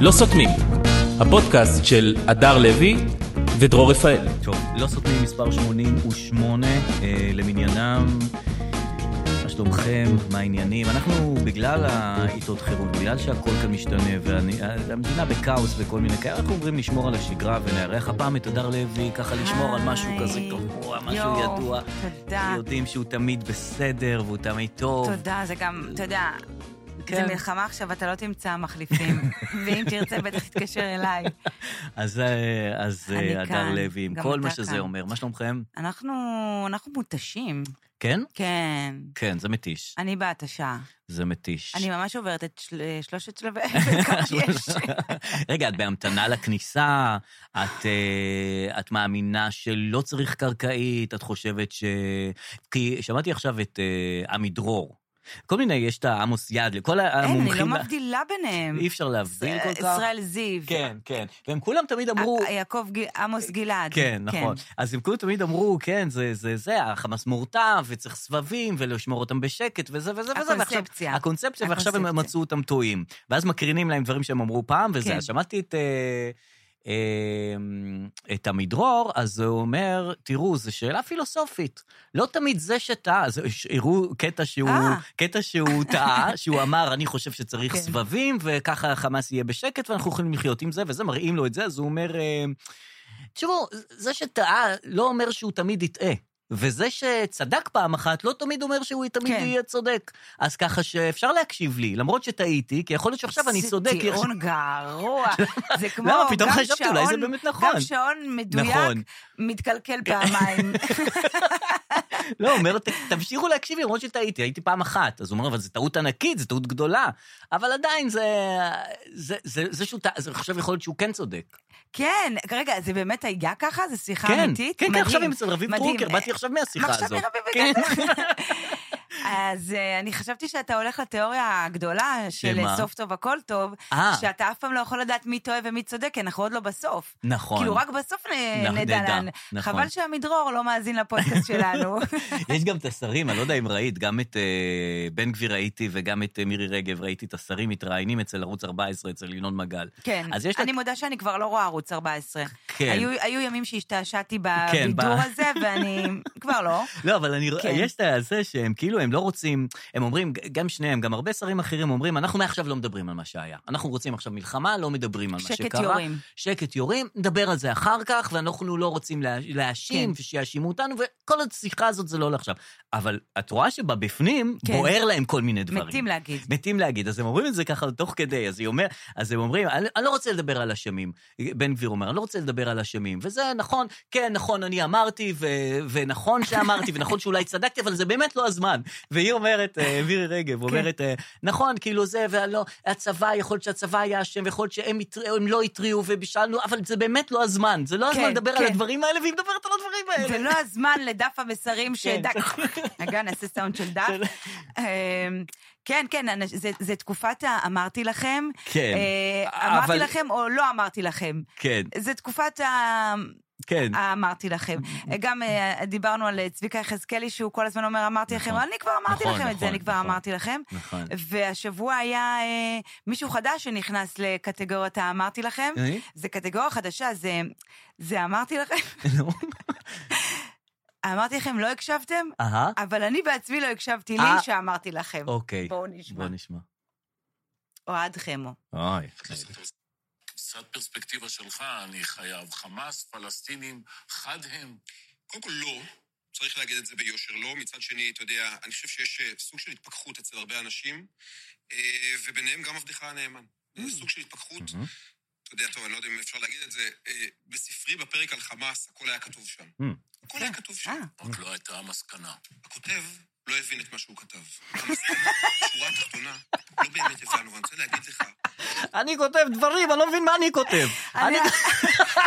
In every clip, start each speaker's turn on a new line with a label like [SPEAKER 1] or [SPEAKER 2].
[SPEAKER 1] לא סותמים, הפודקאסט של הדר לוי ודרור רפאל.
[SPEAKER 2] טוב, לא סותמים מספר 88 אה, למניינם. מה שלומכם? מה העניינים? אנחנו, בגלל העיתות חירום, בגלל שהכל כאן משתנה והמדינה בכאוס וכל מיני כאלה, אנחנו אומרים לשמור על השגרה ונארח הפעם את הדר לוי, ככה לשמור על משהו
[SPEAKER 3] היי.
[SPEAKER 2] כזה קבוע, משהו
[SPEAKER 3] יואו,
[SPEAKER 2] ידוע.
[SPEAKER 3] תודה.
[SPEAKER 2] יודעים שהוא תמיד בסדר והוא תמיד טוב.
[SPEAKER 3] תודה, זה גם, אתה יודע,
[SPEAKER 2] כן.
[SPEAKER 3] זה מלחמה עכשיו, אתה לא תמצא מחליפים. ואם תרצה, בטח תתקשר אליי.
[SPEAKER 2] אז, אה, אז אה,
[SPEAKER 3] אני
[SPEAKER 2] הדר
[SPEAKER 3] כאן,
[SPEAKER 2] לוי, עם
[SPEAKER 3] גם
[SPEAKER 2] כל
[SPEAKER 3] אתה
[SPEAKER 2] מה שזה
[SPEAKER 3] כאן.
[SPEAKER 2] אומר, מה שלומכם?
[SPEAKER 3] אנחנו, אנחנו מותשים.
[SPEAKER 2] כן?
[SPEAKER 3] כן.
[SPEAKER 2] כן, זה מתיש.
[SPEAKER 3] אני בהתשה.
[SPEAKER 2] זה מתיש.
[SPEAKER 3] אני ממש עוברת את של... שלושת שלבי אפס, כמה שיש.
[SPEAKER 2] רגע, את בהמתנה לכניסה, את, אה, את מאמינה שלא צריך קרקעית, את חושבת ש... כי שמעתי עכשיו את אה, עמי דרור. כל מיני, יש את העמוס יד, לכל
[SPEAKER 3] אין, אני לא
[SPEAKER 2] המומחים...
[SPEAKER 3] מבדילה ביניהם. אה,
[SPEAKER 2] אי אפשר להבדיל כל כך.
[SPEAKER 3] ישראל אה, זיו.
[SPEAKER 2] כן, כן. והם כולם תמיד אמרו...
[SPEAKER 3] ע- יעקב ג- עמוס גלעד.
[SPEAKER 2] כן, נכון. אז הם כולם תמיד אמרו, כן, זה זה, זה, החמאס מורתע, וצריך סבבים, ולשמור אותם בשקט, וזה וזה וזה. ועכשיו-
[SPEAKER 3] הקונספציה.
[SPEAKER 2] הקונספציה, ועכשיו הם
[SPEAKER 3] הקונספציה.
[SPEAKER 2] מצאו אותם טועים. ואז מקרינים להם דברים שהם אמרו פעם, וזה.
[SPEAKER 3] כן.
[SPEAKER 2] אז שמעתי את... אה, אה, את עמידרור, אז הוא אומר, תראו, זו שאלה פילוסופית. לא תמיד זה שטעה, אז הראו קטע שהוא,
[SPEAKER 3] אה.
[SPEAKER 2] קטע שהוא טעה, שהוא אמר, אני חושב שצריך
[SPEAKER 3] כן.
[SPEAKER 2] סבבים, וככה החמאס יהיה בשקט, ואנחנו יכולים לחיות עם זה, וזה, מראים לו את זה, אז הוא אומר, אה, תראו, זה שטעה לא אומר שהוא תמיד יטעה. וזה שצדק פעם אחת לא תמיד אומר שהוא תמיד
[SPEAKER 3] כן.
[SPEAKER 2] יהיה צודק. אז ככה שאפשר להקשיב לי, למרות שטעיתי, כי יכול להיות שעכשיו אני
[SPEAKER 3] זה
[SPEAKER 2] צודק. כי עכשיו-
[SPEAKER 3] טיעון גרוע. זה כמו
[SPEAKER 2] למה? פתאום
[SPEAKER 3] גם
[SPEAKER 2] חשבתי, אולי זה
[SPEAKER 3] שעון-
[SPEAKER 2] באמת נכון.
[SPEAKER 3] גם שעון מדויק
[SPEAKER 2] נכון.
[SPEAKER 3] מתקלקל פעמיים.
[SPEAKER 2] לא, אומר, "ת- תמשיכו להקשיב לי, למרות שטעיתי, הייתי פעם אחת. אז הוא אומר, אבל זו טעות ענקית, זו טעות גדולה. אבל עדיין, זה... זה, זה, זה שהוא טעה, אז עכשיו יכול להיות שהוא כן צודק.
[SPEAKER 3] כן, רגע, זה באמת היה ככה? זו שיחה
[SPEAKER 2] כן,
[SPEAKER 3] אמיתית?
[SPEAKER 2] כן, כן,
[SPEAKER 3] מדהים,
[SPEAKER 2] עכשיו עם אצל רביב
[SPEAKER 3] מדהים.
[SPEAKER 2] טרוקר, באתי עכשיו מהשיחה
[SPEAKER 3] עכשיו
[SPEAKER 2] הזאת.
[SPEAKER 3] מרביב
[SPEAKER 2] כן.
[SPEAKER 3] הגעת. אז אה, אני חשבתי שאתה הולך לתיאוריה הגדולה של
[SPEAKER 2] שמה?
[SPEAKER 3] סוף טוב הכל טוב,
[SPEAKER 2] אה.
[SPEAKER 3] שאתה אף פעם לא יכול לדעת מי טועה ומי צודק, כי אנחנו עוד לא בסוף.
[SPEAKER 2] נכון.
[SPEAKER 3] כאילו, רק בסוף נ-
[SPEAKER 2] נכון,
[SPEAKER 3] נדע
[SPEAKER 2] נדע,
[SPEAKER 3] לאן.
[SPEAKER 2] נכון.
[SPEAKER 3] חבל שעמידרור לא מאזין לפודקאסט שלנו.
[SPEAKER 2] יש גם את השרים, אני לא יודע אם ראית, גם את אה, בן גביר ראיתי וגם את אה, מירי רגב, ראיתי את השרים מתראיינים אצל ערוץ 14, אצל ינון מגל.
[SPEAKER 3] כן,
[SPEAKER 2] אז יש לה-
[SPEAKER 3] אני מודה שאני כבר לא רואה ערוץ 14.
[SPEAKER 2] כן.
[SPEAKER 3] היו, היו ימים שהשתעשעתי
[SPEAKER 2] כן, ב-
[SPEAKER 3] בבידור הזה, ואני כבר לא.
[SPEAKER 2] לא, אבל אני, כן.
[SPEAKER 3] כן.
[SPEAKER 2] יש את הזה שהם כאילו, הם לא רוצים, הם אומרים, גם שניהם, גם הרבה שרים אחרים אומרים, אנחנו מעכשיו לא מדברים על מה שהיה. אנחנו רוצים עכשיו מלחמה, לא מדברים על מה
[SPEAKER 3] שקט
[SPEAKER 2] שקרה.
[SPEAKER 3] יורים.
[SPEAKER 2] שקט יורים, נדבר על זה אחר כך, ואנחנו לא רוצים לה- להאשים,
[SPEAKER 3] כן.
[SPEAKER 2] ושיאשימו אותנו, וכל השיחה הזאת זה לא לעכשיו. אבל את רואה שבבפנים
[SPEAKER 3] כן.
[SPEAKER 2] בוער להם כל מיני דברים.
[SPEAKER 3] מתים להגיד.
[SPEAKER 2] מתים להגיד, אז הם אומרים את זה ככה תוך כדי, אז היא אומר, אז הם אומרים, אני, אני לא רוצה לדבר על אשמים. בן גביר אומר, אני לא רוצה לדבר על אשמים. וזה נכון, כן, נכון, אני אמרתי, ו, ונכון שאמרתי, ונכון שאולי צדקתי, אבל זה באמת לא הזמן. והיא אומרת, אה, מירי רגב,
[SPEAKER 3] כן.
[SPEAKER 2] אומרת, אה, נכון, כאילו זה, ולא, הצבא, יכול להיות שהצבא היה אשם, ויכול להיות שהם התר- הם לא התריעו ובישלנו, אבל זה באמת לא הזמן. זה לא הזמן
[SPEAKER 3] כן,
[SPEAKER 2] לדבר על
[SPEAKER 3] כן.
[SPEAKER 2] הדברים האלה, והיא מדברת על הדברים האלה.
[SPEAKER 3] זה לא הזמן לדף המסרים שדק... רגע, נעשה סאונד של דף.
[SPEAKER 2] כן. של-
[SPEAKER 3] אמ, כן, כן, אנש- זה- זה תקופת ה... אמרתי לכם.
[SPEAKER 2] כן,
[SPEAKER 3] אה,
[SPEAKER 2] אבל-
[SPEAKER 3] אמרתי לכם או לא אמרתי לכם.
[SPEAKER 2] כן,
[SPEAKER 3] זה תקופת ה...
[SPEAKER 2] כן.
[SPEAKER 3] ה- אמרתי לכם. גם אה, דיברנו על אה, צביקה יחזקאלי, שהוא כל הזמן אומר, אמרתי לכם,
[SPEAKER 2] נכון.
[SPEAKER 3] אני כבר אמרתי
[SPEAKER 2] נכון,
[SPEAKER 3] לכם את זה,
[SPEAKER 2] נכון,
[SPEAKER 3] אני כבר
[SPEAKER 2] נכון.
[SPEAKER 3] אמרתי לכם.
[SPEAKER 2] נכון.
[SPEAKER 3] והשבוע היה אה, מישהו חדש שנכנס לקטגוריית האמרתי לכם.
[SPEAKER 2] אה?
[SPEAKER 3] זה קטגוריה חדשה, זה, זה אמרתי לכם,
[SPEAKER 2] נו.
[SPEAKER 3] אמרתי לכם, לא הקשבתם?
[SPEAKER 2] אהה.
[SPEAKER 3] אבל אני בעצמי לא הקשבתי לי
[SPEAKER 2] אה.
[SPEAKER 3] שאמרתי לכם.
[SPEAKER 2] אוקיי.
[SPEAKER 3] בואו נשמע.
[SPEAKER 2] בוא נשמע.
[SPEAKER 3] אוהד חמו.
[SPEAKER 2] אוי.
[SPEAKER 4] אוקיי.
[SPEAKER 5] קצת פרספקטיבה שלך, אני חייב. חמאס, פלסטינים, חד הם.
[SPEAKER 4] קודם כל לא, צריך להגיד את זה ביושר לא. מצד שני, אתה יודע, אני חושב שיש אה, סוג של התפכחות אצל הרבה אנשים, אה, וביניהם גם עבדך הנאמן.
[SPEAKER 5] Mm.
[SPEAKER 4] זה סוג של התפכחות,
[SPEAKER 5] Mm-hmm.
[SPEAKER 4] אתה יודע, טוב, אני לא יודע אם אפשר להגיד את זה, אה, בספרי בפרק על חמאס, הכל היה כתוב שם.
[SPEAKER 2] Mm.
[SPEAKER 4] הכל היה כתוב שם.
[SPEAKER 3] אה.
[SPEAKER 5] רק לא הייתה המסקנה.
[SPEAKER 4] הכותב לא הבין את מה שהוא כתב. המסקנה, השורה התחתונה, לא באמת הבנו, ואני רוצה להגיד לך,
[SPEAKER 2] אני כותב דברים, אני לא מבין מה אני כותב.
[SPEAKER 3] אני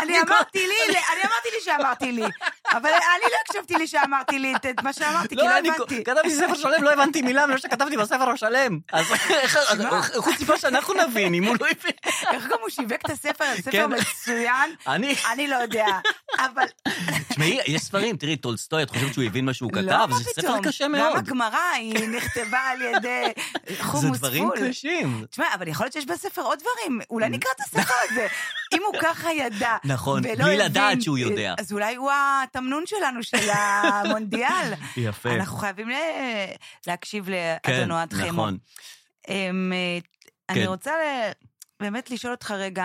[SPEAKER 3] אני אמרתי לי, אני אמרתי לי שאמרתי לי, אבל אני לא הקשבתי לי שאמרתי לי את- את מה שאמרתי, כי לא
[SPEAKER 2] לא, אני
[SPEAKER 3] הבנתי.
[SPEAKER 2] כתבתי ספר שלם, לא הבנתי מילה ממה שכתבתי בספר השלם. אז איך- אז- חוץ ממה שאנחנו נבין, אם הוא לא הבין.
[SPEAKER 3] איך גם הוא שיווק את הספר, זה ספר
[SPEAKER 2] כן.
[SPEAKER 3] מצוין,
[SPEAKER 2] אני...
[SPEAKER 3] אני לא יודע. אבל
[SPEAKER 2] תשמעי, יש ספרים, תראי, טולסטוי, את חושבת שהוא הבין מה שהוא
[SPEAKER 3] לא,
[SPEAKER 2] כתב?
[SPEAKER 3] מה
[SPEAKER 2] זה ספר
[SPEAKER 3] פתאום?
[SPEAKER 2] קשה
[SPEAKER 3] גם
[SPEAKER 2] מאוד. כן.
[SPEAKER 3] הגמרא היא נכתבה על ידי
[SPEAKER 2] זה
[SPEAKER 3] חומוס
[SPEAKER 2] דברים
[SPEAKER 3] פול.
[SPEAKER 2] קשים.
[SPEAKER 3] תשמע, אבל יכול להיות שיש בספר עוד דברים. אולי נקרא את הספר הזה. אם הוא ככה ידע.
[SPEAKER 2] נכון,
[SPEAKER 3] ולא
[SPEAKER 2] בלי
[SPEAKER 3] הבין,
[SPEAKER 2] לדעת שהוא יודע.
[SPEAKER 3] אז אולי הוא התמנון שלנו של המונדיאל.
[SPEAKER 2] יפה.
[SPEAKER 3] אנחנו חייבים ל- להקשיב
[SPEAKER 2] כן,
[SPEAKER 3] לאדונו עד חמו.
[SPEAKER 2] נכון.
[SPEAKER 3] אמ, אה,
[SPEAKER 2] כן.
[SPEAKER 3] אני רוצה ל- באמת לשאול אותך רגע,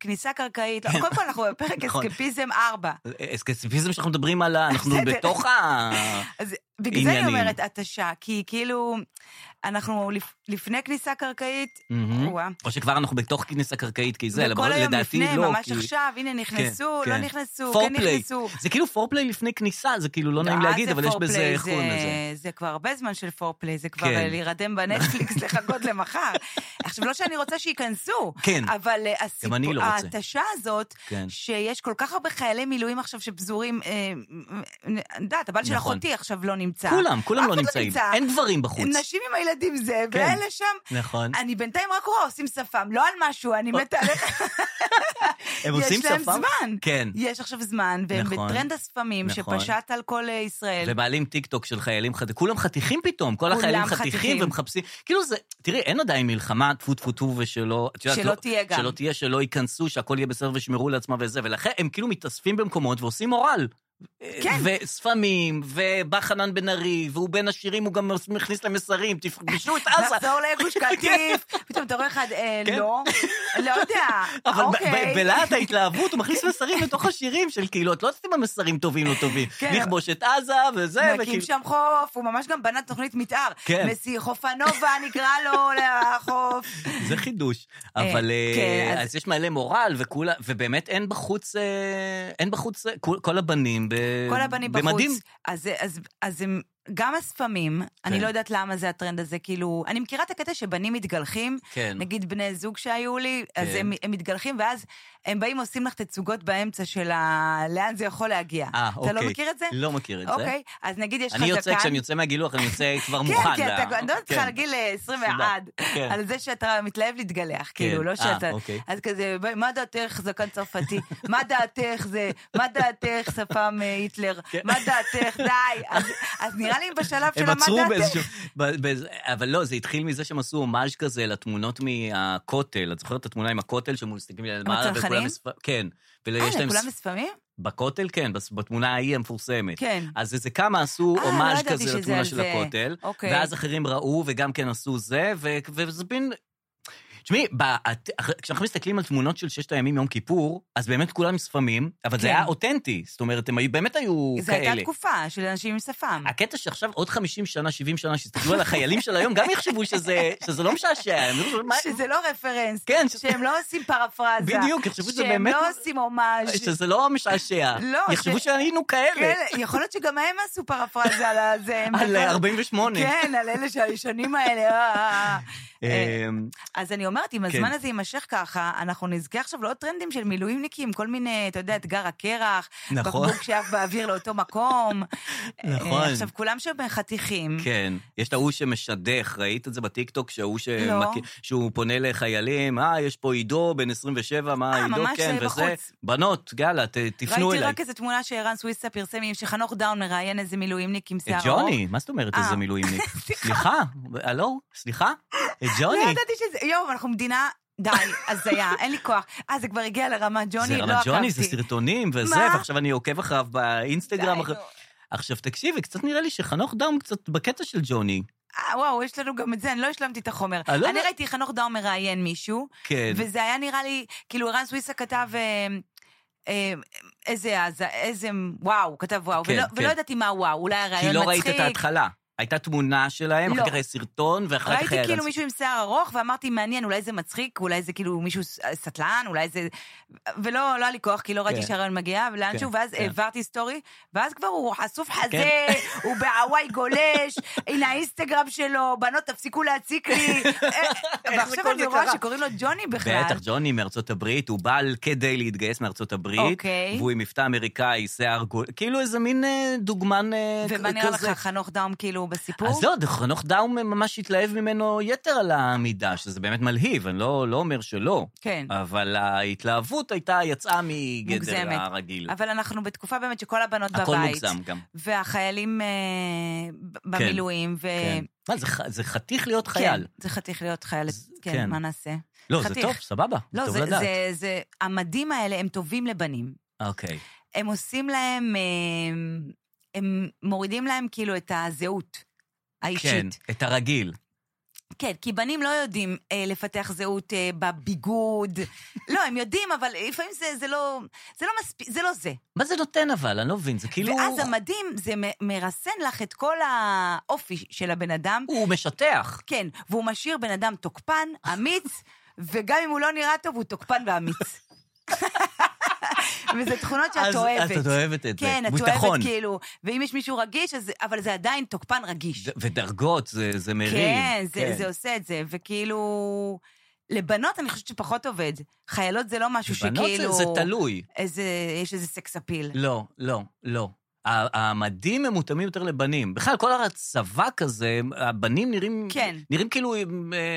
[SPEAKER 3] כניסה קרקעית, לא, קודם כל אנחנו בפרק
[SPEAKER 2] כן. נכון.
[SPEAKER 3] אסקפיזם 4.
[SPEAKER 2] אסקסיפיזם שאנחנו מדברים על ה... אנחנו
[SPEAKER 3] בסדר.
[SPEAKER 2] בתוך ה...
[SPEAKER 3] אז בגלל זה אני
[SPEAKER 2] עניינים.
[SPEAKER 3] אומרת התשה, כי כאילו, אנחנו לפ- לפני כניסה קרקעית,
[SPEAKER 2] מהמם.
[SPEAKER 3] וואה.
[SPEAKER 2] או שכבר אנחנו בתוך כניסה קרקעית, כי זה,
[SPEAKER 3] וכל היום
[SPEAKER 2] לדעתי
[SPEAKER 3] לפני,
[SPEAKER 2] לא.
[SPEAKER 3] ממש
[SPEAKER 2] כי-
[SPEAKER 3] עכשיו, הנה נכנסו,
[SPEAKER 2] כן,
[SPEAKER 3] לא
[SPEAKER 2] כן.
[SPEAKER 3] נכנסו, כן
[SPEAKER 2] פורפליי.
[SPEAKER 3] נכנסו.
[SPEAKER 2] זה כאילו פורפליי לפני כניסה, זה כאילו לא
[SPEAKER 3] אה,
[SPEAKER 2] נעים
[SPEAKER 3] זה
[SPEAKER 2] להגיד, אבל יש בזה,
[SPEAKER 3] פורפליי,
[SPEAKER 2] איך קוראים
[SPEAKER 3] זה-
[SPEAKER 2] לזה?
[SPEAKER 3] זה כבר הרבה זמן של פורפליי, זה כבר
[SPEAKER 2] כן.
[SPEAKER 3] אה, להירדם בנטפליקס, לחכות למחר. עכשיו, לא שאני רוצה שייכנסו,
[SPEAKER 2] כן.
[SPEAKER 3] אבל אה, הסיפור-
[SPEAKER 2] אני לא רוצה.
[SPEAKER 3] ההתשה הזאת,
[SPEAKER 2] כן.
[SPEAKER 3] שיש כל כך הרבה חיילי מילואים עכשיו שפזורים, אה, מ- מ- את יודעת, הבעל של
[SPEAKER 2] נכון.
[SPEAKER 3] אחותי עכשיו לא נמצא.
[SPEAKER 2] כולם,
[SPEAKER 3] אף
[SPEAKER 2] כולם לא
[SPEAKER 3] אחד
[SPEAKER 2] נמצאים.
[SPEAKER 3] נמצא.
[SPEAKER 2] אין גברים בחוץ.
[SPEAKER 3] נשים עם הילדים זה,
[SPEAKER 2] כן.
[SPEAKER 3] ואלה שם.
[SPEAKER 2] נכון.
[SPEAKER 3] אני בינתיים רק רואה עושים שפם, לא על משהו, אני מתה עליך.
[SPEAKER 2] הם עושים
[SPEAKER 3] יש להם
[SPEAKER 2] שפה?
[SPEAKER 3] זמן.
[SPEAKER 2] כן.
[SPEAKER 3] יש עכשיו זמן, והם
[SPEAKER 2] נכון.
[SPEAKER 3] בטרנד השפמים
[SPEAKER 2] נכון.
[SPEAKER 3] שפשט על כל אה, ישראל.
[SPEAKER 2] ומעלים טיק טוק של חיילים חתיכים, כולם חתיכים פתאום, כל החיילים חתיכים
[SPEAKER 3] חתיכים.
[SPEAKER 2] ומחפשים, כאילו זה, תראי, אין עדיין מלחמה, טפו טפו טפו ושלא, את יודעת,
[SPEAKER 3] שלא
[SPEAKER 2] לא-
[SPEAKER 3] תהיה גם.
[SPEAKER 2] שלא תהיה, שלא ייכנסו, שהכל יהיה בסדר וישמרו לעצמם וזה, ולכן הם כאילו מתאספים במקומות ועושים מורל.
[SPEAKER 3] כן.
[SPEAKER 2] ושפמים, ובא חנן בן ארי, והוא בין השירים, הוא גם מכניס להם מסרים, תפגשו את עזה.
[SPEAKER 3] נחזור לגוש קטיף, פתאום אתה רואה אחד, אה,
[SPEAKER 2] כן.
[SPEAKER 3] לא, לא יודע,
[SPEAKER 2] אבל ב- ב-
[SPEAKER 3] אוקיי.
[SPEAKER 2] בלהט ההתלהבות הוא מכניס מסרים לתוך השירים של כאילו, את לא יודעת אם המסרים טובים לא טובים.
[SPEAKER 3] כן.
[SPEAKER 2] נכבוש את עזה וזה,
[SPEAKER 3] נקים שם חוף, הוא ממש גם בנה תוכנית מתאר.
[SPEAKER 2] כן.
[SPEAKER 3] מסי חופנובה נקרא לו לחוף.
[SPEAKER 2] זה חידוש. אבל אה,
[SPEAKER 3] כן, אז-
[SPEAKER 2] אז יש מלא מורל, וכולה- ובאמת אין בחוץ, אה, אין בחוץ, אה, כל- כל הבנים ב-
[SPEAKER 3] כל הבנים בחוץ.
[SPEAKER 2] אה, במדים.
[SPEAKER 3] אז, אז, אז הם גם השפמים,
[SPEAKER 2] כן.
[SPEAKER 3] אני לא יודעת למה זה הטרנד הזה, כאילו, אני מכירה את הקטע שבנים מתגלחים,
[SPEAKER 2] כן.
[SPEAKER 3] נגיד בני זוג שהיו לי, אז
[SPEAKER 2] כן.
[SPEAKER 3] הם, הם מתגלחים, ואז הם באים עושים לך תצוגות באמצע של ה... לאן זה יכול להגיע.
[SPEAKER 2] אה, אוקיי.
[SPEAKER 3] אתה לא מכיר את זה?
[SPEAKER 2] לא מכיר את זה.
[SPEAKER 3] אוקיי, אז נגיד יש לך
[SPEAKER 2] אני יוצא,
[SPEAKER 3] זקן-
[SPEAKER 2] כשאני יוצא מהגילוח, אני יוצא כבר
[SPEAKER 3] כן,
[SPEAKER 2] מוכן.
[SPEAKER 3] כי אתה
[SPEAKER 2] ל-
[SPEAKER 3] אני לא צריכה להגיל אה, 21,
[SPEAKER 2] כן.
[SPEAKER 3] על זה שאתה מתלהב להתגלח, כאילו, לא
[SPEAKER 2] אה,
[SPEAKER 3] שאתה...
[SPEAKER 2] אוקיי.
[SPEAKER 3] אז כזה, "ב- מה דעתך זקן צרפתי? מה דעתך זה? מה דעתך שפם אה, היטלר?
[SPEAKER 2] כן.
[SPEAKER 3] מה דעתך? די. אז- אז נראה לי הם בשלב של
[SPEAKER 2] הם
[SPEAKER 3] מה
[SPEAKER 2] עצרו
[SPEAKER 3] דעתך.
[SPEAKER 2] באיזשהו... ב- באיז- אבל לא, זה התחיל מזה שהם עשו הומאז' כזה לתמונות מהכותל. את זוכרת את התמונה עם הכותל שמול מסתכלים למעלה? וכולם
[SPEAKER 3] הצנחנים?
[SPEAKER 2] מספ- כן.
[SPEAKER 3] אה,
[SPEAKER 2] ויש להם...
[SPEAKER 3] לכולם
[SPEAKER 2] ס-
[SPEAKER 3] מספמים?
[SPEAKER 2] בכותל, כן, בס- בתמונה ההיא המפורסמת.
[SPEAKER 3] כן.
[SPEAKER 2] אז איזה כמה עשו
[SPEAKER 3] אה, לא
[SPEAKER 2] הומאז'
[SPEAKER 3] ידעתי
[SPEAKER 2] כזה
[SPEAKER 3] שזה
[SPEAKER 2] לתמונה
[SPEAKER 3] על
[SPEAKER 2] של
[SPEAKER 3] זה.
[SPEAKER 2] הכותל,
[SPEAKER 3] אוקיי.
[SPEAKER 2] ואז אחרים ראו וגם כן עשו זה, ו- וזה בין... תשמעי, בעת- אח- כשאנחנו מסתכלים על תמונות של ששת הימים יום כיפור, אז באמת כולם מספמים, אבל זה
[SPEAKER 3] כן.
[SPEAKER 2] היה אותנטי. זאת אומרת, הם היו- באמת היו
[SPEAKER 3] זו
[SPEAKER 2] כאלה.
[SPEAKER 3] הייתה תקופה של אנשים עם שפם.
[SPEAKER 2] הקטע שעכשיו עוד 50 שנה, 70 שנה, שיסתכלו על החיילים של היום, גם יחשבו שזה, שזה לא משעשע, הם יחשבו, מה-
[SPEAKER 3] שזה לא רפרנס,
[SPEAKER 2] כן, ש-
[SPEAKER 3] שהם לא עושים פרפרזה,
[SPEAKER 2] בדיוק, יחשבו שזה
[SPEAKER 3] שהם
[SPEAKER 2] באמת-
[SPEAKER 3] לא עושים הומאז',
[SPEAKER 2] שזה לא משעשע.
[SPEAKER 3] לא,
[SPEAKER 2] יחשבו
[SPEAKER 3] ש-
[SPEAKER 2] שהיינו כאלה,
[SPEAKER 3] כן, יכול להיות שגם הם עשו פרפרזה על הזה. הם
[SPEAKER 2] על
[SPEAKER 3] בכלל-
[SPEAKER 2] 48.
[SPEAKER 3] כן, על אלה שהישנים האלה. אה, אה, אה. אה,
[SPEAKER 2] אמ,
[SPEAKER 3] אז אני אומרת, אם
[SPEAKER 2] כן.
[SPEAKER 3] הזמן הזה יימשך ככה, אנחנו נזכה עכשיו לעוד טרנדים של מילואימניקים, כל מיני, אתה יודע, אתגר הקרח,
[SPEAKER 2] נכון.
[SPEAKER 3] בקבוק שעף באוויר לאותו מקום.
[SPEAKER 2] נכון.
[SPEAKER 3] אה, עכשיו, כולם שם חתיכים.
[SPEAKER 2] כן, יש את ההוא שמשדך, ראית את זה בטיקטוק, שההוא
[SPEAKER 3] לא.
[SPEAKER 2] שמכיר- שהוא פונה לחיילים, אה, יש פה עידו, בן 27, מה
[SPEAKER 3] אה,
[SPEAKER 2] עידו,
[SPEAKER 3] ממש,
[SPEAKER 2] כן,
[SPEAKER 3] אה,
[SPEAKER 2] וזה,
[SPEAKER 3] בחוץ.
[SPEAKER 2] בנות, יאללה, ת- תפנו
[SPEAKER 3] ראיתי
[SPEAKER 2] אליי.
[SPEAKER 3] רק איזו תמונה שערן סוויסה פרסם, עם שחנוך דאון מראיין איזה מילואימניק עם שיער
[SPEAKER 2] את
[SPEAKER 3] ארוך.
[SPEAKER 2] ג'וני, מה זאת אומרת
[SPEAKER 3] אה.
[SPEAKER 2] איזה מילואימניק? סליחה, הלו, סליחה? את
[SPEAKER 3] לא
[SPEAKER 2] ג'וני.
[SPEAKER 3] ידעתי שזה, יואו, אנחנו מדינה, די, הזיה, אין לי כוח. אה, זה כבר הגיע לרמת ג'וני,
[SPEAKER 2] זה
[SPEAKER 3] לא
[SPEAKER 2] רמת
[SPEAKER 3] עקבתי.
[SPEAKER 2] ג'וני, זה סרטונים וזה,
[SPEAKER 3] מה?
[SPEAKER 2] ועכשיו אני עוקב אחריו באינסטגרם.
[SPEAKER 3] די, לא.
[SPEAKER 2] אחרי-
[SPEAKER 3] נו.
[SPEAKER 2] עכשיו תקשיבי, קצת נראה לי שחנוך דאום קצת בקטע של ג'וני.
[SPEAKER 3] אה, וואו, יש לנו גם את זה, אני לא השלמתי את החומר.
[SPEAKER 2] אה, לא,
[SPEAKER 3] אני
[SPEAKER 2] לא.
[SPEAKER 3] ראיתי חנוך דאום מראיין מישהו,
[SPEAKER 2] כן.
[SPEAKER 3] וזה היה נראה לי, כאילו, ערן סוויסה כתב... אה, אה, איזה, אז- איזה, וואו, כתב וואו,
[SPEAKER 2] כן,
[SPEAKER 3] ולא-
[SPEAKER 2] כן.
[SPEAKER 3] ולא ידעתי מה וואו, אולי הרעיון
[SPEAKER 2] כי
[SPEAKER 3] מצחיק.
[SPEAKER 2] לא ראית את ההתחלה. הייתה תמונה שלהם,
[SPEAKER 3] לא.
[SPEAKER 2] אחר כך היה סרטון, ואחר כך
[SPEAKER 3] ראיתי
[SPEAKER 2] היה...
[SPEAKER 3] כאילו מישהו עם שיער ארוך, ואמרתי, מעניין, אולי זה מצחיק, אולי זה כאילו מישהו ס- סטלן, אולי זה... ולא, לא היה לי כוח, כי לא ראיתי
[SPEAKER 2] כן.
[SPEAKER 3] שהרעיון מגיע לאנשהו,
[SPEAKER 2] כן,
[SPEAKER 3] ואז
[SPEAKER 2] כן.
[SPEAKER 3] העברתי סטורי, ואז כבר הוא חשוף חזה,
[SPEAKER 2] כן.
[SPEAKER 3] הוא בהוואי גולש, הנה האינסטגרם שלו, בנות, תפסיקו להציק לי. אה,
[SPEAKER 2] זה כל
[SPEAKER 3] ועכשיו אני
[SPEAKER 2] זה
[SPEAKER 3] רואה
[SPEAKER 2] קרה?
[SPEAKER 3] שקוראים לו ג'וני בכלל.
[SPEAKER 2] בטח, ג'וני מארצות הברית, הוא בא כדי להתגייס מארצות הברית,
[SPEAKER 3] אוקיי.
[SPEAKER 2] והוא עם מבטא אמריקאי, שיער גול, כאילו איזה מין אה, דוגמן אה, כ- כזה.
[SPEAKER 3] ומה נראה לך, חנוך דאום כאילו בסיפור?
[SPEAKER 2] אז זהו, חנוך דאום ממש התלהב ממנו יתר על המידה, שזה באמת מלהיב, אני לא, לא אומר שלא.
[SPEAKER 3] כן.
[SPEAKER 2] אבל ההתלהבות הייתה, יצאה מגדר
[SPEAKER 3] מוגזמת.
[SPEAKER 2] הרגיל.
[SPEAKER 3] אבל אנחנו בתקופה באמת שכל הבנות בבית.
[SPEAKER 2] הכל מוגזם גם.
[SPEAKER 3] והחיילים אה, ב- במילואים, ו...
[SPEAKER 2] כן. מה, זה, ח- זה חתיך להיות חייל.
[SPEAKER 3] אה, כן, זה חתיך להיות חייל,
[SPEAKER 2] אז-
[SPEAKER 3] כן,
[SPEAKER 2] כן.
[SPEAKER 3] מה נעשה?
[SPEAKER 2] לא, זה
[SPEAKER 3] חתיך.
[SPEAKER 2] טוב, סבבה.
[SPEAKER 3] לא,
[SPEAKER 2] טוב
[SPEAKER 3] זה,
[SPEAKER 2] לדעת.
[SPEAKER 3] זה, זה, המדים האלה הם טובים לבנים.
[SPEAKER 2] אוקיי.
[SPEAKER 3] הם עושים להם, הם, הם מורידים להם כאילו את הזהות האישית.
[SPEAKER 2] כן, את הרגיל.
[SPEAKER 3] כן, כי בנים לא יודעים אה, לפתח זהות אה, בביגוד. לא, הם יודעים, אבל לפעמים זה, זה לא, זה לא מספיק, זה לא זה.
[SPEAKER 2] מה זה נותן אבל? אני לא מבין, זה כאילו...
[SPEAKER 3] ואז המדים, זה מ- מרסן לך את כל האופי של הבן אדם.
[SPEAKER 2] הוא משטח.
[SPEAKER 3] כן, והוא משאיר בן אדם תוקפן, אמיץ, וגם אם הוא לא נראה טוב, הוא תוקפן ואמיץ. וזה תכונות שאת
[SPEAKER 2] אז
[SPEAKER 3] אוהבת.
[SPEAKER 2] את אוהבת את זה.
[SPEAKER 3] כן, את
[SPEAKER 2] ביטחון.
[SPEAKER 3] אוהבת כאילו, ואם יש מישהו רגיש, אז, אבל זה עדיין תוקפן רגיש.
[SPEAKER 2] ד- ודרגות, זה, זה מרים.
[SPEAKER 3] כן, זה, זה עושה את זה, וכאילו... לבנות אני חושבת שפחות עובד. חיילות זה לא משהו
[SPEAKER 2] בנות זה-
[SPEAKER 3] שכאילו...
[SPEAKER 2] זה תלוי.
[SPEAKER 3] איזה, יש איזה סקס אפיל.
[SPEAKER 2] לא, לא, לא. ה- המדים הם מותאמים יותר לבנים. בכלל, כל הצבא כזה, הבנים נראים,
[SPEAKER 3] כן.
[SPEAKER 2] נראים כאילו אה,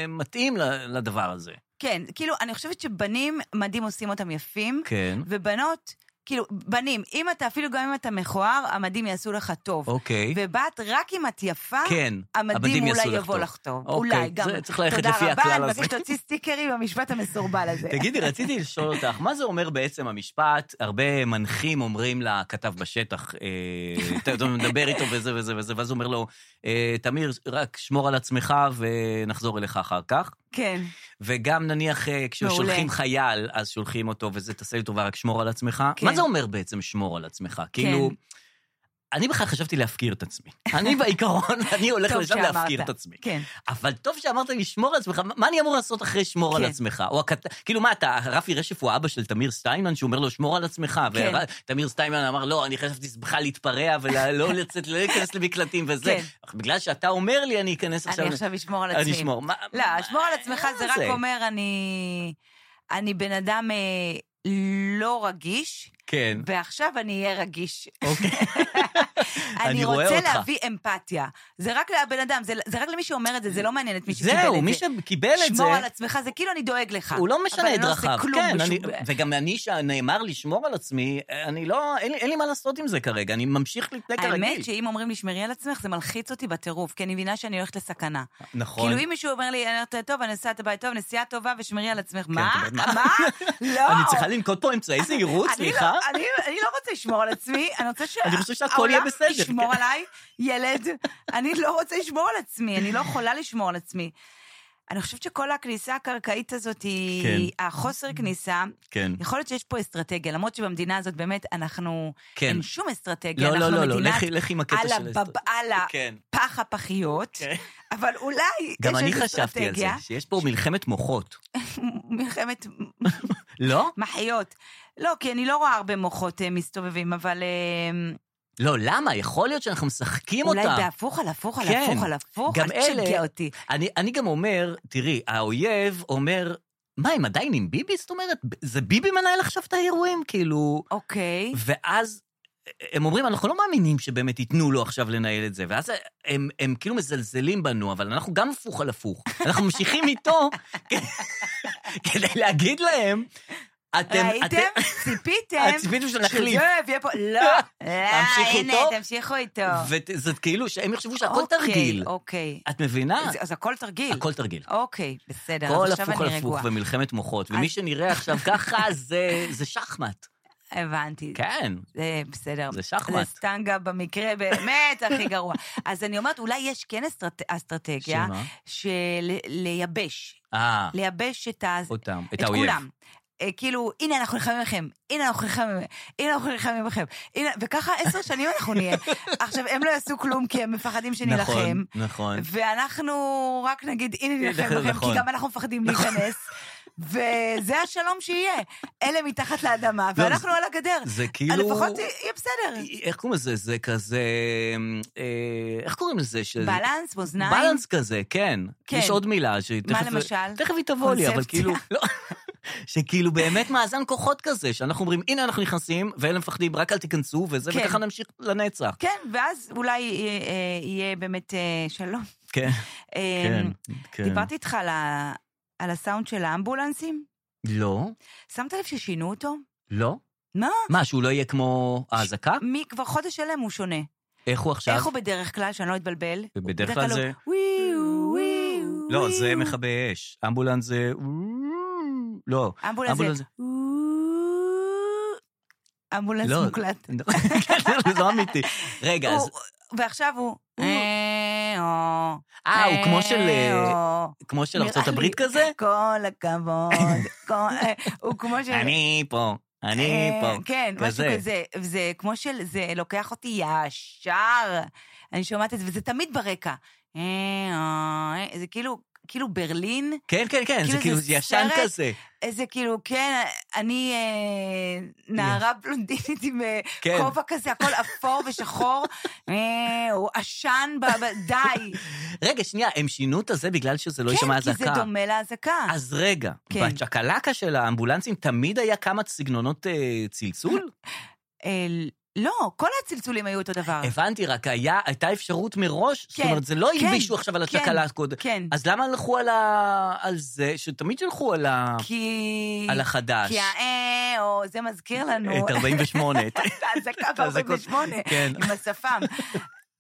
[SPEAKER 2] מתאים ל- לדבר הזה.
[SPEAKER 3] כן, כאילו, אני חושבת שבנים, מדים עושים אותם יפים.
[SPEAKER 2] כן.
[SPEAKER 3] ובנות, כאילו, בנים, אם אתה, אפילו גם אם אתה מכוער, המדים יעשו לך טוב.
[SPEAKER 2] אוקיי.
[SPEAKER 3] ובת, רק אם את יפה,
[SPEAKER 2] כן,
[SPEAKER 3] המדים
[SPEAKER 2] המדים
[SPEAKER 3] אולי
[SPEAKER 2] יעשו לך
[SPEAKER 3] יבוא
[SPEAKER 2] טוב.
[SPEAKER 3] לך טוב.
[SPEAKER 2] אוקיי,
[SPEAKER 3] אולי, גם.
[SPEAKER 2] זה- צריך ללכת לפי
[SPEAKER 3] תודה
[SPEAKER 2] הכלל
[SPEAKER 3] רבה, אני
[SPEAKER 2] הזה.
[SPEAKER 3] מבקשת שתוציא סטיקרים במשפט המסורבל הזה.
[SPEAKER 2] תגידי, רציתי לשאול אותך, מה זה אומר בעצם המשפט? הרבה מנחים אומרים לכתב בשטח, אה, אתה יודע, הוא מדבר איתו וזה וזה וזה, ואז הוא אומר לו, אה, תמיר, רק שמור על עצמך ונחזור אליך אחר כך.
[SPEAKER 3] כן,
[SPEAKER 2] וגם נניח אה,
[SPEAKER 3] מעולה.
[SPEAKER 2] כששולחים חייל, אז שולחים אותו וזה, תעשה לי טובה, רק שמור על עצמך.
[SPEAKER 3] כן.
[SPEAKER 2] מה זה אומר בעצם שמור על עצמך? כאילו, אני בכלל חשבתי להפקיר את עצמי. אני בעיקרון, אני הולך
[SPEAKER 3] טוב
[SPEAKER 2] לשם
[SPEAKER 3] שאמרת.
[SPEAKER 2] להפקיר את עצמי.
[SPEAKER 3] כן.
[SPEAKER 2] אבל טוב שאמרת לי לשמור על עצמך, מה- מה אני אמור לעשות אחרי שמור על
[SPEAKER 3] כן.
[SPEAKER 2] עצמך? או הקט... כאילו מה, אתה, רפי רשף הוא האבא של תמיר סטיינמן, שהוא אומר לו שמור על עצמך,
[SPEAKER 3] כן.
[SPEAKER 2] ותמיר סטיינמן אמר, לא, אני חשבתי בכלל להתפרע ולא לצאת, לא להיכנס למקלטים וזה.
[SPEAKER 3] כן.
[SPEAKER 2] אך בגלל שאתה אומר לי, אני אכנס עכשיו...
[SPEAKER 3] אני עכשיו אשמור על עצמי.
[SPEAKER 2] אני אשמור. מה-
[SPEAKER 3] לא,
[SPEAKER 2] מה-
[SPEAKER 3] אשמור על עצמך זה
[SPEAKER 2] מה
[SPEAKER 3] רק אומר, אני... אני בן אדם אה, לא רגיש,
[SPEAKER 2] כן,
[SPEAKER 3] ועכשיו אני אהיה רגיש.
[SPEAKER 2] אוקיי.
[SPEAKER 3] אני
[SPEAKER 2] אני רואה
[SPEAKER 3] רוצה
[SPEAKER 2] אותך.
[SPEAKER 3] להביא אמפתיה. זה רק לבן אדם, זה- זה רק למי שאומר את זה, זה לא מעניין את מי שקיבל את זה.
[SPEAKER 2] זהו, מי שקיבל את זה,
[SPEAKER 3] שמור על עצמך, זה כאילו אני דואג לך.
[SPEAKER 2] הוא לא משנה את
[SPEAKER 3] אבל
[SPEAKER 2] דרכיו.
[SPEAKER 3] אני לא עושה
[SPEAKER 2] כן,
[SPEAKER 3] כלום
[SPEAKER 2] אני-
[SPEAKER 3] בשום...
[SPEAKER 2] וגם אני, שנאמר לשמור על עצמי, אני לא, אין לי- אין לי מה לעשות עם זה כרגע, אני ממשיך להתנהג כרגיל.
[SPEAKER 3] האמת שאם אומרים לי שמרי על עצמך, זה מלחיץ אותי בטירוף, כי אני מבינה שאני הולכת לסכנה.
[SPEAKER 2] נכון.
[SPEAKER 3] כאילו אם מישהו אומר לי, אני אומרת, טוב, אני נוסעת הבית טוב, נסיעה טובה ושמרי על עצמך, מה?
[SPEAKER 2] כן, את אומרת,
[SPEAKER 3] מה?
[SPEAKER 2] מה?
[SPEAKER 3] לא.
[SPEAKER 2] אני צריכה לנקוט פה אמצעי זהירות,
[SPEAKER 3] אני לא-
[SPEAKER 2] סליחה.
[SPEAKER 3] אני אני לא רוצה לשמור על עצמי, אני רוצה
[SPEAKER 2] אני חושבת שהכל יהיה בסדר,
[SPEAKER 3] ישמור
[SPEAKER 2] כן.
[SPEAKER 3] עליי, ילד. אני לא רוצה לשמור על עצמי, אני לא יכולה לשמור על עצמי. אני חושבת שכל הכניסה הקרקעית הזאת היא, החוסר כניסה,
[SPEAKER 2] כן.
[SPEAKER 3] יכול להיות שיש פה אסטרטגיה, למרות שבמדינה הזאת באמת אנחנו,
[SPEAKER 2] כן.
[SPEAKER 3] אין שום אסטרטגיה,
[SPEAKER 2] לא,
[SPEAKER 3] אנחנו
[SPEAKER 2] לא, לא, לא,
[SPEAKER 3] מדינת
[SPEAKER 2] לכי- לכי עם הקטע של
[SPEAKER 3] על הבב...
[SPEAKER 2] האסטרטגיה.
[SPEAKER 3] על
[SPEAKER 2] כן.
[SPEAKER 3] הפח הפחיות,
[SPEAKER 2] כן.
[SPEAKER 3] אבל אולי
[SPEAKER 2] גם
[SPEAKER 3] יש
[SPEAKER 2] אני
[SPEAKER 3] איזו
[SPEAKER 2] חשבתי על זה,
[SPEAKER 3] אסטרטגיה,
[SPEAKER 2] שיש פה מלחמת מוחות.
[SPEAKER 3] מלחמת
[SPEAKER 2] לא?
[SPEAKER 3] מחיות. לא, כי אני לא רואה הרבה מוחות אה, מסתובבים, אבל אה,
[SPEAKER 2] לא, למה? יכול להיות שאנחנו משחקים אותה.
[SPEAKER 3] אולי בהפוך על הפוך על
[SPEAKER 2] כן.
[SPEAKER 3] הפוך על הפוך,
[SPEAKER 2] גם
[SPEAKER 3] אל תשגע
[SPEAKER 2] אלה-
[SPEAKER 3] אותי.
[SPEAKER 2] אני, אני גם אומר, תראי, האויב אומר, מה, הם עדיין עם ביבי? זאת אומרת, זה ביבי מנהל עכשיו את האירועים, כאילו...
[SPEAKER 3] אוקיי,
[SPEAKER 2] ואז הם אומרים, אנחנו לא מאמינים שבאמת ייתנו לו עכשיו לנהל את זה. ואז הם, הם כאילו מזלזלים בנו, אבל אנחנו גם הפוך על הפוך. אנחנו ממשיכים איתו כדי להגיד להם, אתם...
[SPEAKER 3] ראיתם?
[SPEAKER 2] אתם-
[SPEAKER 3] ציפיתם?
[SPEAKER 2] ציפיתם שנחליף.
[SPEAKER 3] שזה יהיה פה, לא, לא,
[SPEAKER 2] תמשיכו
[SPEAKER 3] הנה,
[SPEAKER 2] איתו.
[SPEAKER 3] תמשיכו איתו.
[SPEAKER 2] וזה כאילו שהם יחשבו שהכל
[SPEAKER 3] לא. אוקיי,
[SPEAKER 2] תרגיל.
[SPEAKER 3] אוקיי.
[SPEAKER 2] את מבינה?
[SPEAKER 3] אז- אז הכל תרגיל.
[SPEAKER 2] הכל תרגיל.
[SPEAKER 3] אוקיי, בסדר,
[SPEAKER 2] כל
[SPEAKER 3] אז עכשיו
[SPEAKER 2] הפוך על
[SPEAKER 3] אני
[SPEAKER 2] הפוך
[SPEAKER 3] רגועה.
[SPEAKER 2] ומלחמת מוחות, ומי
[SPEAKER 3] אז-
[SPEAKER 2] שנראה עכשיו ככה זה- זה שחמט.
[SPEAKER 3] הבנתי.
[SPEAKER 2] כן.
[SPEAKER 3] זה בסדר.
[SPEAKER 2] זה שחמט.
[SPEAKER 3] זה סטנגה במקרה באמת הכי גרוע. אז אני אומרת, אולי יש כן אסטרט... אסטרטגיה
[SPEAKER 2] שמה?
[SPEAKER 3] של לייבש.
[SPEAKER 2] אה,
[SPEAKER 3] לייבש את ה...
[SPEAKER 2] אותם, את
[SPEAKER 3] את
[SPEAKER 2] האויב.
[SPEAKER 3] כולם. אה, כאילו, הנה אנחנו נלחמים בכם, הנה אנחנו נלחמים, הנה אנחנו נלחמים בכם, הנה, וככה עשר שנים אנחנו נהיה. עכשיו, הם לא יעשו כלום כי הם מפחדים שנילחם,
[SPEAKER 2] נכון, נכון.
[SPEAKER 3] ואנחנו רק נגיד, הנה נלחם בכם,
[SPEAKER 2] נכון.
[SPEAKER 3] כי גם אנחנו מפחדים להיכנס. וזה השלום שיהיה, אלה מתחת לאדמה,
[SPEAKER 2] לא,
[SPEAKER 3] ואנחנו
[SPEAKER 2] זה-
[SPEAKER 3] על הגדר. אה,
[SPEAKER 2] זה כאילו... אה,
[SPEAKER 3] לפחות יהיה בסדר.
[SPEAKER 2] איך קוראים לזה? זה כזה... אה, איך קוראים לזה? ש-
[SPEAKER 3] בלנס, מאזניים.
[SPEAKER 2] בלנס כזה, כן.
[SPEAKER 3] כן.
[SPEAKER 2] יש עוד מילה שתכף...
[SPEAKER 3] מה למשל?
[SPEAKER 2] תכף היא תבוא לי, אבל
[SPEAKER 3] קונספציה.
[SPEAKER 2] כאילו... לא. שכאילו באמת מאזן כוחות כזה, שאנחנו אומרים, הנה אנחנו נכנסים, ואלה מפחדים, רק אל תיכנסו, וזה,
[SPEAKER 3] כן.
[SPEAKER 2] וככה נמשיך לנצח.
[SPEAKER 3] כן, ואז אולי אה, אה, יהיה באמת אה, שלום.
[SPEAKER 2] כן,
[SPEAKER 3] אה,
[SPEAKER 2] כן, כן.
[SPEAKER 3] דיברתי איתך על ה- על הסאונד של האמבולנסים?
[SPEAKER 2] לא,
[SPEAKER 3] שמת לב ששינו אותו?
[SPEAKER 2] לא.
[SPEAKER 3] מה?
[SPEAKER 2] מה, שהוא לא יהיה כמו האזעקה?
[SPEAKER 3] מי, כבר חודש שלם הוא שונה.
[SPEAKER 2] איך הוא אה. עכשיו?
[SPEAKER 3] איך הוא בדרך כלל, שאני לא אתבלבל?
[SPEAKER 2] בדרך
[SPEAKER 3] הוא
[SPEAKER 2] כלל
[SPEAKER 3] בדרך
[SPEAKER 2] זה-
[SPEAKER 3] וואו, וואו,
[SPEAKER 2] לא,
[SPEAKER 3] וואו.
[SPEAKER 2] זה מכבי אש. אמבולנס זה... לא.
[SPEAKER 3] אמבולנס
[SPEAKER 2] אמבולנס-
[SPEAKER 3] זה... וואו. אמבולנס
[SPEAKER 2] לא.
[SPEAKER 3] מוקלט.
[SPEAKER 2] זה לא אמיתי. רגע, אז...
[SPEAKER 3] הוא- ועכשיו הוא... אה, או,
[SPEAKER 2] אה, הוא כמו של... אה,
[SPEAKER 3] או.
[SPEAKER 2] כמו של
[SPEAKER 3] נראה
[SPEAKER 2] ארצות הברית
[SPEAKER 3] לי-
[SPEAKER 2] כזה?
[SPEAKER 3] כל הכבוד. כל- אה, הוא כמו ש...
[SPEAKER 2] אני פה, אני
[SPEAKER 3] אה,
[SPEAKER 2] פה.
[SPEAKER 3] כן, משהו כזה. זה כמו של... זה לוקח אותי ישר. אני שומעת את זה, וזה תמיד ברקע. אה, אה, אה, זה כאילו... כאילו ברלין,
[SPEAKER 2] כן, כן, כן, זה
[SPEAKER 3] כאילו
[SPEAKER 2] כאילו
[SPEAKER 3] זה
[SPEAKER 2] זה ישן
[SPEAKER 3] סרט.
[SPEAKER 2] כזה.
[SPEAKER 3] איזה כאילו, כן, אני אה, נערה בלונדינית עם אה,
[SPEAKER 2] כן.
[SPEAKER 3] כובע כזה, הכל אפור ושחור, אה, הוא עשן, ב- ב- די.
[SPEAKER 2] רגע, שנייה, הם שינו את הזה בגלל שזה לא יישמע
[SPEAKER 3] כן, כי
[SPEAKER 2] אזעקה.
[SPEAKER 3] זה דומה לאזעקה.
[SPEAKER 2] אז רגע,
[SPEAKER 3] כן.
[SPEAKER 2] בצ'קלקה של האמבולנסים תמיד היה כמה סגנונות אה, צלצול?
[SPEAKER 3] אה, לא, כל הצלצולים היו אותו דבר.
[SPEAKER 2] הבנתי, רק היה, הייתה אפשרות מראש. זאת
[SPEAKER 3] אה. כן,
[SPEAKER 2] אומרת, זה לא
[SPEAKER 3] כן,
[SPEAKER 2] הלבישו עכשיו על
[SPEAKER 3] כן,
[SPEAKER 2] הצ'קלקה קודם.
[SPEAKER 3] כן.
[SPEAKER 2] אז למה הלכו על ה... על זה, שתמיד שלחו על ה...
[SPEAKER 3] כי...
[SPEAKER 2] על החדש.
[SPEAKER 3] כי האה, או זה מזכיר לנו...
[SPEAKER 2] את 48. את-
[SPEAKER 3] את האזעקה
[SPEAKER 2] את האזעקות.
[SPEAKER 3] ב-48,
[SPEAKER 2] כן.
[SPEAKER 3] עם השפם.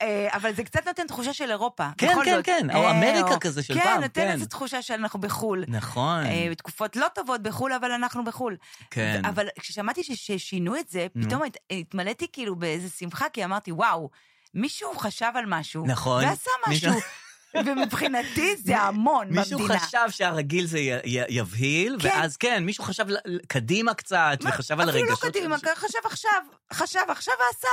[SPEAKER 3] אה, אבל זה קצת נותן תחושה של אירופה.
[SPEAKER 2] כן,
[SPEAKER 3] בכל
[SPEAKER 2] כן,
[SPEAKER 3] זאת.
[SPEAKER 2] כן, או
[SPEAKER 3] אה,
[SPEAKER 2] אמריקה כזה של פעם,
[SPEAKER 3] כן, נותן
[SPEAKER 2] כן.
[SPEAKER 3] איזו תחושה שאנחנו בחו"ל.
[SPEAKER 2] נכון,
[SPEAKER 3] אה, בתקופות לא טובות בחו"ל, אבל אנחנו בחו"ל.
[SPEAKER 2] כן.
[SPEAKER 3] אבל כששמעתי ש- ששינו את זה,
[SPEAKER 2] נו.
[SPEAKER 3] פתאום הת- התמלאתי כאילו באיזה שמחה, כי אמרתי, וואו, מישהו חשב על משהו.
[SPEAKER 2] נכון.
[SPEAKER 3] ועשה
[SPEAKER 2] מישהו-
[SPEAKER 3] משהו. ומבחינתי זה המון במדינה.
[SPEAKER 2] מישהו חשב שהרגיל זה י- י- יבהיל,
[SPEAKER 3] כן.
[SPEAKER 2] ואז כן, מישהו חשב ל- ל- קדימה קצת,
[SPEAKER 3] מה?
[SPEAKER 2] וחשב על
[SPEAKER 3] אפילו
[SPEAKER 2] הרגשות.
[SPEAKER 3] לא קדימה,
[SPEAKER 2] של אנשים.
[SPEAKER 3] חשב עכשיו, חשב עכשיו ועשה.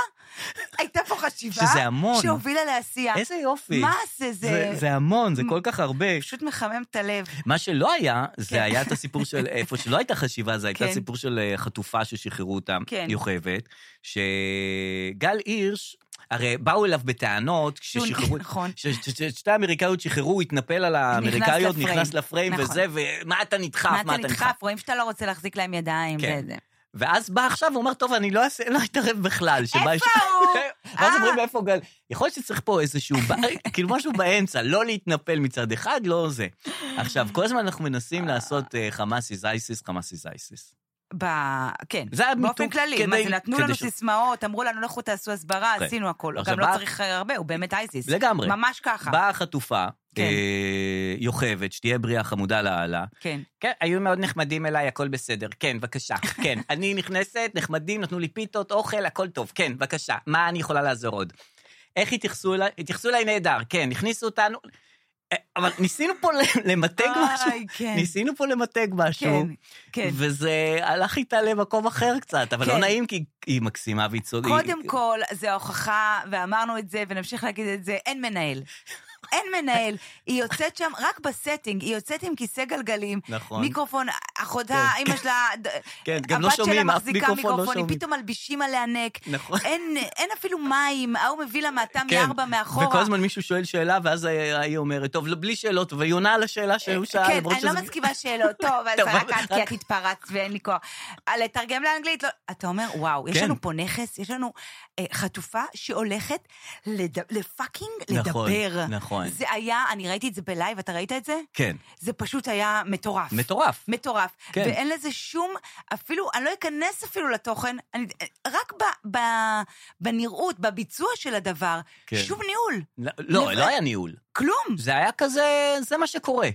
[SPEAKER 3] הייתה פה חשיבה.
[SPEAKER 2] שזה המון.
[SPEAKER 3] שהובילה לעשייה.
[SPEAKER 2] איזה יופי.
[SPEAKER 3] מה זה, זה...
[SPEAKER 2] זה המון, זה כל כך הרבה.
[SPEAKER 3] פשוט מחמם את הלב.
[SPEAKER 2] מה שלא היה, זה
[SPEAKER 3] כן.
[SPEAKER 2] היה את הסיפור של איפה שלא הייתה חשיבה, זה הייתה
[SPEAKER 3] כן.
[SPEAKER 2] סיפור של אה, חטופה ששחררו אותה,
[SPEAKER 3] כן.
[SPEAKER 2] יוכבד, שגל הירש, הרי באו אליו בטענות
[SPEAKER 3] שהוא-
[SPEAKER 2] כששחררו...
[SPEAKER 3] נכון.
[SPEAKER 2] ש- ש- ש- שתי האמריקאיות שחררו, הוא התנפל על האמריקאיות,
[SPEAKER 3] לפריים.
[SPEAKER 2] נכנס לפריים
[SPEAKER 3] נכון.
[SPEAKER 2] וזה, ומה אתה נדחף,
[SPEAKER 3] מה אתה נדחף? רואים שאתה לא רוצה להחזיק להם ידיים.
[SPEAKER 2] כן.
[SPEAKER 3] וזה.
[SPEAKER 2] ואז בא עכשיו, הוא אומר, טוב, אני לא אעשה- לא אתערב בכלל. שבא-
[SPEAKER 3] איפה הוא?
[SPEAKER 2] ואז
[SPEAKER 3] אה.
[SPEAKER 2] אומרים, איפה הוא גל? יכול להיות שצריך פה איזשהו, ב- כאילו משהו באמצע, לא להתנפל מצד אחד, לא זה. עכשיו, כל הזמן אנחנו מנסים לעשות אה, חמאס איז אייסיס, חמאס איז אייסיס.
[SPEAKER 3] ב... כן.
[SPEAKER 2] זה היה
[SPEAKER 3] באופן
[SPEAKER 2] מיתוג
[SPEAKER 3] כללי,
[SPEAKER 2] כדי-
[SPEAKER 3] מה זה, נתנו
[SPEAKER 2] כדי
[SPEAKER 3] לנו
[SPEAKER 2] ש-
[SPEAKER 3] סיסמאות, אמרו לנו, לכו תעשו הסברה,
[SPEAKER 2] כן.
[SPEAKER 3] עשינו הכל.
[SPEAKER 2] עכשיו,
[SPEAKER 3] גם לא
[SPEAKER 2] בא-
[SPEAKER 3] צריך הרבה, הוא באמת אייסיס.
[SPEAKER 2] לגמרי.
[SPEAKER 3] ממש ככה.
[SPEAKER 2] באה החטופה,
[SPEAKER 3] כן.
[SPEAKER 2] אה, יוכבת, שתהיה בריאה חמודה לאללה.
[SPEAKER 3] כן.
[SPEAKER 2] כן, היו מאוד נחמדים אליי, הכל בסדר. כן, בבקשה. כן, אני נכנסת, נחמדים, נתנו לי פיתות, אוכל, הכל טוב. כן, בבקשה. מה אני יכולה לעזור עוד? איך התייחסו אליי? התייחסו אליי נהדר, כן, הכניסו אותנו... אה, אבל ניסינו פה ל- למתג
[SPEAKER 3] איי,
[SPEAKER 2] משהו.
[SPEAKER 3] כן.
[SPEAKER 2] ניסינו פה למתג משהו.
[SPEAKER 3] כן, כן.
[SPEAKER 2] וזה הלך איתה למקום אחר קצת, אבל לא
[SPEAKER 3] כן.
[SPEAKER 2] נעים כי היא מקסימה והיא צודקת.
[SPEAKER 3] קודם כל, זה ההוכחה, ואמרנו את זה, ונמשיך להגיד את זה, אין מנהל. אין מנהל, היא יוצאת שם רק בסטינג, היא יוצאת עם כיסא גלגלים,
[SPEAKER 2] נכון.
[SPEAKER 3] מיקרופון, אחותה,
[SPEAKER 2] כן.
[SPEAKER 3] אימא שלה, ד-
[SPEAKER 2] כן, גם לא שומעים, אף
[SPEAKER 3] הבת שלה מחזיקה
[SPEAKER 2] מיקרופון לא
[SPEAKER 3] מיקרופון, היא
[SPEAKER 2] שומעים.
[SPEAKER 3] פתאום מלבישים עליה נק,
[SPEAKER 2] נכון.
[SPEAKER 3] אין אין אפילו מים, ההוא מביא לה מהתם
[SPEAKER 2] כן.
[SPEAKER 3] ירבה מאחורה.
[SPEAKER 2] וכל הזמן מישהו שואל שאלה, ואז היא אומרת, טוב, לא, בלי שאלות, והיא עונה על השאלה שהוא שאל,
[SPEAKER 3] כן,
[SPEAKER 2] למרות
[SPEAKER 3] אני לא
[SPEAKER 2] שזה-
[SPEAKER 3] מסכימה שאלות, טוב, אז
[SPEAKER 2] טוב,
[SPEAKER 3] רק את, כי
[SPEAKER 2] רק-
[SPEAKER 3] את התפרצת ואין לי כוח. אה, לתרגם לאנגלית, לא... אתה אומר, וואו, יש
[SPEAKER 2] כן.
[SPEAKER 3] לנו פה נכס, יש לנו אה, חטופה שהולכת לד- לפאקינג
[SPEAKER 2] נכון,
[SPEAKER 3] לדבר.
[SPEAKER 2] נכון.
[SPEAKER 3] זה היה, אני ראיתי את זה בלייב, אתה ראית את זה?
[SPEAKER 2] כן.
[SPEAKER 3] זה פשוט היה מטורף.
[SPEAKER 2] מטורף.
[SPEAKER 3] מטורף.
[SPEAKER 2] כן.
[SPEAKER 3] ואין לזה שום, אפילו, אני לא אכנס אפילו לתוכן, אני, אה, רק ב, ב, בנראות, בביצוע של הדבר,
[SPEAKER 2] כן.
[SPEAKER 3] שום ניהול,
[SPEAKER 2] לא,
[SPEAKER 3] לב-
[SPEAKER 2] לא היה ניהול.
[SPEAKER 3] כלום.
[SPEAKER 2] זה היה כזה, זה מה שקורה.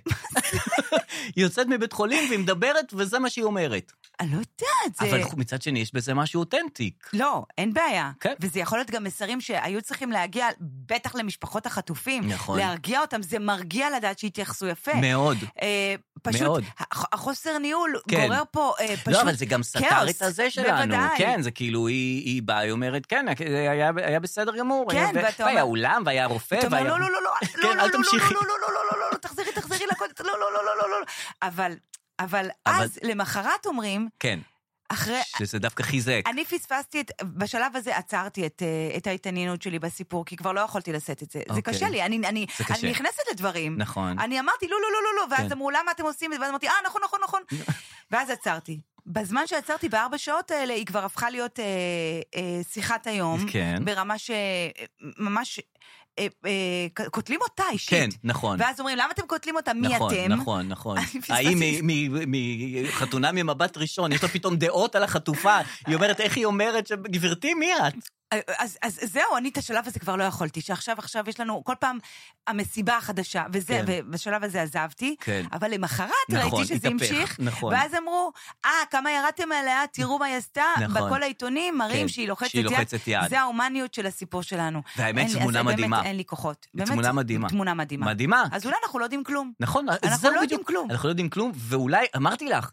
[SPEAKER 2] היא יוצאת מבית חולים והיא מדברת, וזה מה שהיא אומרת.
[SPEAKER 3] אני לא יודעת, זה...
[SPEAKER 2] אבל מצד שני, יש בזה משהו אותנטיק.
[SPEAKER 3] לא, אין בעיה.
[SPEAKER 2] כן.
[SPEAKER 3] וזה יכול להיות גם מסרים שהיו צריכים להגיע, בטח למשפחות החטופים.
[SPEAKER 2] נכון.
[SPEAKER 3] להרגיע אותם, זה מרגיע לדעת שהתייחסו יפה.
[SPEAKER 2] מאוד.
[SPEAKER 3] אה, כן. פשוט,
[SPEAKER 2] מאוד.
[SPEAKER 3] הח- החוסר ניהול
[SPEAKER 2] כן.
[SPEAKER 3] גורר פה אה, פשוט
[SPEAKER 2] לא, אבל זה גם סתר
[SPEAKER 3] כאוס.
[SPEAKER 2] את הזה שלנו.
[SPEAKER 3] בוודאי.
[SPEAKER 2] כן, זה כאילו, היא היא באה, היא אומרת, כן, זה היה- היה בסדר גמור.
[SPEAKER 3] כן,
[SPEAKER 2] היה-
[SPEAKER 3] ואתה אומר-
[SPEAKER 2] והיה אולם, והיה רופא,
[SPEAKER 3] אתה אומר,
[SPEAKER 2] והיה...
[SPEAKER 3] לא, לא, לא, לא,
[SPEAKER 2] כן,
[SPEAKER 3] לא, לא,
[SPEAKER 2] אל
[SPEAKER 3] לא, לא,
[SPEAKER 2] תמשיכי.
[SPEAKER 3] לא, לא, לא, לא, לא, לא, לא, תחזרי, תחזרי לכל, לא, לא, לא, לא, לא, לא, לא. אבל, אבל
[SPEAKER 2] אבל-
[SPEAKER 3] אז, למחרת אומרים,
[SPEAKER 2] כן,
[SPEAKER 3] אחרי,
[SPEAKER 2] שזה דווקא חיזק.
[SPEAKER 3] אני פספסתי את, בשלב הזה עצרתי את, אה, את ההתעניינות שלי בסיפור, כי כבר לא יכולתי לשאת את זה. זה
[SPEAKER 2] אוקיי.
[SPEAKER 3] קשה לי, אני, אני,
[SPEAKER 2] זה קשה.
[SPEAKER 3] אני נכנסת לדברים.
[SPEAKER 2] נכון.
[SPEAKER 3] אני אמרתי, לא, לא, לא, לא, לא, ואז
[SPEAKER 2] כן.
[SPEAKER 3] אמרו, למה אתם עושים את זה? ואז אמרתי, אה, נכון, נכון, נכון. ואז עצרתי. בזמן שעצרתי, בארבע שעות האלה, היא כבר הפכה להיות אה, אה, שיחת היום.
[SPEAKER 2] כן.
[SPEAKER 3] ברמה אה, שממש אה, קוטלים אותה אישית.
[SPEAKER 2] כן, נכון.
[SPEAKER 3] ואז אומרים, למה אתם קוטלים אותה? מי
[SPEAKER 2] נכון,
[SPEAKER 3] אתם?
[SPEAKER 2] נכון, נכון.
[SPEAKER 3] אני פספסתי.
[SPEAKER 2] האם מחתונה ממבט ראשון, יש לה פתאום דעות על החטופה, היא אומרת, איך היא אומרת, ש- גברתי, מי את?
[SPEAKER 3] אז, אז זהו, אני את השלב הזה כבר לא יכולתי, שעכשיו, עכשיו יש לנו כל פעם המסיבה החדשה, וזה,
[SPEAKER 2] כן.
[SPEAKER 3] ובשלב הזה עזבתי,
[SPEAKER 2] כן.
[SPEAKER 3] אבל למחרת
[SPEAKER 2] נכון,
[SPEAKER 3] ראיתי שזה
[SPEAKER 2] התהפך,
[SPEAKER 3] המשיך,
[SPEAKER 2] נכון.
[SPEAKER 3] ואז אמרו, אה, כמה ירדתם עליה, תראו מה היא עשתה,
[SPEAKER 2] נכון.
[SPEAKER 3] בכל העיתונים מראים
[SPEAKER 2] כן,
[SPEAKER 3] שהיא לוחצת
[SPEAKER 2] שהיא לוחצת יד.
[SPEAKER 3] זה ההומניות של הסיפור שלנו.
[SPEAKER 2] והאמת,
[SPEAKER 3] אין לי-
[SPEAKER 2] תמונה
[SPEAKER 3] אז באמת,
[SPEAKER 2] מדהימה.
[SPEAKER 3] אין לי כוחות. באמת,
[SPEAKER 2] תמונה מדהימה.
[SPEAKER 3] תמונה מדהימה.
[SPEAKER 2] מדהימה.
[SPEAKER 3] אז אולי אנחנו לא יודעים כלום.
[SPEAKER 2] נכון,
[SPEAKER 3] אנחנו
[SPEAKER 2] זהו
[SPEAKER 3] לא יודעים
[SPEAKER 2] בדיוק.
[SPEAKER 3] כלום.
[SPEAKER 2] אנחנו לא יודעים כלום, ואולי, אמרתי לך,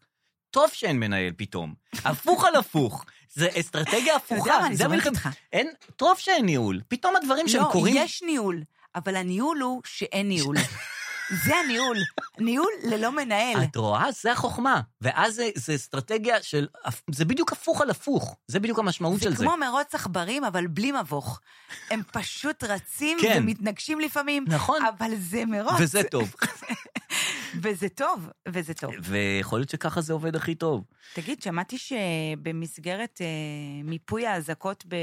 [SPEAKER 2] טוב שאין מנהל פתאום. הפוך על הפוך. זה אסטרטגיה הפוכה.
[SPEAKER 3] מה, אני
[SPEAKER 2] זה
[SPEAKER 3] זורמת
[SPEAKER 2] מלחמת-
[SPEAKER 3] איתך.
[SPEAKER 2] אין, טוב שאין ניהול. פתאום הדברים נכון, שהם
[SPEAKER 3] לא,
[SPEAKER 2] קורים...
[SPEAKER 3] יש ניהול, אבל הניהול הוא שאין ניהול. זה הניהול. ניהול ללא מנהל.
[SPEAKER 2] את רואה? זה החוכמה. ואז זה- זה אסטרטגיה של... זה בדיוק הפוך על הפוך. זה בדיוק המשמעות של זה.
[SPEAKER 3] כמו מרוץ עכברים, אבל בלי מבוך. הם פשוט רצים
[SPEAKER 2] כן.
[SPEAKER 3] ומתנגשים לפעמים,
[SPEAKER 2] נכון.
[SPEAKER 3] אבל זה מרוץ.
[SPEAKER 2] וזה טוב.
[SPEAKER 3] וזה טוב, וזה טוב.
[SPEAKER 2] ויכול להיות שככה זה עובד הכי טוב.
[SPEAKER 3] תגיד, שמעתי שבמסגרת אה, מיפוי האזעקות ב...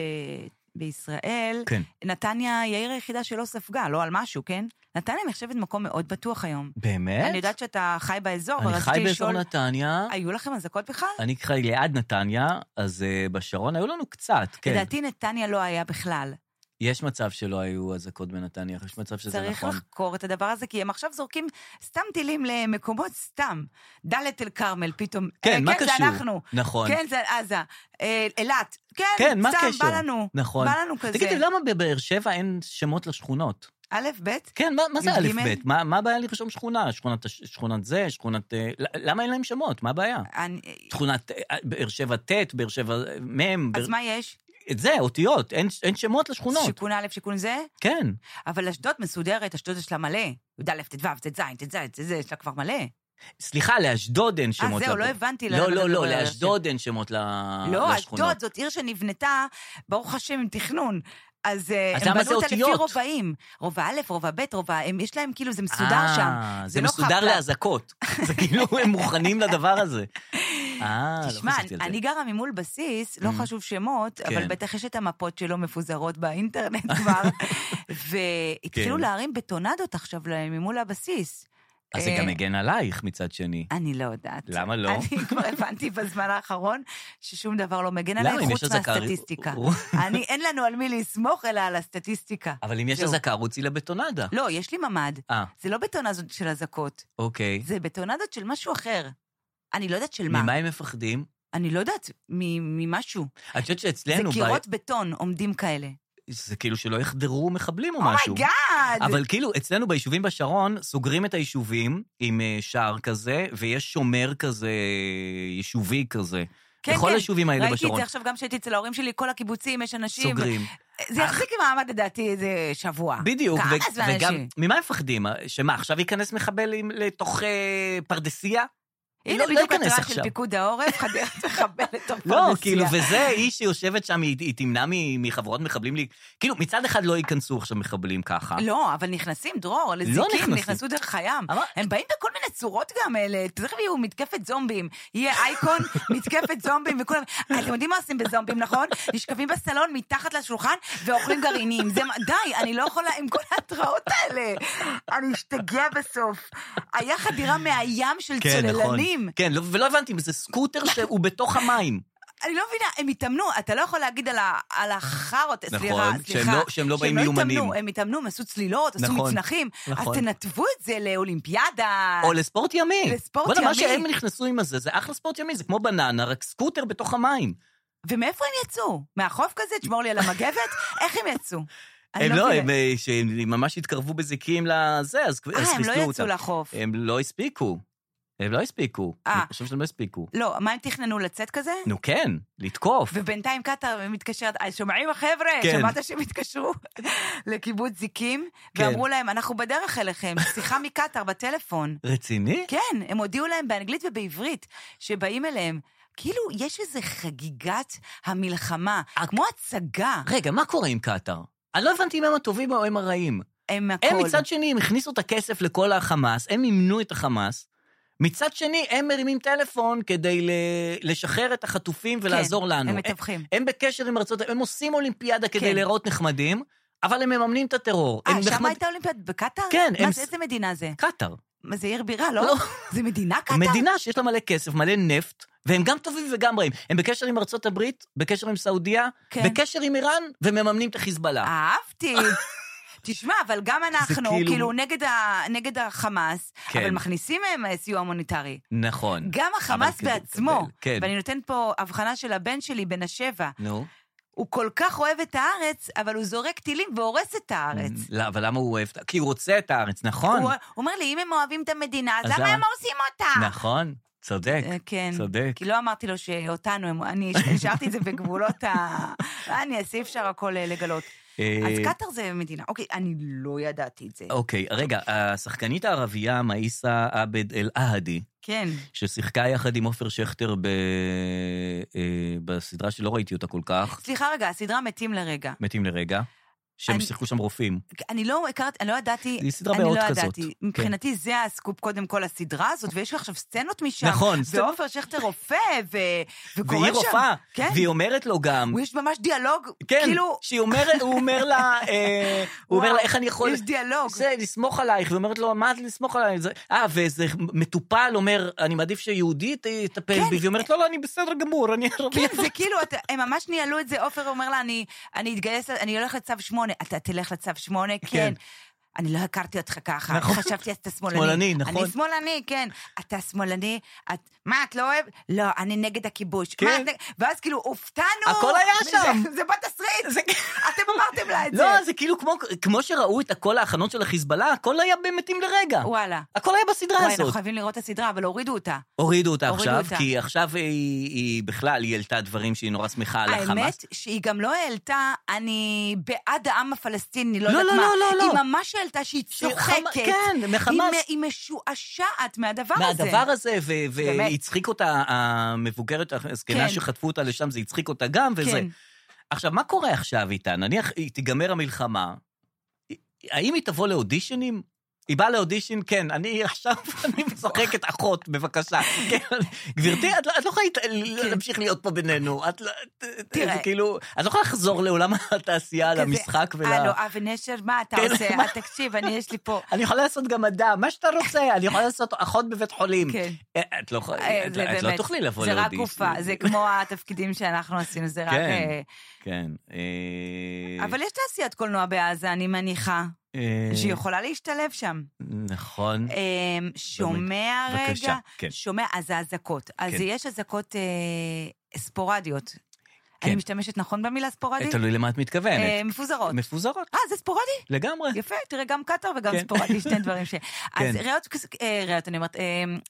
[SPEAKER 3] בישראל,
[SPEAKER 2] כן.
[SPEAKER 3] נתניה היא העיר היחידה שלא ספגה, לא על משהו, כן? נתניה נחשבת מקום מאוד בטוח היום.
[SPEAKER 2] באמת?
[SPEAKER 3] אני יודעת שאתה חי באזור, אבל
[SPEAKER 2] אני
[SPEAKER 3] רציתי
[SPEAKER 2] חי באזור
[SPEAKER 3] לשאול,
[SPEAKER 2] נתניה.
[SPEAKER 3] היו לכם אזעקות בכלל?
[SPEAKER 2] אני חי ליד נתניה, אז אה, בשרון היו לנו קצת, כן.
[SPEAKER 3] לדעתי נתניה לא היה בכלל.
[SPEAKER 2] יש מצב שלא היו אזעקות בנתניה, יש מצב שזה
[SPEAKER 3] צריך
[SPEAKER 2] נכון.
[SPEAKER 3] לחקור את הדבר הזה, כי הם עכשיו זורקים סתם טילים למקומות סתם. דאלית אל כרמל פתאום.
[SPEAKER 2] כן,
[SPEAKER 3] אה,
[SPEAKER 2] מה
[SPEAKER 3] כן,
[SPEAKER 2] קשור?
[SPEAKER 3] זה אנחנו.
[SPEAKER 2] נכון.
[SPEAKER 3] כן, זה עזה. אה, אילת. כן,
[SPEAKER 2] כן, מה
[SPEAKER 3] סתם,
[SPEAKER 2] הקשר?
[SPEAKER 3] בא לנו.
[SPEAKER 2] נכון.
[SPEAKER 3] בא לנו כזה.
[SPEAKER 2] תגידי, למה בבאר שבע אין שמות לשכונות?
[SPEAKER 3] א', ב',
[SPEAKER 2] כן, מה, מה זה
[SPEAKER 3] עם
[SPEAKER 2] א'
[SPEAKER 3] ג'?
[SPEAKER 2] ב'? מה מה הבעיה לרשום שכונה? שכונת, הש- שכונת זה, שכונת... אה, ל- למה אין להם שמות? מה הבעיה?
[SPEAKER 3] אני-
[SPEAKER 2] שכונת אה, באר שבע ט', באר שבע אה, מ', באר-
[SPEAKER 3] אז מה יש?
[SPEAKER 2] את זה, אותיות, אין, אין שמות לשכונות.
[SPEAKER 3] שיכון א', שיכון זה?
[SPEAKER 2] כן.
[SPEAKER 3] אבל אשדוד מסודרת, אשדוד יש לה מלא. י"א, ט"ו, ט"ז, ט"ז, ט"ז, יש לה כבר מלא.
[SPEAKER 2] סליחה, לאשדוד אין שמות.
[SPEAKER 3] זהו,
[SPEAKER 2] לב-
[SPEAKER 3] לא הבנתי למה
[SPEAKER 2] לא,
[SPEAKER 3] אתה
[SPEAKER 2] לא,
[SPEAKER 3] מדבר
[SPEAKER 2] לא,
[SPEAKER 3] על
[SPEAKER 2] לאשדוד אין שמות ל-
[SPEAKER 3] לא,
[SPEAKER 2] אה, לשכונות.
[SPEAKER 3] אשדוד זאת עיר שנבנתה, ברוך השם, עם תכנון. אז, אה,
[SPEAKER 2] אז
[SPEAKER 3] הם
[SPEAKER 2] למה זה
[SPEAKER 3] בנו אותה לפי
[SPEAKER 2] אותיות?
[SPEAKER 3] רובעים. רובע א', רובע ב', רובע, הם- יש להם כאילו, זה מסודר
[SPEAKER 2] אה,
[SPEAKER 3] שם.
[SPEAKER 2] זה
[SPEAKER 3] לא
[SPEAKER 2] מסודר
[SPEAKER 3] חאפ-לאפ.
[SPEAKER 2] לאזעקות. זה כאילו, הם מוכנים לדבר הזה. אה, לא
[SPEAKER 3] תשמע,
[SPEAKER 2] חשבתי על זה. Mm-hmm.
[SPEAKER 3] אני גרה ממול בסיס, לא חשוב שמות, אבל
[SPEAKER 2] כן.
[SPEAKER 3] בטח יש את המפות שלו מפוזרות באינטרנט כבר, והתחילו
[SPEAKER 2] כן.
[SPEAKER 3] להרים בטונדות עכשיו ל- ממול הבסיס.
[SPEAKER 2] אז זה
[SPEAKER 3] אה,
[SPEAKER 2] גם הגן עלייך מצד שני.
[SPEAKER 3] אני לא יודעת.
[SPEAKER 2] למה לא?
[SPEAKER 3] אני כבר הבנתי בזמן האחרון ששום דבר לא מגן
[SPEAKER 2] למה?
[SPEAKER 3] עליי,
[SPEAKER 2] אם
[SPEAKER 3] חוץ
[SPEAKER 2] יש אזעקה,
[SPEAKER 3] מהסטטיסטיקה.
[SPEAKER 2] הוא-
[SPEAKER 3] אני, אין לנו על מי לסמוך, אלא על הסטטיסטיקה.
[SPEAKER 2] אבל אם יש
[SPEAKER 3] זהו.
[SPEAKER 2] אזעקה, רוצי לבטונדה.
[SPEAKER 3] לא, יש לי ממ"ד.
[SPEAKER 2] אה,
[SPEAKER 3] זה לא בטונדות של אזעקות,
[SPEAKER 2] אוקיי.
[SPEAKER 3] זה בטונדות של משהו אחר. אני לא יודעת של מה.
[SPEAKER 2] ממה הם מפחדים?
[SPEAKER 3] אני לא יודעת, מ- ממשהו.
[SPEAKER 2] את חושבת
[SPEAKER 3] זה
[SPEAKER 2] שאצלנו...
[SPEAKER 3] קירות בטון עומדים כאלה.
[SPEAKER 2] ב- זה כאילו שלא יחדרו מחבלים
[SPEAKER 3] Oh
[SPEAKER 2] או משהו.
[SPEAKER 3] אומייגאד!
[SPEAKER 2] אבל כאילו, אצלנו ביישובים בשרון, סוגרים את היישובים עם אה, שער כזה, ויש שומר כזה, יישובי כזה.
[SPEAKER 3] כן,
[SPEAKER 2] בכל
[SPEAKER 3] כן.
[SPEAKER 2] היישובים האלה
[SPEAKER 3] ראיתי את
[SPEAKER 2] בשרון.
[SPEAKER 3] זה עכשיו גם כשהייתי אצל ההורים שלי, כל הקיבוצים, יש אנשים.
[SPEAKER 2] סוגרים.
[SPEAKER 3] זה יחזיק מעמד לדעתי איזה שבוע.
[SPEAKER 2] בדיוק,
[SPEAKER 3] אה, כמה
[SPEAKER 2] ו-
[SPEAKER 3] זמן
[SPEAKER 2] וגם,
[SPEAKER 3] אנשים?
[SPEAKER 2] ממה מפחדים? שמה, עכשיו ייכנס מחבל עם- לתוך אה, פרדסייה?
[SPEAKER 3] הנה
[SPEAKER 2] לא- לא
[SPEAKER 3] בדיוק
[SPEAKER 2] ייכנס
[SPEAKER 3] התראה של
[SPEAKER 2] עכשיו.
[SPEAKER 3] פיקוד העורף, חדרת מחבל לתוך פרדסיה.
[SPEAKER 2] לא, כאילו, וזה, היא שיושבת שם, היא היא תמנע מ- מחבורת מחבלים, לי- כאילו, מצד אחד לא ייכנסו עכשיו מחבלים ככה.
[SPEAKER 3] לא, אבל נכנסים, דרור, לזיקים,
[SPEAKER 2] נכנסים.
[SPEAKER 3] נכנסו דרך הים.
[SPEAKER 2] אבל-
[SPEAKER 3] הם באים בכל מיני צורות גם, אלה, תכף יהיו מתקפת זומבים. יהיה אייקון, מתקפת זומבים, וכולם... אתם יודעים מה עושים בזומבים, נכון? נשכבים בסלון מתחת לשולחן ואוכלים גרעינים. זה... מה- די, אני לא יכולה עם כל ההתראות האלה. אני אשתגע בסוף. היה חדירה מהים של צוללנים.
[SPEAKER 2] כן, לא- ולא הבנתי אם זה סקוטר שהוא בתוך המים.
[SPEAKER 3] אני לא מבינה, הם התאמנו, אתה לא יכול להגיד על ה- על החארות, סליחה, סליחה.
[SPEAKER 2] שהם לא- שהם לא באים מיומנים.
[SPEAKER 3] התאמנו, הם התאמנו, הם עשו צלילות, עשו
[SPEAKER 2] נכון,
[SPEAKER 3] מצנחים. אז
[SPEAKER 2] נכון.
[SPEAKER 3] תנתבו את זה לאולימפיאדה.
[SPEAKER 2] או לספורט ימי.
[SPEAKER 3] אה, לספורט
[SPEAKER 2] בוא'נה, מה
[SPEAKER 3] ימי.
[SPEAKER 2] שהם נכנסו עם הזה, זה אחלה ספורט ימי, זה כמו בננה, רק סקוטר בתוך המים.
[SPEAKER 3] ומאיפה הם יצאו? מהחוף כזה? תשמור לי על המגבת? איך הם יצאו? אני
[SPEAKER 2] הם לא,
[SPEAKER 3] מבינה.
[SPEAKER 2] הם אה, שהם ממש התקרבו בזיקים לזה, אז אז
[SPEAKER 3] אה,
[SPEAKER 2] חיסלו
[SPEAKER 3] הם
[SPEAKER 2] אותם.
[SPEAKER 3] לא יצאו לחוף.
[SPEAKER 2] הם לא הספיקו. הם לא הספיקו.
[SPEAKER 3] אה.
[SPEAKER 2] אני חושב שהם לא הספיקו.
[SPEAKER 3] לא, מה הם תכננו לצאת כזה?
[SPEAKER 2] נו כן, לתקוף.
[SPEAKER 3] ובינתיים קטר מתקשרת, "אה, שומעים החבר'ה?
[SPEAKER 2] כן.
[SPEAKER 3] שמעת שהם התקשרו לקיבוץ זיקים?
[SPEAKER 2] כן.
[SPEAKER 3] ואמרו להם, אנחנו בדרך אליכם, שיחה מקטר בטלפון.
[SPEAKER 2] רציני?
[SPEAKER 3] כן, הם הודיעו להם באנגלית ובעברית שבאים אליהם. כאילו, יש איזו חגיגת המלחמה,
[SPEAKER 2] אה,
[SPEAKER 3] כמו הצגה.
[SPEAKER 2] רגע, מה קורה עם קטאר? אני לא הבנתי אם הם הטובים או הם הרעים.
[SPEAKER 3] הם הכל.
[SPEAKER 2] הם מצד שני, הם הכניסו את הכסף לכל החמאס, הם מימנו את החמאס. מצד שני, הם מרימים טלפון כדי ל- לשחרר את החטופים ולעזור
[SPEAKER 3] כן,
[SPEAKER 2] לנו. אה,
[SPEAKER 3] הם מתווכים.
[SPEAKER 2] הם בקשר עם ארצות... הם עושים אולימפיאדה כדי
[SPEAKER 3] כן.
[SPEAKER 2] להיראות נחמדים, אבל הם מממנים את הטרור. הם
[SPEAKER 3] אה, שם
[SPEAKER 2] נחמד-
[SPEAKER 3] הייתה אולימפיאד בקטר?
[SPEAKER 2] כן,
[SPEAKER 3] מה
[SPEAKER 2] הם
[SPEAKER 3] זה,
[SPEAKER 2] ס-
[SPEAKER 3] איזה מדינה זה?
[SPEAKER 2] קטאר.
[SPEAKER 3] מה, זה עיר בירה, לא?
[SPEAKER 2] לא.
[SPEAKER 3] זה מדינה קטר?
[SPEAKER 2] מדינה שיש לה מלא כסף, מלא נפט, והם גם טובים וגם רעים. הם בקשר עם ארצות הברית, בקשר עם סעודיה,
[SPEAKER 3] כן. אה.
[SPEAKER 2] בקשר עם איראן, ומממנים את החיזבאללה.
[SPEAKER 3] אהבתי. תשמע, אבל גם אנחנו,
[SPEAKER 2] כאילו-
[SPEAKER 3] כאילו, נגד ה- נגד החמאס,
[SPEAKER 2] כן.
[SPEAKER 3] אבל מכניסים מהם אה, סיוע הומניטרי.
[SPEAKER 2] נכון.
[SPEAKER 3] גם החמאס
[SPEAKER 2] כדי
[SPEAKER 3] בעצמו,
[SPEAKER 2] לקבל, כן.
[SPEAKER 3] ואני נותן פה הבחנה של הבן שלי, בן השבע,
[SPEAKER 2] נו.
[SPEAKER 3] הוא כל כך אוהב את הארץ, אבל הוא זורק טילים והורס את הארץ.
[SPEAKER 2] לא, אבל למה הוא אוהב את... כי הוא רוצה את הארץ, נכון?
[SPEAKER 3] הוא הוא אומר לי, אם הם אוהבים את המדינה, אז
[SPEAKER 2] אז
[SPEAKER 3] למה
[SPEAKER 2] למה?
[SPEAKER 3] הם הורסים אותה?
[SPEAKER 2] נכון, צודק,
[SPEAKER 3] אה, כן.
[SPEAKER 2] צודק.
[SPEAKER 3] כי לא אמרתי לו שאותנו, הם- אני השארתי את זה בגבולות ה... אני אעשה, אי אפשר הכל אה, לגלות.
[SPEAKER 2] אה,
[SPEAKER 3] אז קטאר זה מדינה. אוקיי, אני לא ידעתי את זה.
[SPEAKER 2] אוקיי, רגע, השחקנית הערבייה מאיסה עבד אל-אהדי,
[SPEAKER 3] כן.
[SPEAKER 2] ששיחקה יחד עם עופר שכטר ב... אה, בסדרה שלא ראיתי אותה כל כך,
[SPEAKER 3] סליחה רגע, הסדרה מתים לרגע.
[SPEAKER 2] מתים לרגע, שהם
[SPEAKER 3] אני-
[SPEAKER 2] שיחקו שם רופאים.
[SPEAKER 3] אני לא הכרתי, אני לא ידעתי,
[SPEAKER 2] היא סדרה
[SPEAKER 3] אני
[SPEAKER 2] באות
[SPEAKER 3] לא
[SPEAKER 2] כזאת.
[SPEAKER 3] ידעתי.
[SPEAKER 2] כן.
[SPEAKER 3] מבחינתי זה הסקופ קודם כל הסדרה הזאת, ויש לי עכשיו סצנות משם.
[SPEAKER 2] נכון, סצנות.
[SPEAKER 3] ועופר שכטר רופא, ו... וקורא
[SPEAKER 2] והיא
[SPEAKER 3] שם.
[SPEAKER 2] רופאה,
[SPEAKER 3] כן.
[SPEAKER 2] והיא אומרת לו גם,
[SPEAKER 3] הוא יש ממש דיאלוג,
[SPEAKER 2] כן,
[SPEAKER 3] כאילו...
[SPEAKER 2] שהיא אומרת, הוא אומר לה, אה, הוא אומר
[SPEAKER 3] וואו,
[SPEAKER 2] לה, איך אני יכול...
[SPEAKER 3] יש דיאלוג.
[SPEAKER 2] זה, לסמוך עלייך, והיא אומרת לו, מה זה לסמוך עלייך? זה- אה, ואיזה מטופל אומר, אני מעדיף שיהודי ת- יטפל
[SPEAKER 3] כן.
[SPEAKER 2] בי, והיא אומרת, לא, לא, אני בסדר גמור, אני ערבייה.
[SPEAKER 3] כן, זה כאילו, אתה- הם ממש ניהלו את זה, עופר אומר לה, אני, אני אתגייס, אני הולך לצו שמונה. אתה תלך לצו שמונה? כן.
[SPEAKER 2] כן.
[SPEAKER 3] אני לא הכרתי אותך ככה,
[SPEAKER 2] נכון.
[SPEAKER 3] חשבתי שאתה שמאלני.
[SPEAKER 2] שמאלני, נכון.
[SPEAKER 3] אני שמאלני, כן. אתה שמאלני, את... מה, את לא אוהב? לא, אני נגד הכיבוש.
[SPEAKER 2] כן.
[SPEAKER 3] מה את נגד... ואז כאילו, הופתענו.
[SPEAKER 2] הכל היה שם.
[SPEAKER 3] זה, זה בתסריט. אתם אמרתם לה את
[SPEAKER 2] לא,
[SPEAKER 3] זה.
[SPEAKER 2] זה כאילו כמו- כמו שראו את כל ההכנות של החיזבאללה, הכל היה במתים לרגע.
[SPEAKER 3] וואלה.
[SPEAKER 2] הכל היה בסדרה
[SPEAKER 3] וואי, אנחנו
[SPEAKER 2] הזאת.
[SPEAKER 3] חייבים לראות את הסדרה, אבל הורידו אותה.
[SPEAKER 2] הורידו אותה
[SPEAKER 3] הורידו
[SPEAKER 2] עכשיו,
[SPEAKER 3] אותה.
[SPEAKER 2] כי עכשיו היא היא בכלל, היא העלתה דברים שהיא נורא שמחה על החמאס.
[SPEAKER 3] האמת שהיא גם לא העלתה, אני בעד העם הפלסטיני, לא
[SPEAKER 2] לא, לא,
[SPEAKER 3] יודעת מה.
[SPEAKER 2] לא, לא, לא.
[SPEAKER 3] היא ממש העלתה שהיא
[SPEAKER 2] שהיא
[SPEAKER 3] צוחקת.
[SPEAKER 2] חמ- כן, מחמאס.
[SPEAKER 3] היא מ- היא משועשעת מהדבר הזה.
[SPEAKER 2] מהדבר הזה, ו-
[SPEAKER 3] באמת.
[SPEAKER 2] והצחיק אותה המבוגרת, הזקנה
[SPEAKER 3] כן.
[SPEAKER 2] שחטפו אותה לשם, זה הצחיק אותה גם, וזה.
[SPEAKER 3] כן.
[SPEAKER 2] עכשיו, מה קורה עכשיו איתה? נניח היא תיגמר המלחמה, האם היא תבוא לאודישנים? היא באה לאודישן, כן, אני עכשיו, אני משחקת אחות, בבקשה. כן, גברתי, את לא- את לא יכולה להת- להמשיך להיות פה בינינו. את לא... ת- ת-
[SPEAKER 3] כן. תראה.
[SPEAKER 2] זה כאילו, את לא יכולה לחזור לעולם התעשייה,
[SPEAKER 3] כזה,
[SPEAKER 2] למשחק ול...
[SPEAKER 3] הלו, אה. אבי נשר, מה אתה
[SPEAKER 2] כן,
[SPEAKER 3] עושה?
[SPEAKER 2] מה?
[SPEAKER 3] אה, תקשיב, אני, יש לי פה...
[SPEAKER 2] אני יכולה לעשות גם מדע, מה שאתה רוצה, אני יכולה לעשות אחות בבית חולים.
[SPEAKER 3] כן.
[SPEAKER 2] אה, את לא יכולה,
[SPEAKER 3] אה,
[SPEAKER 2] את
[SPEAKER 3] זה
[SPEAKER 2] את לא
[SPEAKER 3] באמת,
[SPEAKER 2] תוכלי לבוא
[SPEAKER 3] זה רק
[SPEAKER 2] לאודישן.
[SPEAKER 3] גופה, זה כמו התפקידים שאנחנו עשינו, זה רק...
[SPEAKER 2] כן.
[SPEAKER 3] אה,
[SPEAKER 2] כן. אה,
[SPEAKER 3] אבל יש תעשיית קולנוע בעזה, אני מניחה,
[SPEAKER 2] אה,
[SPEAKER 3] שיכולה להשתלב שם.
[SPEAKER 2] נכון.
[SPEAKER 3] אמ, שומע
[SPEAKER 2] באמת.
[SPEAKER 3] רגע,
[SPEAKER 2] בבקשה, כן.
[SPEAKER 3] שומע, אז זה אזעקות. אז
[SPEAKER 2] כן.
[SPEAKER 3] יש אזעקות אה, ספורדיות. אני משתמשת נכון במילה ספורדית?
[SPEAKER 2] תלוי למה כן. את מתכוונת.
[SPEAKER 3] אה, מפוזרות.
[SPEAKER 2] מפוזרות,
[SPEAKER 3] אה, זה ספורדי?
[SPEAKER 2] לגמרי.
[SPEAKER 3] יפה, תראה, גם קטר וגם
[SPEAKER 2] כן.
[SPEAKER 3] ספורדי, שני דברים ש... אז
[SPEAKER 2] כן.
[SPEAKER 3] ראיות, כס- אה, ראיות, אני אומרת,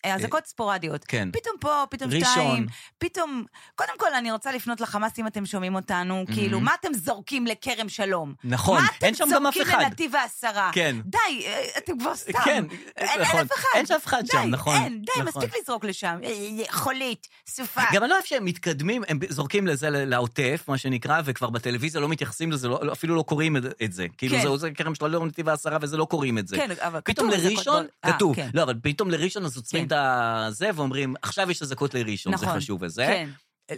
[SPEAKER 3] אה, אזעקות ספורדיות.
[SPEAKER 2] כן.
[SPEAKER 3] פתאום פה, פתאום
[SPEAKER 2] ראשון.
[SPEAKER 3] שתיים. פתאום, קודם כל, אני רוצה לפנות לחמאס, אם אתם שומעים אותנו, כאילו, מה אתם זורקים לכרם שלום?
[SPEAKER 2] נכון, אין שם גם אף
[SPEAKER 3] מה אתם
[SPEAKER 2] אחד.
[SPEAKER 3] זורקים לנתיב העשרה?
[SPEAKER 2] כן.
[SPEAKER 3] די, אה, אתם כבר סתם.
[SPEAKER 2] כן,
[SPEAKER 3] אין
[SPEAKER 2] נכון.
[SPEAKER 3] אין אף אחד.
[SPEAKER 2] אין אף אחד שם,
[SPEAKER 3] די,
[SPEAKER 2] נכון,
[SPEAKER 3] אין, די,
[SPEAKER 2] נכון.
[SPEAKER 3] מספיק לזרוק לשם. אה, אה, חולית, סופה.
[SPEAKER 2] גם אני לא אוהב שהם מתקדמים, הם זורקים לזה ל- לעוטף, מה שנקרא, וכבר בטלוויזיה לא מתייחסים לזה, לא- לא- אפילו לא קוראים את- את זה. כאילו,
[SPEAKER 3] כן.
[SPEAKER 2] זהו, זה כרם שלום נתיב העשרה, וזה לא קוראים את זה.
[SPEAKER 3] כן, אבל
[SPEAKER 2] פתאום
[SPEAKER 3] כתוב אזעקות
[SPEAKER 2] לראשון,
[SPEAKER 3] בו- אה,
[SPEAKER 2] כתוב,
[SPEAKER 3] כן.
[SPEAKER 2] לא, אבל פתאום לראשון אז עוצרים
[SPEAKER 3] כן.
[SPEAKER 2] את הזה ואומרים, עכשיו יש אזעקות לראשון, זה
[SPEAKER 3] נכון,
[SPEAKER 2] חשוב וזה.
[SPEAKER 3] כן.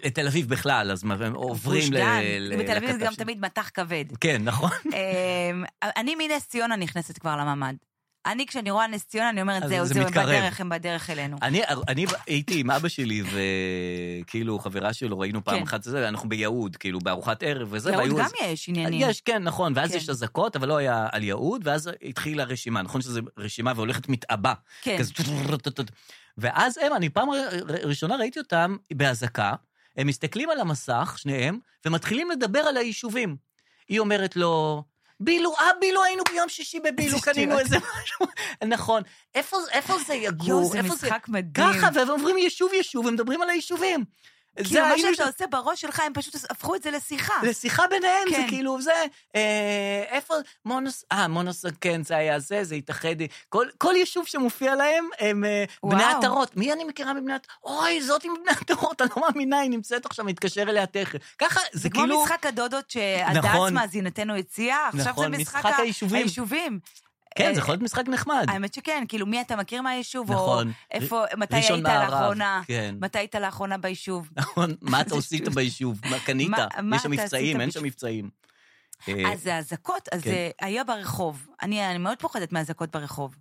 [SPEAKER 2] לתל אביב בכלל, אז מה, הם
[SPEAKER 3] גוש
[SPEAKER 2] עוברים ל...
[SPEAKER 3] דן,
[SPEAKER 2] ל-
[SPEAKER 3] בתל אביב זה
[SPEAKER 2] לכתב
[SPEAKER 3] גם
[SPEAKER 2] ש-
[SPEAKER 3] תמיד מטח כבד.
[SPEAKER 2] כן, נכון.
[SPEAKER 3] אמ, אני מנס ציונה נכנסת כבר לממ"ד. אני, כשאני רואה נס ציונה, אני אומרת,
[SPEAKER 2] אז
[SPEAKER 3] זהו,
[SPEAKER 2] זה
[SPEAKER 3] זהו, הם
[SPEAKER 2] מתקרב."
[SPEAKER 3] בדרך, הם בדרך אלינו.
[SPEAKER 2] אני, אני הייתי עם אבא שלי וכאילו חברה שלו, ראינו פעם
[SPEAKER 3] כן.
[SPEAKER 2] אחת זה, אנחנו ביהוד, כאילו בארוחת ערב וזה.
[SPEAKER 3] יהוד
[SPEAKER 2] והיו
[SPEAKER 3] גם
[SPEAKER 2] אז-
[SPEAKER 3] יש עניינים.
[SPEAKER 2] יש, כן, נכון, ואז
[SPEAKER 3] כן.
[SPEAKER 2] יש אזעקות, אבל לא היה על יהוד, ואז התחילה רשימה, נכון שזו רשימה והולכת מתעבה.
[SPEAKER 3] כן.
[SPEAKER 2] כזה טוטוטוטוט. ואז הם, אני פעם ר- ראשונה ראיתי אותם באזעקה, הם מסתכלים על המסך, שניהם, ומתחילים לדבר על היישובים. היא אומרת לו, בילו, אה, בילו היינו ביום שישי בבילו,
[SPEAKER 3] איזה
[SPEAKER 2] קנינו
[SPEAKER 3] שטויות.
[SPEAKER 2] איזה משהו. נכון. איפה איפה זה
[SPEAKER 3] יואו,
[SPEAKER 2] יגור?
[SPEAKER 3] זה
[SPEAKER 2] איפה זה...
[SPEAKER 3] משחק מדהים.
[SPEAKER 2] ככה, והם עוברים יישוב-יישוב, הם מדברים על היישובים.
[SPEAKER 3] כאילו, מה
[SPEAKER 2] היינו
[SPEAKER 3] שאתה עושה בראש שלך, הם פשוט הפכו את זה לשיחה.
[SPEAKER 2] לשיחה ביניהם, זה
[SPEAKER 3] כן.
[SPEAKER 2] כאילו, זה, אה, איפה, מונוס, אה, מונוס, כן, זה היה זה, זה התאחד, כל, כל יישוב שמופיע להם, הם אה,
[SPEAKER 3] וואו.
[SPEAKER 2] בני עטרות. מי אני מכירה מבני עטרות? אוי, זאת עם בני עטרות, אני לא מאמינה, היא נמצאת עכשיו, מתקשר אליה תכף. ככה, זה
[SPEAKER 3] זה כמו
[SPEAKER 2] כאילו...
[SPEAKER 3] משחק הדודות שהדס
[SPEAKER 2] נכון.
[SPEAKER 3] מאזינתנו הציעה, עכשיו זה
[SPEAKER 2] נכון,
[SPEAKER 3] משחק
[SPEAKER 2] משחק
[SPEAKER 3] ה-
[SPEAKER 2] היישובים.
[SPEAKER 3] היישובים.
[SPEAKER 2] כן,
[SPEAKER 3] אה,
[SPEAKER 2] זה יכול להיות משחק נחמד.
[SPEAKER 3] האמת שכן, כאילו, מי אתה מכיר מהיישוב, או
[SPEAKER 2] נכון.
[SPEAKER 3] איפה, מתי
[SPEAKER 2] ראשון
[SPEAKER 3] היית
[SPEAKER 2] מערב,
[SPEAKER 3] לאחרונה,
[SPEAKER 2] כן.
[SPEAKER 3] מתי היית לאחרונה ביישוב.
[SPEAKER 2] נכון, מה אתה
[SPEAKER 3] זה
[SPEAKER 2] עשית
[SPEAKER 3] שטות.
[SPEAKER 2] ביישוב? מה קנית?
[SPEAKER 3] מה- מה
[SPEAKER 2] יש שם
[SPEAKER 3] אתה עשית
[SPEAKER 2] מבצעים, אין
[SPEAKER 3] ביישוב?
[SPEAKER 2] שם מבצעים. אה,
[SPEAKER 3] אז זה אזעקות, אז
[SPEAKER 2] כן.
[SPEAKER 3] זה היה ברחוב. אני אני מאוד פוחדת מאזעקות ברחוב.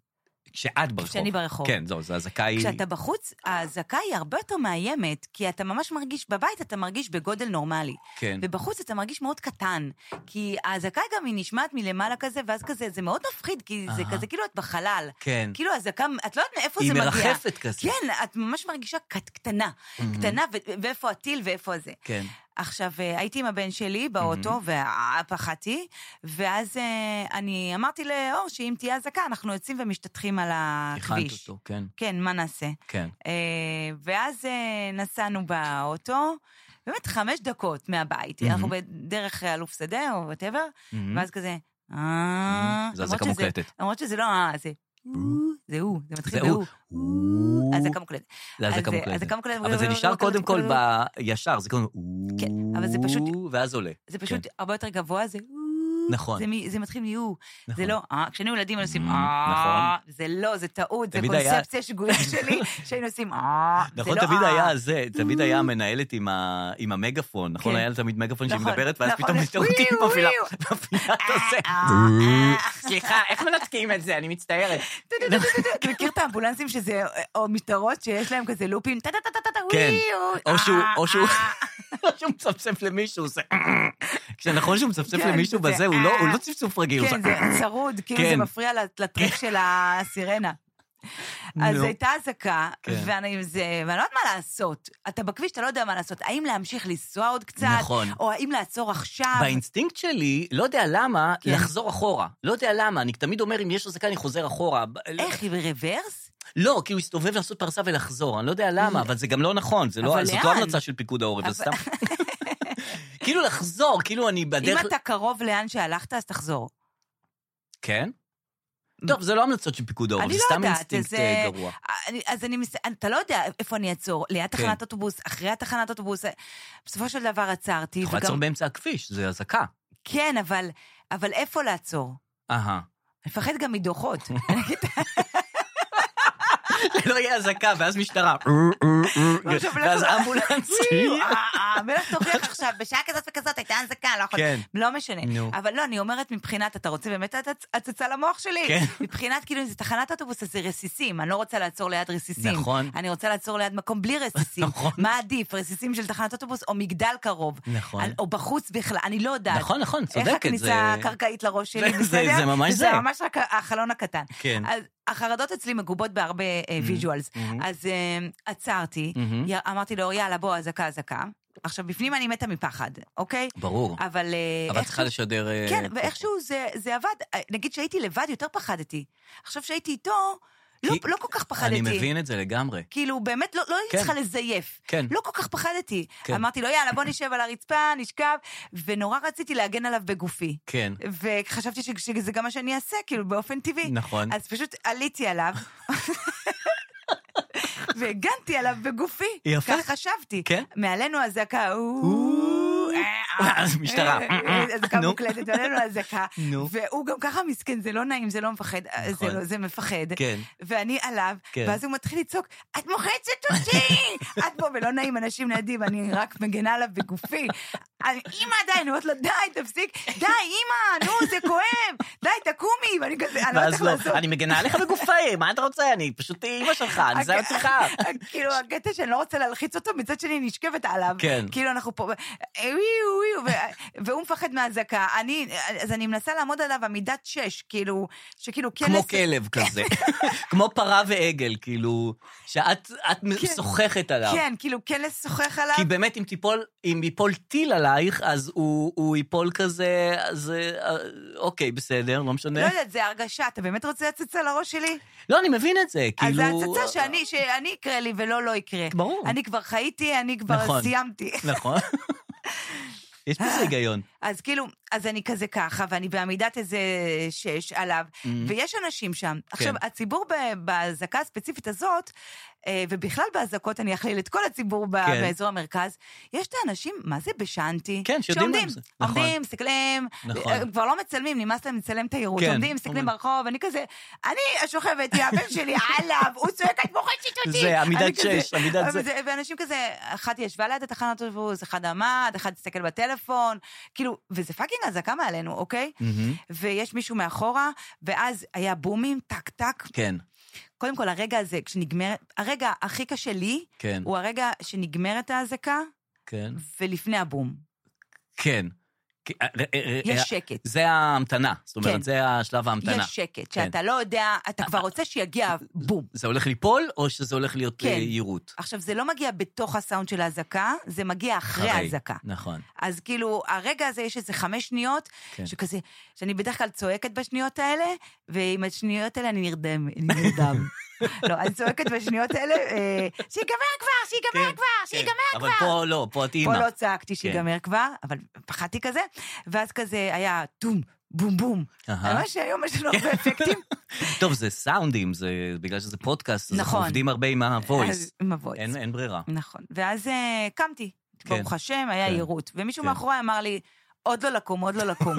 [SPEAKER 2] כשאת ברחוב.
[SPEAKER 3] כשאני ברחוב.
[SPEAKER 2] כן, זהו, זה אזעקה היא...
[SPEAKER 3] כשאתה בחוץ, האזעקה היא הרבה יותר מאיימת, כי אתה ממש מרגיש, בבית אתה מרגיש בגודל נורמלי.
[SPEAKER 2] כן.
[SPEAKER 3] ובחוץ אתה מרגיש מאוד קטן, כי האזעקה גם היא נשמעת מלמעלה כזה, ואז כזה, זה מאוד מפחיד, כי זה
[SPEAKER 2] אהה.
[SPEAKER 3] כזה כאילו את בחלל.
[SPEAKER 2] כן.
[SPEAKER 3] כאילו האזעקה, את לא יודעת מאיפה
[SPEAKER 2] היא
[SPEAKER 3] זה מגיע.
[SPEAKER 2] מרחפת כזה.
[SPEAKER 3] כן, את ממש מרגישה קט- קטנה. קטנה, ו- ואיפה הטיל ואיפה זה.
[SPEAKER 2] כן.
[SPEAKER 3] עכשיו, אה, הייתי עם הבן שלי באוטו, ופחדתי, ואז אה, אני אמרתי לאור שאם תהיה אזעקה, אנחנו יוצאים ומשתטחים על הכביש.
[SPEAKER 2] הכנת אותו, כן,
[SPEAKER 3] כן, מה נעשה?
[SPEAKER 2] כן.
[SPEAKER 3] אה, ואז אה, נסענו באוטו, באמת חמש דקות מהבית,
[SPEAKER 2] מהמם.
[SPEAKER 3] אנחנו בדרך אה, אלוף שדה או וואטאבר,
[SPEAKER 2] מהמם.
[SPEAKER 3] ואז כזה, אה...
[SPEAKER 2] זה
[SPEAKER 3] למרות
[SPEAKER 2] אזעקה
[SPEAKER 3] שזה-
[SPEAKER 2] מוקלטת.
[SPEAKER 3] למרות שזה לא אה, זה... זה הוא, זה מתחיל
[SPEAKER 2] זה הוא.
[SPEAKER 3] בהוא. הוא, אזעקה מוקלטת.
[SPEAKER 2] זה אזעקה
[SPEAKER 3] אז, אה,
[SPEAKER 2] מוקלטת.
[SPEAKER 3] אזעקה מוקלטת.
[SPEAKER 2] אבל זה נשאר
[SPEAKER 3] לא,
[SPEAKER 2] קודם כל בישר, זה קודם...
[SPEAKER 3] כן, אבל זה פשוט-
[SPEAKER 2] ואז עולה. כן.
[SPEAKER 3] זה פשוט הרבה יותר גבוה, זה...
[SPEAKER 2] נכון.
[SPEAKER 3] זה מי- זה מתחיל מיהו.
[SPEAKER 2] נכון.
[SPEAKER 3] זה לא, אה, כשהיינו ילדים היינו עושים
[SPEAKER 2] Mm,
[SPEAKER 3] אה,
[SPEAKER 2] נכון.
[SPEAKER 3] זה לא, זה טעות, זה
[SPEAKER 2] תמיד היה-
[SPEAKER 3] קונספציה שגויה שלי, שהיינו עושים אה, זה
[SPEAKER 2] נכון,
[SPEAKER 3] לא
[SPEAKER 2] תמיד
[SPEAKER 3] אה.
[SPEAKER 2] היה זה, תמיד היה המנהלת עם ה- עם המגאפון, נכון?
[SPEAKER 3] כן.
[SPEAKER 2] היה לה תמיד מגאפון שהיא
[SPEAKER 3] נכון,
[SPEAKER 2] מדברת, ואז
[SPEAKER 3] נכון,
[SPEAKER 2] פתאום
[SPEAKER 3] יש-
[SPEAKER 2] מתעורתים
[SPEAKER 3] וואו,
[SPEAKER 2] מפעילה,
[SPEAKER 3] וואו. אה,
[SPEAKER 2] מפעילה את זה.
[SPEAKER 6] סליחה, איך מנתקים את זה? אני מצטערת.
[SPEAKER 3] אתה מכיר את האמבולנסים שזה, או משטרות שיש להם כזה לופים, טה טה טה טה טה
[SPEAKER 2] כן,
[SPEAKER 3] וואו. אה,
[SPEAKER 2] או שהוא, או שהוא, או שהוא מצפצף למישהו, זה... כשנכון שהוא מצפצף
[SPEAKER 3] כן,
[SPEAKER 2] למישהו
[SPEAKER 3] זה-
[SPEAKER 2] בזה, הוא לא- הוא
[SPEAKER 3] אה.
[SPEAKER 2] לא צפצוף רגיל, הוא
[SPEAKER 3] כן,
[SPEAKER 2] זה...
[SPEAKER 3] זה צרוד, כאילו זה
[SPEAKER 2] כן.
[SPEAKER 3] מפריע לת- לטריק של הסירנה. אז
[SPEAKER 2] נו.
[SPEAKER 3] הייתה אזעקה,
[SPEAKER 2] כן.
[SPEAKER 3] ואני זה- ואני לא יודעת מה לעשות. אתה בכביש, אתה לא יודע מה לעשות. האם להמשיך לנסוע עוד קצת?
[SPEAKER 2] נכון.
[SPEAKER 3] או האם לעצור עכשיו?
[SPEAKER 2] באינסטינקט שלי, לא יודע למה,
[SPEAKER 3] כן.
[SPEAKER 2] לחזור אחורה. לא יודע למה, אני תמיד אומר, אם יש אזעקה, אני חוזר אחורה.
[SPEAKER 3] איך, היא ברוורס?
[SPEAKER 2] לא, כי הוא הסתובב לעשות פרסה ולחזור, אני לא יודע למה, אבל זה גם לא נכון, זה לא,
[SPEAKER 3] אבל
[SPEAKER 2] זאת לא
[SPEAKER 3] לאן?
[SPEAKER 2] המלצה של פיקוד העורף, זה סתם...
[SPEAKER 3] אבל-
[SPEAKER 2] כאילו לחזור, כאילו אני
[SPEAKER 3] אם
[SPEAKER 2] בדרך...
[SPEAKER 3] אתה קרוב לאן שהלכת, אז תחזור.
[SPEAKER 2] כן? טוב, זה לא המלצות של פיקוד העורף,
[SPEAKER 3] אני
[SPEAKER 2] זה
[SPEAKER 3] לא
[SPEAKER 2] סתם
[SPEAKER 3] יודעת,
[SPEAKER 2] אינסטינקט
[SPEAKER 3] זה-
[SPEAKER 2] אה, גרוע.
[SPEAKER 3] אני- אז אני מס... אתה לא יודע איפה אני אעצור, ליד
[SPEAKER 2] כן.
[SPEAKER 3] תחנת אוטובוס, אחרי התחנת אוטובוס. אה, בסופו של דבר עצרתי.
[SPEAKER 2] אתה יכול לעצור
[SPEAKER 3] וגם-
[SPEAKER 2] באמצע הכביש, זה אזעקה.
[SPEAKER 3] כן, אבל, אבל איפה לעצור?
[SPEAKER 2] אהה.
[SPEAKER 3] אני מפחד גם מדוחות.
[SPEAKER 2] לא יהיה אזעקה, ואז משטרה.
[SPEAKER 3] עכשיו, לא
[SPEAKER 2] ואז
[SPEAKER 3] יכולה-
[SPEAKER 2] אמבולנס.
[SPEAKER 3] אה, המלך תוכיח עכשיו, בשעה כזאת וכזאת הייתה הנזקה, לא יכול...
[SPEAKER 2] כן.
[SPEAKER 3] לא משנה.
[SPEAKER 2] נו.
[SPEAKER 3] אבל לא, אני אומרת מבחינת, אתה רוצה באמת הצ- הצצה למוח שלי?
[SPEAKER 2] כן.
[SPEAKER 3] מבחינת, כאילו, אם זה תחנת אוטובוס, אז זה רסיסים. אני לא רוצה לעצור ליד רסיסים.
[SPEAKER 2] נכון.
[SPEAKER 3] אני רוצה לעצור ליד מקום בלי רסיסים.
[SPEAKER 2] נכון.
[SPEAKER 3] מה עדיף, רסיסים של תחנת אוטובוס או מגדל קרוב?
[SPEAKER 2] נכון.
[SPEAKER 3] על- או בחוץ בכלל, אני לא יודעת.
[SPEAKER 2] נכון, נכון, צודקת.
[SPEAKER 3] איך
[SPEAKER 2] זה-
[SPEAKER 3] הכניסה הקרקעית לראש שלי,
[SPEAKER 2] זה-
[SPEAKER 3] בסדר?
[SPEAKER 2] זה ממש
[SPEAKER 3] זה
[SPEAKER 2] זה.
[SPEAKER 3] ממש רק החלון הקטן.
[SPEAKER 2] כן. Mm-hmm.
[SPEAKER 3] אז החרדות אצלי מגובות בהרבה ויז'ואלס. אז אה, עצרתי,
[SPEAKER 2] מהמם.
[SPEAKER 3] י- אמרתי לו, יאללה, בוא, אזעקה, אזעקה. עכשיו, בפנים אני מתה מפחד, אוקיי?
[SPEAKER 2] ברור.
[SPEAKER 3] אבל אה,
[SPEAKER 2] אבל את צריכה
[SPEAKER 3] איכשהו-
[SPEAKER 2] לשדר... אה,
[SPEAKER 3] כן, ואיכשהו זה- זה עבד. אה, נגיד שהייתי לבד, יותר פחדתי. עכשיו שהייתי איתו, לא
[SPEAKER 2] כי-
[SPEAKER 3] לא כל כך פחדתי.
[SPEAKER 2] אני מבין את זה לגמרי.
[SPEAKER 3] כאילו, באמת, לא, לא
[SPEAKER 2] כן.
[SPEAKER 3] הייתי צריכה לזייף.
[SPEAKER 2] כן.
[SPEAKER 3] לא כל כך פחדתי.
[SPEAKER 2] כן.
[SPEAKER 3] אמרתי לו, יאללה, בוא נשב על הרצפה, נשכב, ונורא רציתי להגן עליו בגופי.
[SPEAKER 2] כן.
[SPEAKER 3] וחשבתי ש- שזה גם מה שאני אעשה, כאילו, באופן טבעי.
[SPEAKER 2] נכון.
[SPEAKER 3] אז פשוט עליתי עליו. והגנתי עליו בגופי.
[SPEAKER 2] יפה.
[SPEAKER 3] כך חשבתי.
[SPEAKER 2] כן.
[SPEAKER 3] מעלינו אזעקה,
[SPEAKER 2] אה,
[SPEAKER 3] אה,
[SPEAKER 2] אז משטרה.
[SPEAKER 3] אזעקה
[SPEAKER 2] נו.
[SPEAKER 3] אה, מוקלטת, מעלינו אזעקה.
[SPEAKER 2] נו.
[SPEAKER 3] והוא גם ככה מסכן, זה לא נעים, זה לא מפחד, זה
[SPEAKER 2] נכון.
[SPEAKER 3] לא- זה מפחד.
[SPEAKER 2] כן.
[SPEAKER 3] ואני עליו,
[SPEAKER 2] כן.
[SPEAKER 3] ואז הוא מתחיל לצעוק, את מוחצת אותי! את פה, ולא נעים, אנשים לידי, ואני רק מגנה עליו בגופי. אני, אמא, די, אני אומרת לו, די, תפסיק, די, אמא, נו, זה כואב, די, תקומי, ואני כזה, אני לא יודעת
[SPEAKER 2] ואז
[SPEAKER 3] איך
[SPEAKER 2] לא,
[SPEAKER 3] לעשות.
[SPEAKER 2] אני מגנה עליך בגופי, מה אתה רוצה? אני פשוט אימא שלך, אני זה
[SPEAKER 3] אוקיי.
[SPEAKER 2] אותך.
[SPEAKER 3] כאילו, הקטע שאני לא רוצה להלחיץ אותו, מצד שני, אני נשכבת עליו.
[SPEAKER 2] כן.
[SPEAKER 3] כאילו, אנחנו פה, אה, וואו, וואו, ו- והוא מפחד מהזעקה. אני, אז אני מנסה לעמוד עליו עמידת שש, כאילו, שכאילו כן...
[SPEAKER 2] כמו
[SPEAKER 3] לס-
[SPEAKER 2] כלב כזה, כמו פרה ועגל, כאילו, שאת את משוחחת עליו.
[SPEAKER 3] כן, כאילו כן לשוחח עליו.
[SPEAKER 2] כי באמת, אם תיפול, אם ייפול טיל עלייך, אז הוא, הוא ייפול כזה, אז אה, אוקיי, בסדר, לא משנה.
[SPEAKER 3] לא יודעת, זה הרגשה, אתה באמת רוצה הצצה על הראש שלי?
[SPEAKER 2] לא, אני מבין את זה,
[SPEAKER 3] אז
[SPEAKER 2] כאילו...
[SPEAKER 3] זה הצצה שאני, שאני יקרה לי ולא לא יקרה.
[SPEAKER 2] ברור.
[SPEAKER 3] אני כבר חייתי, אני כבר
[SPEAKER 2] נכון.
[SPEAKER 3] סיימתי.
[SPEAKER 2] נכון. יש בזה היגיון.
[SPEAKER 3] אז כאילו, אז אני כזה ככה, ואני בעמידת איזה שש עליו, ויש אנשים
[SPEAKER 2] כן.
[SPEAKER 3] שם. עכשיו, הציבור ב- באזעקה הספציפית הזאת, אה, ובכלל באזעקות, אני אכליל את כל הציבור ב-
[SPEAKER 2] כן.
[SPEAKER 3] באזור המרכז, יש את האנשים, מה זה בשאנטי?
[SPEAKER 2] כן, שיודעים
[SPEAKER 3] שעומדים,
[SPEAKER 2] מה זה. נכון.
[SPEAKER 3] עומדים, מסתכלים,
[SPEAKER 2] נכון.
[SPEAKER 3] אה, כבר לא מצלמים, נמאס להם לצלם תיירות.
[SPEAKER 2] כן,
[SPEAKER 3] עומדים, מסתכלים
[SPEAKER 2] אומרים.
[SPEAKER 3] ברחוב, אני כזה, אני השוכבת, היא הבן שלי עליו, הוא צועק, את מוחשת אותי.
[SPEAKER 2] זה,
[SPEAKER 3] אני
[SPEAKER 2] עמידת
[SPEAKER 3] כזה-
[SPEAKER 2] שש, עמידת זה.
[SPEAKER 3] זה- ואנשים כזה, אחת ישבה ליד התחנת אוטובוס, אחד עמד, אחד הסתכל בטלפון, כאילו, וזה פאקינג אזעקה מעלינו, אוקיי? ויש מישהו מאחורה, ואז היה בומים, טק טק.
[SPEAKER 2] כן,
[SPEAKER 3] קודם כל, הרגע הזה, כשנגמר, הרגע הכי קשה לי,
[SPEAKER 2] כן,
[SPEAKER 3] הוא הרגע שנגמרת האזעקה,
[SPEAKER 2] כן,
[SPEAKER 3] ולפני הבום.
[SPEAKER 2] כן. כן, אה, אה, אה,
[SPEAKER 3] יש
[SPEAKER 2] אה,
[SPEAKER 3] שקט.
[SPEAKER 2] זה ההמתנה, זאת
[SPEAKER 3] כן.
[SPEAKER 2] אומרת, זה השלב ההמתנה.
[SPEAKER 3] יש שקט,
[SPEAKER 2] כן.
[SPEAKER 3] שאתה לא יודע, אתה כבר רוצה שיגיע בום.
[SPEAKER 2] זה הולך ליפול, או שזה הולך להיות
[SPEAKER 3] כן.
[SPEAKER 2] אה, יירוט?
[SPEAKER 3] עכשיו, זה לא מגיע בתוך הסאונד של האזעקה, זה מגיע אחרי
[SPEAKER 2] אחרי.
[SPEAKER 3] האזעקה.
[SPEAKER 2] נכון.
[SPEAKER 3] אז כאילו, הרגע הזה יש איזה חמש שניות, כן.
[SPEAKER 2] כן.
[SPEAKER 3] שכזה, שאני בדרך כלל צועקת בשניות האלה, ועם השניות האלה אני נרדם, אני נרדם. לא, אני צועקת בשניות האלה, אה, שיגמר כבר, שיגמר
[SPEAKER 2] כן,
[SPEAKER 3] כבר,
[SPEAKER 2] כן.
[SPEAKER 3] שיגמר כבר.
[SPEAKER 2] אבל פה לא, פה את
[SPEAKER 3] פה
[SPEAKER 2] אימא. כן.
[SPEAKER 3] לא צעקתי שיגמר כבר, אבל פחדתי כזה, ואז כזה היה טום, בום בום.
[SPEAKER 2] אהה. כן.
[SPEAKER 3] ממש היום יש לנו הרבה אפקטים.
[SPEAKER 2] טוב, זה סאונדים, זה בגלל שזה פודקאסט, אז אנחנו
[SPEAKER 3] נכון.
[SPEAKER 2] עובדים הרבה עם
[SPEAKER 3] אז-
[SPEAKER 2] ה-voice.
[SPEAKER 3] עם הוויס.
[SPEAKER 2] אין אין ברירה.
[SPEAKER 3] נכון. ואז אה, קמתי,
[SPEAKER 2] כן.
[SPEAKER 3] ברוך השם, היה
[SPEAKER 2] כן.
[SPEAKER 3] יירוט. ומישהו
[SPEAKER 2] כן.
[SPEAKER 3] מאחורי אמר לי, עוד לא לקום, עוד לא לקום.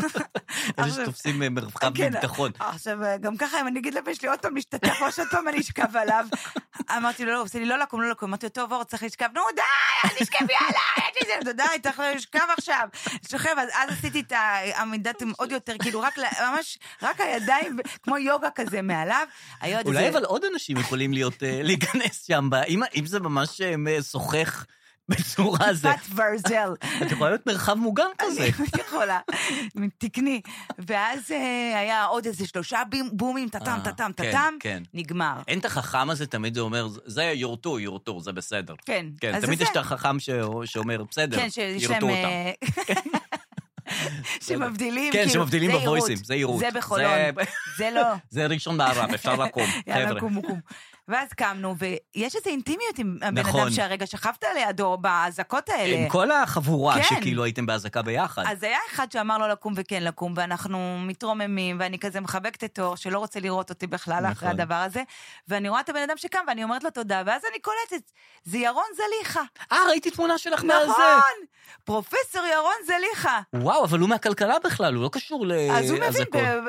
[SPEAKER 2] אלה
[SPEAKER 3] עכשיו-
[SPEAKER 2] שתופסים אה, מרחב
[SPEAKER 3] לא כן,
[SPEAKER 2] ביטחון.
[SPEAKER 3] עכשיו, גם ככה, אם אני אגיד לבן שלי עוד פעם להשתתף, או שעוד פעם אני אשכב עליו. אמרתי לו, לא, הוא עושה לי לא לקום, לא לקום. אמרתי לו, טוב, אור, צריך לשכב. נו, די, אל תשכב, יאללה, אין לי זה, די, צריך לשכב עכשיו. שוכב, אז אז עשיתי את העמידת עם עוד יותר, כאילו, רק, ל- ממש, רק הידיים, כמו יוגה כזה מעליו. היה עוד
[SPEAKER 2] אולי
[SPEAKER 3] איזה-
[SPEAKER 2] אבל עוד אנשים יכולים להיות, אה, להיכנס שם, ב- אם- אם זה ממש אה, שוחך בצורה זה.
[SPEAKER 3] בת ורזל.
[SPEAKER 2] את יכולה להיות מרחב מוגן כזה.
[SPEAKER 3] אני יכולה, תקני. ואז אה, היה עוד איזה שלושה בים- בומים, טאטאם,
[SPEAKER 2] אה,
[SPEAKER 3] טאטאם,
[SPEAKER 2] כן,
[SPEAKER 3] טאטאם,
[SPEAKER 2] כן.
[SPEAKER 3] נגמר.
[SPEAKER 2] אין את החכם הזה, תמיד זה אומר, זה יורטו, יורטו, זה בסדר.
[SPEAKER 3] כן,
[SPEAKER 2] כן,
[SPEAKER 3] אז
[SPEAKER 2] תמיד
[SPEAKER 3] זה
[SPEAKER 2] יש
[SPEAKER 3] זה.
[SPEAKER 2] את החכם ש- שאומר, בסדר,
[SPEAKER 3] כן, שיש להם...
[SPEAKER 2] יורטו לא, אותם.
[SPEAKER 3] אה, שמבדילים,
[SPEAKER 2] כן,
[SPEAKER 3] כאילו,
[SPEAKER 2] שמבדילים
[SPEAKER 3] זה
[SPEAKER 2] בוויסים,
[SPEAKER 3] יירוט.
[SPEAKER 2] זה יירוט.
[SPEAKER 3] זה בחולון,
[SPEAKER 2] זה-
[SPEAKER 3] זה לא.
[SPEAKER 2] זה ראשון בערב, אפשר לקום,
[SPEAKER 3] יאללה,
[SPEAKER 2] חבר'ה.
[SPEAKER 3] קומו, קומו. ואז קמנו, ויש איזו אינטימיות עם הבן אדם
[SPEAKER 2] נכון.
[SPEAKER 3] שהרגע שכבת לידו באזעקות האלה.
[SPEAKER 2] עם כל החבורה
[SPEAKER 3] כן.
[SPEAKER 2] שכאילו הייתם באזעקה ביחד.
[SPEAKER 3] אז היה אחד שאמר לא לקום וכן לקום, ואנחנו מתרוממים, ואני כזה מחבקת את אור, שלא רוצה לראות אותי בכלל נכון. אחרי
[SPEAKER 2] נכון.
[SPEAKER 3] הדבר הזה, ואני רואה את הבן אדם שקם, ואני אומרת לו תודה, ואז אני קולטת, זה ירון זליכה.
[SPEAKER 2] אה, ראיתי תמונה שלך מהזה.
[SPEAKER 3] נכון! פרופסור ירון זליכה.
[SPEAKER 2] וואו, אבל הוא מהכלכלה בכלל, הוא לא קשור לאזעקות.
[SPEAKER 3] אה, אז הוא מבין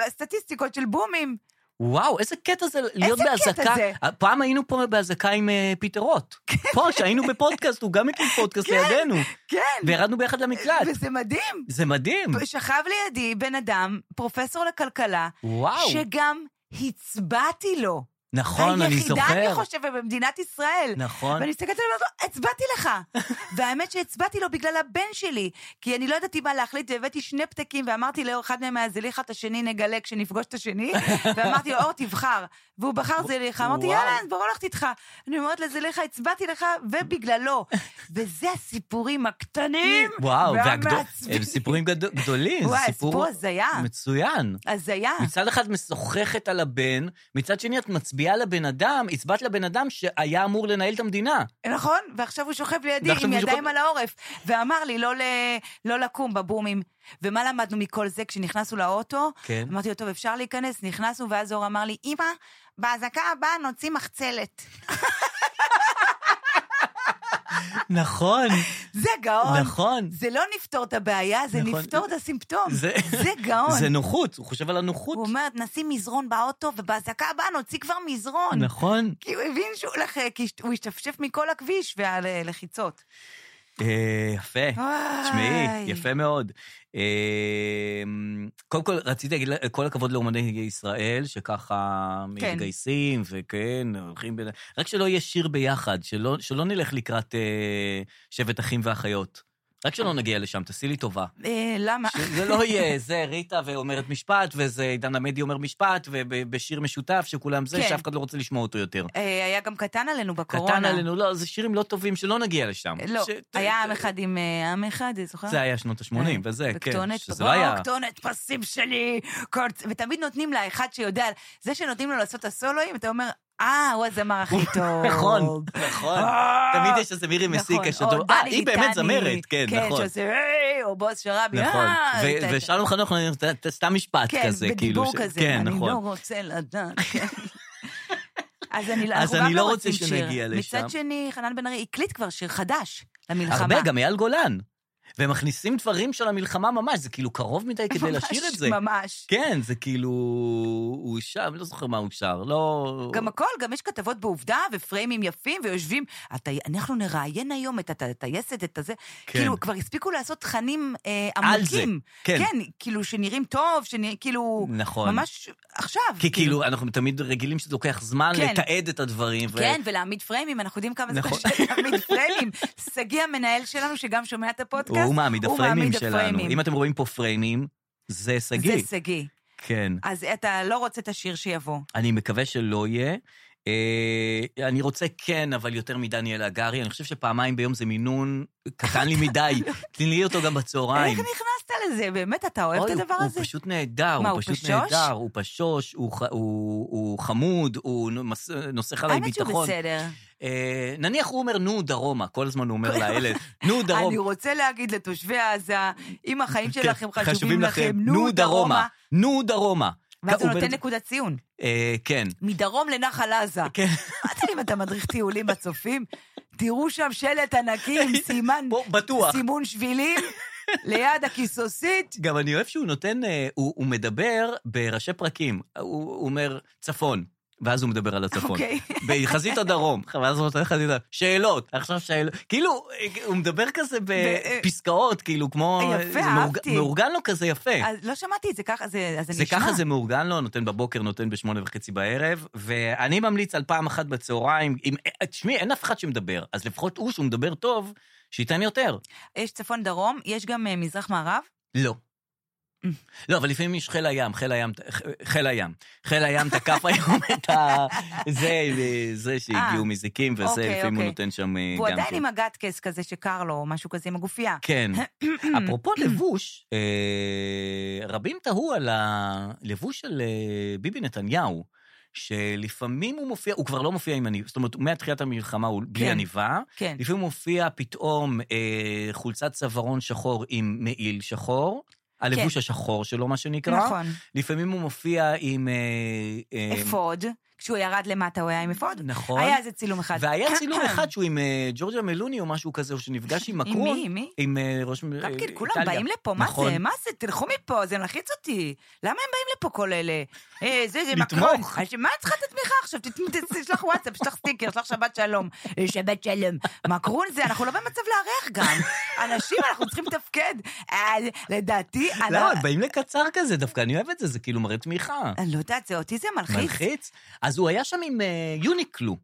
[SPEAKER 3] בסטטיסטיקות של בומים.
[SPEAKER 2] וואו, איזה קטע זה להיות
[SPEAKER 3] קטע
[SPEAKER 2] באזעקה.
[SPEAKER 3] זה?
[SPEAKER 2] פעם היינו פה באזעקה עם אה, פיטרות. פה, שהיינו בפודקאסט, הוא גם הקים פודקאסט לידינו.
[SPEAKER 3] כן,
[SPEAKER 2] וירדנו ביחד למקלט.
[SPEAKER 3] וזה מדהים.
[SPEAKER 2] זה מדהים.
[SPEAKER 3] שכב לידי בן אדם, פרופסור לכלכלה,
[SPEAKER 2] וואו.
[SPEAKER 3] שגם הצבעתי לו.
[SPEAKER 2] נכון, אני זוכר.
[SPEAKER 3] היחידה, אני חושבת, במדינת ישראל.
[SPEAKER 2] נכון.
[SPEAKER 3] ואני מסתכלת עליו ואומרת לו, הצבעתי לך. והאמת שהצבעתי לו בגלל הבן שלי, כי אני לא ידעתי מה להחליט, והבאתי שני פתקים, ואמרתי לאור אחד מהם היה זליכה, את השני נגלה כשנפגוש את השני, ואמרתי לו, אור, תבחר. והוא בחר זליכה, אמרתי,
[SPEAKER 2] וואו.
[SPEAKER 3] יאללה, אז ברור הולכת איתך. אני אומרת לזליכה, הצבעתי לך, ובגללו. וזה הסיפורים הקטנים.
[SPEAKER 2] וואו, והגדול-
[SPEAKER 3] והמעצבנים.
[SPEAKER 2] הם סיפורים גדו- גדולים. זה
[SPEAKER 3] וואי, סיפור הזיה. אה.
[SPEAKER 2] מצוין.
[SPEAKER 3] הזיה.
[SPEAKER 2] מצד אחד משוחחת על הבן, מצד שני את מצביעה לבן אדם, הצבעת לבן אדם שהיה אמור לנהל את המדינה.
[SPEAKER 3] נכון, ועכשיו הוא שוכב לידי
[SPEAKER 2] ועכשיו
[SPEAKER 3] עם
[SPEAKER 2] הוא שוכב-
[SPEAKER 3] ידיים על העורף, ואמר לי לא, ל... לא לקום בבומים. ומה למדנו מכל זה כשנכנסנו לאוטו?
[SPEAKER 2] כן.
[SPEAKER 3] אמרתי לו, טוב, אפשר להיכנס? נכנסנו, ואז אור אמר לי, אמא, באזעקה הבאה נוציא מחצלת.
[SPEAKER 2] נכון,
[SPEAKER 3] זה גאון.
[SPEAKER 2] נכון.
[SPEAKER 3] זה לא נפתור את הבעיה, זה
[SPEAKER 2] נכון.
[SPEAKER 3] נפתור את הסימפטום.
[SPEAKER 2] זה-
[SPEAKER 3] זה גאון.
[SPEAKER 2] זה נוחות, הוא חושב על הנוחות.
[SPEAKER 3] הוא אומר, נשים מזרון באוטו, ובאזעקה הבאה נוציא כבר מזרון.
[SPEAKER 2] נכון.
[SPEAKER 3] כי הוא הבין שהוא לח... כי הוא השתפשף מכל הכביש והלחיצות.
[SPEAKER 2] אה, יפה,
[SPEAKER 3] וואי.
[SPEAKER 2] תשמעי, יפה מאוד. אה, קודם כל, רציתי להגיד לה- כל הכבוד לאומני ישראל, שככה
[SPEAKER 3] כן.
[SPEAKER 2] מתגייסים, וכן, הולכים בין... רק שלא יהיה שיר ביחד, שלא שלא נלך לקראת אה, שבט אחים ואחיות. רק שלא נגיע לשם, תעשי לי טובה.
[SPEAKER 3] אה, למה?
[SPEAKER 2] זה לא יהיה, זה ריטה ואומרת משפט, וזה עידן עמדי אומר משפט, ובשיר משותף שכולם זה,
[SPEAKER 3] כן.
[SPEAKER 2] שאף אחד לא רוצה לשמוע אותו יותר.
[SPEAKER 3] אה, היה גם קטן עלינו בקורונה.
[SPEAKER 2] קטן עלינו, לא, זה שירים לא טובים שלא נגיע לשם.
[SPEAKER 3] לא,
[SPEAKER 2] ש-
[SPEAKER 3] היה עם אחד עם אה, עם אחד, זוכר? אה,
[SPEAKER 2] זה היה שנות ה-80, וזה, כן,
[SPEAKER 3] וכתונת,
[SPEAKER 2] שזה לא היה...
[SPEAKER 3] בוא, כתונת פסים שלי, קורט, ותמיד נותנים לאחד שיודע, זה שנותנים לו לעשות את הסולואים, אתה אומר, אה, הוא הזמר הכי טוב.
[SPEAKER 2] נכון, נכון.
[SPEAKER 3] אה,
[SPEAKER 2] תמיד יש איזה מירי
[SPEAKER 3] נכון,
[SPEAKER 2] מסיקה
[SPEAKER 3] או
[SPEAKER 2] שאתה... אה,
[SPEAKER 3] דני
[SPEAKER 2] היא באמת
[SPEAKER 3] גיטני,
[SPEAKER 2] זמרת, כן,
[SPEAKER 3] כן,
[SPEAKER 2] נכון.
[SPEAKER 3] שעושה, "היי", או בועז שראבי,
[SPEAKER 2] נכון.
[SPEAKER 3] אה,
[SPEAKER 2] ו-
[SPEAKER 3] אתה-
[SPEAKER 2] ושלום חנוך, ת- ת- סתם משפט
[SPEAKER 3] כן,
[SPEAKER 2] כזה, כאילו.
[SPEAKER 3] בדיבור
[SPEAKER 2] ש-
[SPEAKER 3] כזה,
[SPEAKER 2] כן,
[SPEAKER 3] אני
[SPEAKER 2] נכון.
[SPEAKER 3] לא רוצה לדעת. כן. אז אני,
[SPEAKER 2] אז
[SPEAKER 3] אנחנו
[SPEAKER 2] אני
[SPEAKER 3] גם
[SPEAKER 2] לא
[SPEAKER 3] לא
[SPEAKER 2] רוצה
[SPEAKER 3] רוצים שיר.
[SPEAKER 2] שנגיע לשם.
[SPEAKER 3] מצד שני, חנן בן ארי הקליט כבר שיר חדש למלחמה.
[SPEAKER 2] הרבה, גם אייל גולן. והם מכניסים דברים של המלחמה ממש, זה כאילו קרוב מדי כדי לשיר את זה.
[SPEAKER 3] ממש, ממש.
[SPEAKER 2] כן, זה כאילו... הוא שר, אני לא זוכר מה הוא שר, לא...
[SPEAKER 3] גם הכל, גם יש כתבות בעובדה ופריימים יפים, ויושבים, "הטי- אנחנו נראיין היום את הט- הטייסת, את הזה.
[SPEAKER 2] כן.
[SPEAKER 3] כאילו, כבר הספיקו לעשות תכנים אה,
[SPEAKER 2] על זה,
[SPEAKER 3] עמוקים.
[SPEAKER 2] כן.
[SPEAKER 3] כן, כאילו, שנראים טוב, שנראים, כאילו...
[SPEAKER 2] נכון.
[SPEAKER 3] ממש עכשיו.
[SPEAKER 2] כי כאילו, אנחנו תמיד רגילים שזה לוקח זמן
[SPEAKER 3] כן.
[SPEAKER 2] לתעד את הדברים. ו-
[SPEAKER 3] כן, ולהעמיד פריימים, אנחנו יודעים כמה זה
[SPEAKER 2] נכון.
[SPEAKER 3] קשה להעמיד פריימים. שגיא המנהל שלנו, שגם שומע את הפודקאסט,
[SPEAKER 2] הוא מעמיד הפריימים שלנו.
[SPEAKER 3] הפריימים.
[SPEAKER 2] אם אתם רואים פה פריימים, זה שגיא.
[SPEAKER 3] זה שגיא.
[SPEAKER 2] כן.
[SPEAKER 3] אז אתה לא רוצה את השיר שיבוא.
[SPEAKER 2] אני מקווה שלא יהיה. אה, אני רוצה כן, אבל יותר מדניאל הגרי. אני חושב שפעמיים ביום זה מינון קטן לי מדי. תני לי אותו גם
[SPEAKER 3] לא- איך
[SPEAKER 2] בצהריים.
[SPEAKER 3] נכנסת לזה? באמת, אתה אוהב
[SPEAKER 2] אוי,
[SPEAKER 3] את
[SPEAKER 2] הוא-
[SPEAKER 3] הדבר הזה?
[SPEAKER 2] הוא פשוט נהדר,
[SPEAKER 3] מה,
[SPEAKER 2] הוא
[SPEAKER 3] הוא
[SPEAKER 2] פשוט
[SPEAKER 3] פשוש?
[SPEAKER 2] נהדר, הוא פשוש, הוא ח- הוא הוא חמוד, הוא נוס- נוסך עליי
[SPEAKER 3] האמת שהוא
[SPEAKER 2] ביטחון.
[SPEAKER 3] בסדר.
[SPEAKER 2] אה, נניח הוא אומר, נו, דרומה, כל הזמן הוא אומר לאלה, נו, דרום.
[SPEAKER 3] אני רוצה להגיד לתושבי עזה, אם החיים
[SPEAKER 2] כן,
[SPEAKER 3] שלכם חשובים לכם, נו דרומה.
[SPEAKER 2] נו, דרומה.
[SPEAKER 3] ואז הוא
[SPEAKER 2] בן-
[SPEAKER 3] נותן נקודת ציון.
[SPEAKER 2] אה, כן.
[SPEAKER 3] מדרום לנחל עזה.
[SPEAKER 2] כן.
[SPEAKER 3] מה אתם אם אתה מדריך טיולים בצופים? תראו שם שלט ענקי עם סימן,
[SPEAKER 2] בוא, בטוח.
[SPEAKER 3] סימון שבילים, ליד הכיסוסית.
[SPEAKER 2] גם אני אוהב שהוא נותן, אה, הוא, הוא מדבר בראשי פרקים. הוא, הוא אומר, צפון. ואז הוא מדבר על הצפון.
[SPEAKER 3] אוקיי.
[SPEAKER 2] בחזית הדרום, ואז הוא נותן חזית הדרום. שאלות, עכשיו שאלות. כאילו, אה, הוא מדבר כזה בפסקאות, כאילו, כמו...
[SPEAKER 3] יפה,
[SPEAKER 2] זה
[SPEAKER 3] אהבתי.
[SPEAKER 2] מאורגן לו כזה יפה.
[SPEAKER 3] אז לא שמעתי את זה ככה, זה אז
[SPEAKER 2] כן. אה, זה
[SPEAKER 3] אני אשמע.
[SPEAKER 2] ככה זה מאורגן לו, נותן בבוקר, נותן בשמונה וחצי בערב, ואני ממליץ על פעם אחת בצהריים, אם... אה, תשמעי, אין אף אחד שמדבר, אז לפחות הוא, שהוא מדבר טוב, שייתן יותר.
[SPEAKER 3] יש צפון דרום, יש גם אה, מזרח מערב.
[SPEAKER 2] לא.
[SPEAKER 3] Mm.
[SPEAKER 2] לא, אבל לפעמים יש חיל הים, חיל הים, חיל הים. חיל הים תקף היום את ה... זה, זה שהגיעו
[SPEAKER 3] אה,
[SPEAKER 2] מזיקים וזה,
[SPEAKER 3] אוקיי,
[SPEAKER 2] לפעמים הוא
[SPEAKER 3] אוקיי.
[SPEAKER 2] נותן שם אה,
[SPEAKER 3] והוא
[SPEAKER 2] גם
[SPEAKER 3] עדיין
[SPEAKER 2] כן.
[SPEAKER 3] עם הגטקס כזה שקר לו, או משהו כזה עם הגופייה.
[SPEAKER 2] כן. אפרופו לבוש, אה, רבים תהו על הלבוש של אה, ביבי נתניהו, שלפעמים הוא מופיע, הוא כבר לא מופיע עם עניבה, זאת אומרת, מתחילת המלחמה הוא בלי
[SPEAKER 3] כן.
[SPEAKER 2] עניבה,
[SPEAKER 3] כן.
[SPEAKER 2] לפעמים מופיע פתאום אה, חולצת צווארון שחור עם מעיל שחור. הלבוש
[SPEAKER 3] כן.
[SPEAKER 2] השחור שלו, מה שנקרא.
[SPEAKER 3] נכון.
[SPEAKER 2] לפעמים הוא מופיע עם... אה, אה,
[SPEAKER 3] אפוד, כשהוא ירד למטה הוא היה עם אפוד.
[SPEAKER 2] נכון.
[SPEAKER 3] היה איזה צילום אחד. כן,
[SPEAKER 2] והיה צילום אחד שהוא עם אה, ג'ורג'ה מלוני או משהו כזה, או שנפגש עם מקרון.
[SPEAKER 3] מי? מי?
[SPEAKER 2] עם אה, ראש... מ-
[SPEAKER 3] גם כן,
[SPEAKER 2] אה,
[SPEAKER 3] כולם
[SPEAKER 2] איטליה.
[SPEAKER 3] באים לפה, מה
[SPEAKER 2] נכון.
[SPEAKER 3] זה? מה זה? תלכו מפה, זה מלחיץ אותי. למה הם באים לפה כל אלה? אה, זה, זה
[SPEAKER 2] לתמוך.
[SPEAKER 3] מקרון. אז מה את צריכה את התמיכה עכשיו? תת- תשלח וואטסאפ, שלח סטיקר, שלח שבת שלום. אה, שבת שלום. מקרון זה, אנחנו לא במצב לארח גם. אנשים, אנחנו צריכים לתפקד. אה, לדעתי, אני לא...
[SPEAKER 2] למה? באים לקצר כזה, דווקא אני אוהב את זה, זה כאילו מראה תמיכה.
[SPEAKER 3] אני לא יודעת, זה אותי זה מלחיץ.
[SPEAKER 2] מלחיץ. אז הוא היה שם עם אה, יוניקלו.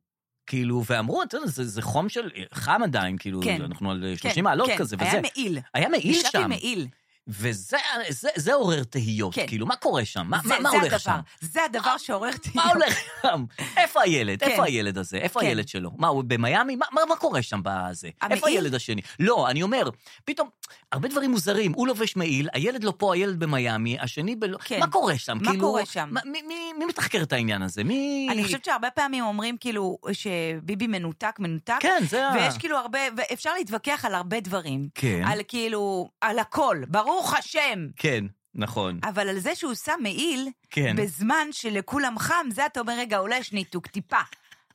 [SPEAKER 2] כאילו, ואמרו, אתה יודע, זה זה חום של... חם עדיין, כאילו,
[SPEAKER 3] כן.
[SPEAKER 2] אנחנו על אה,
[SPEAKER 3] כן,
[SPEAKER 2] 30 מעלות
[SPEAKER 3] כן,
[SPEAKER 2] כזה,
[SPEAKER 3] היה
[SPEAKER 2] וזה.
[SPEAKER 3] מעיל.
[SPEAKER 2] היה מעיל
[SPEAKER 3] ישבתי
[SPEAKER 2] שם.
[SPEAKER 3] מעיל.
[SPEAKER 2] וזה זה- זה עורר תהיות,
[SPEAKER 3] כן.
[SPEAKER 2] כאילו, מה קורה שם? מה-
[SPEAKER 3] זה-
[SPEAKER 2] מה מה
[SPEAKER 3] זה
[SPEAKER 2] הולך
[SPEAKER 3] הדבר.
[SPEAKER 2] שם?
[SPEAKER 3] זה הדבר שעורך אותי.
[SPEAKER 2] מה הולך שם? איפה הילד?
[SPEAKER 3] כן.
[SPEAKER 2] איפה הילד הזה? איפה
[SPEAKER 3] כן.
[SPEAKER 2] הילד שלו? מה, הוא במיאמי? מה- מה מה קורה שם בזה?
[SPEAKER 3] המעיל?
[SPEAKER 2] איפה הילד השני? לא, אני אומר, פתאום, הרבה דברים מוזרים. הוא לובש מעיל, הילד לא פה, הילד במיאמי, השני ב...
[SPEAKER 3] כן.
[SPEAKER 2] מה קורה שם?
[SPEAKER 3] מה
[SPEAKER 2] כאילו,
[SPEAKER 3] קורה שם?
[SPEAKER 2] מה- מי- מי- מי מתחקר את העניין הזה? מי...
[SPEAKER 3] אני חושבת שהרבה פעמים אומרים כאילו שביבי מנותק, מנותק.
[SPEAKER 2] כן, זה ה-
[SPEAKER 3] ויש כאילו הרבה, ואפשר להתווכח על הרבה דברים.
[SPEAKER 2] כן.
[SPEAKER 3] על כאילו, על הכל, ברוך השם.
[SPEAKER 2] כן, נכון.
[SPEAKER 3] אבל על זה שהוא שם מעיל,
[SPEAKER 2] כן.
[SPEAKER 3] בזמן שלכולם חם, זה אתה אומר, רגע, אולי יש ניתוק טיפה.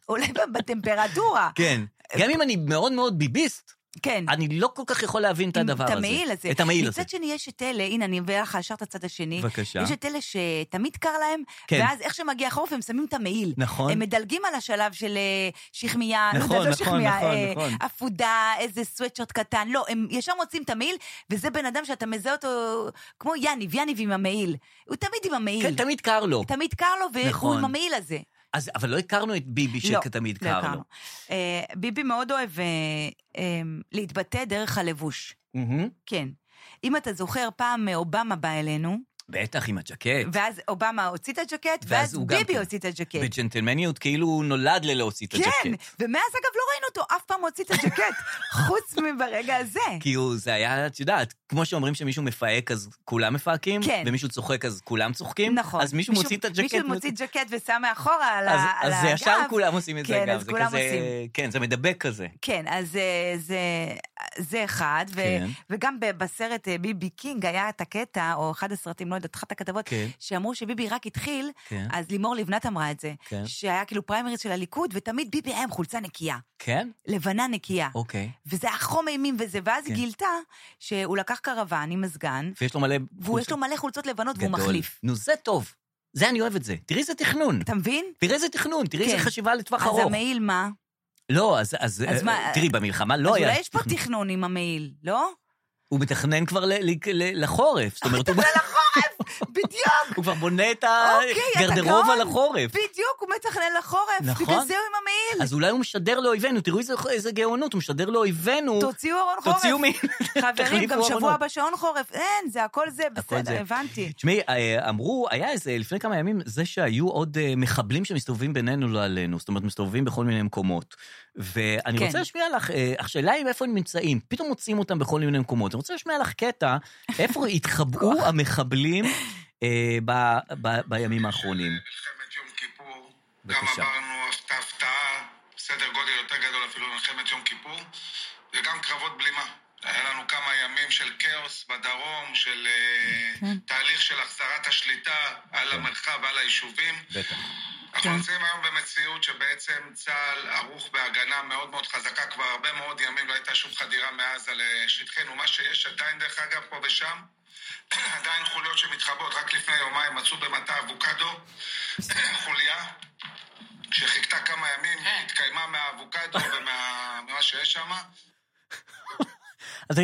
[SPEAKER 3] אולי בטמפרטורה.
[SPEAKER 2] כן.
[SPEAKER 3] אה,
[SPEAKER 2] גם אם אני מאוד מאוד ביביסט,
[SPEAKER 3] כן.
[SPEAKER 2] אני לא כל כך יכול להבין את
[SPEAKER 3] עם-
[SPEAKER 2] הדבר הזה.
[SPEAKER 3] את המעיל הזה.
[SPEAKER 2] את המעיל הזה.
[SPEAKER 3] מצד שני, יש את אלה, הנה, אני מביאה לך ישר את הצד השני.
[SPEAKER 2] בבקשה.
[SPEAKER 3] יש את אלה שתמיד קר להם,
[SPEAKER 2] כן.
[SPEAKER 3] ואז איך שמגיע החורף, הם שמים את המעיל.
[SPEAKER 2] נכון.
[SPEAKER 3] הם מדלגים על השלב של אה, שכמיה,
[SPEAKER 2] נכון,
[SPEAKER 3] לא, זה לא
[SPEAKER 2] נכון,
[SPEAKER 3] שכמיה,
[SPEAKER 2] נכון,
[SPEAKER 3] אה,
[SPEAKER 2] נכון.
[SPEAKER 3] עפודה, איזה סוואטשרט קטן. לא, הם ישר מוצאים את המעיל, וזה בן אדם שאתה מזהה אותו כמו יניב, יניב עם המעיל. הוא תמיד עם המעיל.
[SPEAKER 2] כן, תמיד קר לו.
[SPEAKER 3] תמיד קר לו, והוא
[SPEAKER 2] נכון.
[SPEAKER 3] עם המעיל הזה.
[SPEAKER 2] אז, אבל לא הכרנו את ביבי
[SPEAKER 3] לא,
[SPEAKER 2] שתמיד
[SPEAKER 3] לא
[SPEAKER 2] קר לו.
[SPEAKER 3] הכרנו. אה, ביבי מאוד אוהב אה, אה, להתבטא דרך הלבוש.
[SPEAKER 2] מהמם.
[SPEAKER 3] כן. אם אתה זוכר, פעם אה, אובמה בא אלינו,
[SPEAKER 2] בטח, עם הג'קט.
[SPEAKER 3] ואז אובמה הוציא את הג'קט,
[SPEAKER 2] ואז
[SPEAKER 3] ואז
[SPEAKER 2] הוא גם
[SPEAKER 3] ביבי
[SPEAKER 2] כן.
[SPEAKER 3] הוציא את הג'קט.
[SPEAKER 2] בג'נטלמניות כאילו הוא נולד ללהוציא את הג'קט.
[SPEAKER 3] כן, ומאז אגב לא ראינו אותו אף פעם מוציא את הג'קט, חוץ מברגע הזה.
[SPEAKER 2] כי הוא, זה היה, את יודעת, כמו שאומרים שמישהו מפהק אז כולם מפהקים,
[SPEAKER 3] כן.
[SPEAKER 2] ומישהו צוחק אז כולם צוחקים,
[SPEAKER 3] נכון.
[SPEAKER 2] אז מישהו מוציא את הג'קט.
[SPEAKER 3] מישהו מוציא ג'קט ושם מאחורה על
[SPEAKER 2] אז,
[SPEAKER 3] ה- על
[SPEAKER 2] אז
[SPEAKER 3] הגב.
[SPEAKER 2] זה ישר כולם עושים את זה
[SPEAKER 3] כן,
[SPEAKER 2] גם,
[SPEAKER 3] אז
[SPEAKER 2] זה
[SPEAKER 3] כולם
[SPEAKER 2] כזה,
[SPEAKER 3] עושים.
[SPEAKER 2] כן, זה מדבק כזה.
[SPEAKER 3] כן, אז אה, זה, זה אחד, ו,
[SPEAKER 2] כן.
[SPEAKER 3] וגם ב- בסרט אה, ביבי קינג היה את הקטע, או אחד הסרטים, לא יודעת, אחת הכתבות,
[SPEAKER 2] כן.
[SPEAKER 3] שאמרו שביבי רק התחיל,
[SPEAKER 2] כן.
[SPEAKER 3] אז לימור לבנת אמרה את זה,
[SPEAKER 2] כן.
[SPEAKER 3] שהיה כאילו פריימריז של הליכוד, ותמיד ביבי היה עם חולצה נקייה,
[SPEAKER 2] כן?
[SPEAKER 3] לבנה נקייה,
[SPEAKER 2] אוקיי.
[SPEAKER 3] וזה היה חום אימים וזה, ואז
[SPEAKER 2] כן.
[SPEAKER 3] היא גילתה שהוא לקח קרוון עם מזגן,
[SPEAKER 2] ויש לו מלא...
[SPEAKER 3] והוא יש לו מלא חולצות לבנות והוא מחליף.
[SPEAKER 2] נו, זה טוב. זה, אני אוהב את זה. תראי איזה תכנון.
[SPEAKER 3] אתה מבין?
[SPEAKER 2] תראי איזה תכנון, תראי
[SPEAKER 3] כן.
[SPEAKER 2] איזה חשיבה לטווח
[SPEAKER 3] אז
[SPEAKER 2] ארוך.
[SPEAKER 3] המעיל מה?
[SPEAKER 2] לא, אז... אז
[SPEAKER 3] אז
[SPEAKER 2] אה,
[SPEAKER 3] מה,
[SPEAKER 2] תראי, במלחמה לא
[SPEAKER 3] אז
[SPEAKER 2] היה...
[SPEAKER 3] אולי יש פה תכנון עם המעיל, לא?
[SPEAKER 2] הוא מתכנן כבר ל- ל- ל- לחורף. זאת אומרת, הוא-
[SPEAKER 3] בדיוק!
[SPEAKER 2] הוא כבר בונה את
[SPEAKER 3] אוקיי, אתה
[SPEAKER 2] הגרדרובה
[SPEAKER 3] גאון.
[SPEAKER 2] לחורף.
[SPEAKER 3] בדיוק, הוא מתכנן לחורף.
[SPEAKER 2] נכון.
[SPEAKER 3] בגלל זה הוא עם המעיל.
[SPEAKER 2] אז אולי הוא משדר לאויבינו, תראו איזה, איזה גאונות, הוא משדר לאויבינו.
[SPEAKER 3] תוציאו ארון חורף.
[SPEAKER 2] תוציאו מ...
[SPEAKER 3] חברים,
[SPEAKER 2] תחליפו
[SPEAKER 3] גם שבוע
[SPEAKER 2] ארונות.
[SPEAKER 3] הבא שעון חורף. אין, זה הכל זה,
[SPEAKER 2] הכל
[SPEAKER 3] בסדר,
[SPEAKER 2] זה.
[SPEAKER 3] הבנתי.
[SPEAKER 2] תשמעי, אה, אמרו, היה איזה, לפני כמה ימים, זה שהיו עוד אה, מחבלים שמסתובבים בינינו לא עלינו, זאת אומרת, מסתובבים בכל מיני מקומות. ואני
[SPEAKER 3] כן.
[SPEAKER 2] רוצה להשמיע לך, אה, השאלה היא איפה הם נמצאים, פתאום מוצאים אותם בכל מיני מקומות. אני רוצה להשמיע לך קטע, איפה התחבאו המחבלים אה, ב, ב, בימים האחרונים.
[SPEAKER 7] מלחמת יום כיפור, גם
[SPEAKER 2] בבקשה.
[SPEAKER 7] עברנו את ההפתעה, סדר גודל יותר גדול אפילו מלחמת יום כיפור, וגם קרבות בלימה. היה לנו כמה ימים של כאוס בדרום, של אה, תהליך של החזרת השליטה על המרחב ועל היישובים.
[SPEAKER 2] בטח.
[SPEAKER 7] אנחנו נמצאים היום במציאות שבעצם צה"ל ערוך בהגנה מאוד מאוד חזקה, כבר הרבה מאוד ימים לא הייתה שום חדירה מעזה לשטחנו. מה שיש עדיין, דרך אגב, פה ושם, עדיין חוליות שמתחבאות. רק לפני יומיים מצאו במטע אבוקדו חוליה שחיכתה כמה ימים, היא התקיימה מהאבוקדו וממה שיש שם.
[SPEAKER 2] אז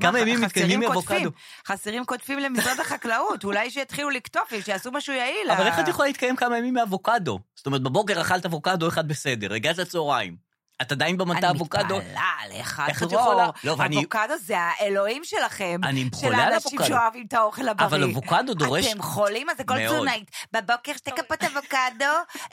[SPEAKER 2] כמה ימים
[SPEAKER 3] חסרים
[SPEAKER 2] מתקיימים
[SPEAKER 3] קוטפים.
[SPEAKER 2] מאבוקדו.
[SPEAKER 3] חסרים קוטפים למשרד החקלאות, אולי שיתחילו לקטוף, שיעשו משהו יעיל.
[SPEAKER 2] אבל
[SPEAKER 3] ה-
[SPEAKER 2] איך את יכולה להתקיים כמה ימים מאבוקדו? זאת אומרת, בבוקר אכלת אבוקדו אחד בסדר, הגעת לצהריים. את עדיין במטע אבוקדו?
[SPEAKER 3] אני מתפלאה עליך,
[SPEAKER 2] איך את יכולה?
[SPEAKER 3] דרור.
[SPEAKER 2] לא, ואני-
[SPEAKER 3] אבוקדו זה האלוהים שלכם.
[SPEAKER 2] אני חולה על
[SPEAKER 3] של האנשים
[SPEAKER 2] אבוקדו.
[SPEAKER 3] שאוהבים את האוכל הבריא.
[SPEAKER 2] אבל אבוקדו דורש-
[SPEAKER 3] אתם חולים, אז זה כל
[SPEAKER 2] מאוד.
[SPEAKER 3] תזונאית. בבוקר שתי כפות אבוקדו,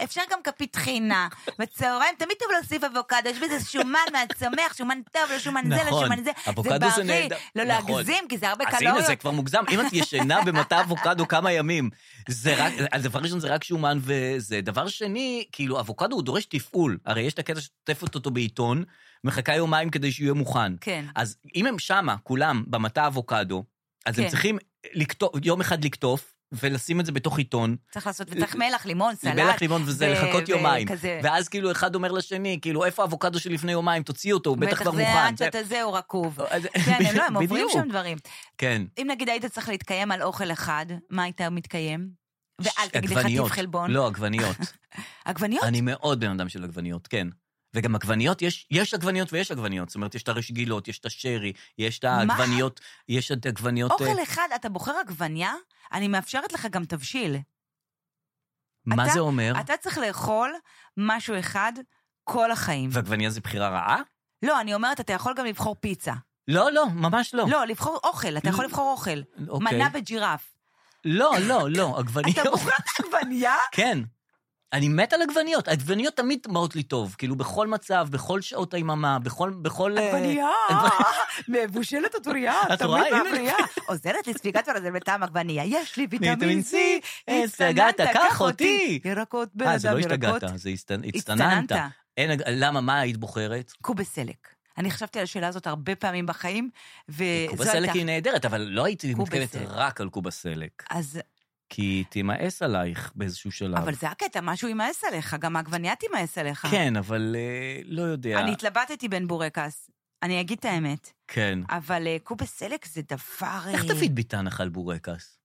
[SPEAKER 3] אפשר גם כפית חינה. בצהריים תמיד טוב להוסיף אבוקדו, יש בזה שומן מהצומח, שומן טוב, לא שומן זה, לא
[SPEAKER 2] נכון,
[SPEAKER 3] שומן זה.
[SPEAKER 2] אבוקדו זה
[SPEAKER 3] בריא.
[SPEAKER 2] נהדר.
[SPEAKER 3] לא
[SPEAKER 2] נכון.
[SPEAKER 3] להגזים, כי זה הרבה
[SPEAKER 2] אז הנה, זה
[SPEAKER 3] קלוריות.
[SPEAKER 2] כבר מוגזם. אם את ישנה במטע אבוקדו כמה ימים, זה רק, הדבר ראשון זה רק שומן וזה. דבר שני, כאילו, אבוקדו הוא דורש תפעול. הרי יש את הקטע שטוטפת אותו בעיתון, מחכה יומיים כדי שהוא יהיה מוכן.
[SPEAKER 3] כן.
[SPEAKER 2] אז אם הם שמה, כולם, במטע אבוקדו, אז
[SPEAKER 3] כן.
[SPEAKER 2] הם צריכים לקטוף, יום אחד לקטוף, ולשים את זה בתוך עיתון,
[SPEAKER 3] צריך לעשות, וצריך מלח, לימון, סלט.
[SPEAKER 2] מלח לימון וזה,
[SPEAKER 3] ו-
[SPEAKER 2] לחכות
[SPEAKER 3] ו-
[SPEAKER 2] יומיים.
[SPEAKER 3] כזה.
[SPEAKER 2] ואז כאילו אחד אומר לשני, כאילו, איפה האבוקדו שלפני יומיים? תוציא אותו, הוא בטח כבר
[SPEAKER 3] בטח זה
[SPEAKER 2] מוכן.
[SPEAKER 3] עד שאתה זה, הוא רקוב.
[SPEAKER 2] אז-
[SPEAKER 3] כן, הם לא, הם עוברים
[SPEAKER 2] בדיוק.
[SPEAKER 3] שם דברים.
[SPEAKER 2] כן.
[SPEAKER 3] אם נגיד היית צריך להתקיים על אוכל אחד, מה היית מתקיים? ואל תגיד לך
[SPEAKER 2] עגבניות.
[SPEAKER 3] טיף חלבון.
[SPEAKER 2] לא, עגבניות.
[SPEAKER 3] עגבניות?
[SPEAKER 2] אני מאוד בן אדם של עגבניות, כן. וגם עגבניות, יש, יש עגבניות ויש עגבניות. זאת אומרת, יש את הרשגילות, יש את השרי, יש את העגבניות, יש את העגבניות...
[SPEAKER 3] אוכל
[SPEAKER 2] אה,
[SPEAKER 3] אחד, אתה בוחר עגבניה? אני מאפשרת לך גם תבשיל.
[SPEAKER 2] מה
[SPEAKER 3] אתה-
[SPEAKER 2] זה אומר?
[SPEAKER 3] אתה צריך לאכול משהו אחד כל החיים.
[SPEAKER 2] ועגבניה זה בחירה רעה?
[SPEAKER 3] לא, אני אומרת, אתה יכול גם לבחור פיצה.
[SPEAKER 2] לא, לא, ממש לא.
[SPEAKER 3] לא, לבחור אוכל, אתה יכול
[SPEAKER 2] לא.
[SPEAKER 3] לבחור אוכל.
[SPEAKER 2] אוקיי.
[SPEAKER 3] מנה בג'ירף.
[SPEAKER 2] לא, לא, לא, עגבניות.
[SPEAKER 3] אתה בוחר את העגבניה?
[SPEAKER 2] כן. אני מת על עגבניות, עגבניות תמיד באות לי טוב, כאילו בכל מצב, בכל שעות היממה, בכל... בכל אה,
[SPEAKER 3] עגבנייה,
[SPEAKER 2] עגבנ-
[SPEAKER 3] מבושלת הטוריה,
[SPEAKER 2] את רואה?
[SPEAKER 3] תמיד
[SPEAKER 2] הנה.
[SPEAKER 3] בעגבנייה. עוזרת לספיגת ברזל בטעם עגבנייה, יש לי ויטמין
[SPEAKER 2] ויטמין
[SPEAKER 3] C,
[SPEAKER 2] C,
[SPEAKER 3] הצטננת,
[SPEAKER 2] הצטננת,
[SPEAKER 3] קח
[SPEAKER 2] קח
[SPEAKER 3] אותי.
[SPEAKER 2] אותי.
[SPEAKER 3] ירקות בן
[SPEAKER 2] אה, זה
[SPEAKER 3] אדם,
[SPEAKER 2] לא
[SPEAKER 3] ירקות.
[SPEAKER 2] השתגעת, זה הסתנ- הצטננת. אין, עג- למה, מה היית בוחרת?
[SPEAKER 3] קובה סלק. אני חשבתי על השאלה הזאת הרבה פעמים בחיים, וזו
[SPEAKER 2] קובה סלק
[SPEAKER 3] אה, הייתה...
[SPEAKER 2] היא נהדרת, אבל לא הייתי
[SPEAKER 3] קובה
[SPEAKER 2] מתכוונת
[SPEAKER 3] סלק.
[SPEAKER 2] רק על קובה סלק,
[SPEAKER 3] אז,
[SPEAKER 2] כי היא תימאס עלייך באיזשהו שלב.
[SPEAKER 3] אבל זה הקטע, משהו יימאס עליך, גם העגבנייה תימאס עליך.
[SPEAKER 2] כן, אבל אה, לא יודע.
[SPEAKER 3] אני התלבטתי בין בורקס, אני אגיד את האמת,
[SPEAKER 2] כן.
[SPEAKER 3] אבל אה, קובה סלק זה דבר...
[SPEAKER 2] איך
[SPEAKER 3] אה,
[SPEAKER 2] דוד ביטן אכל בורקס?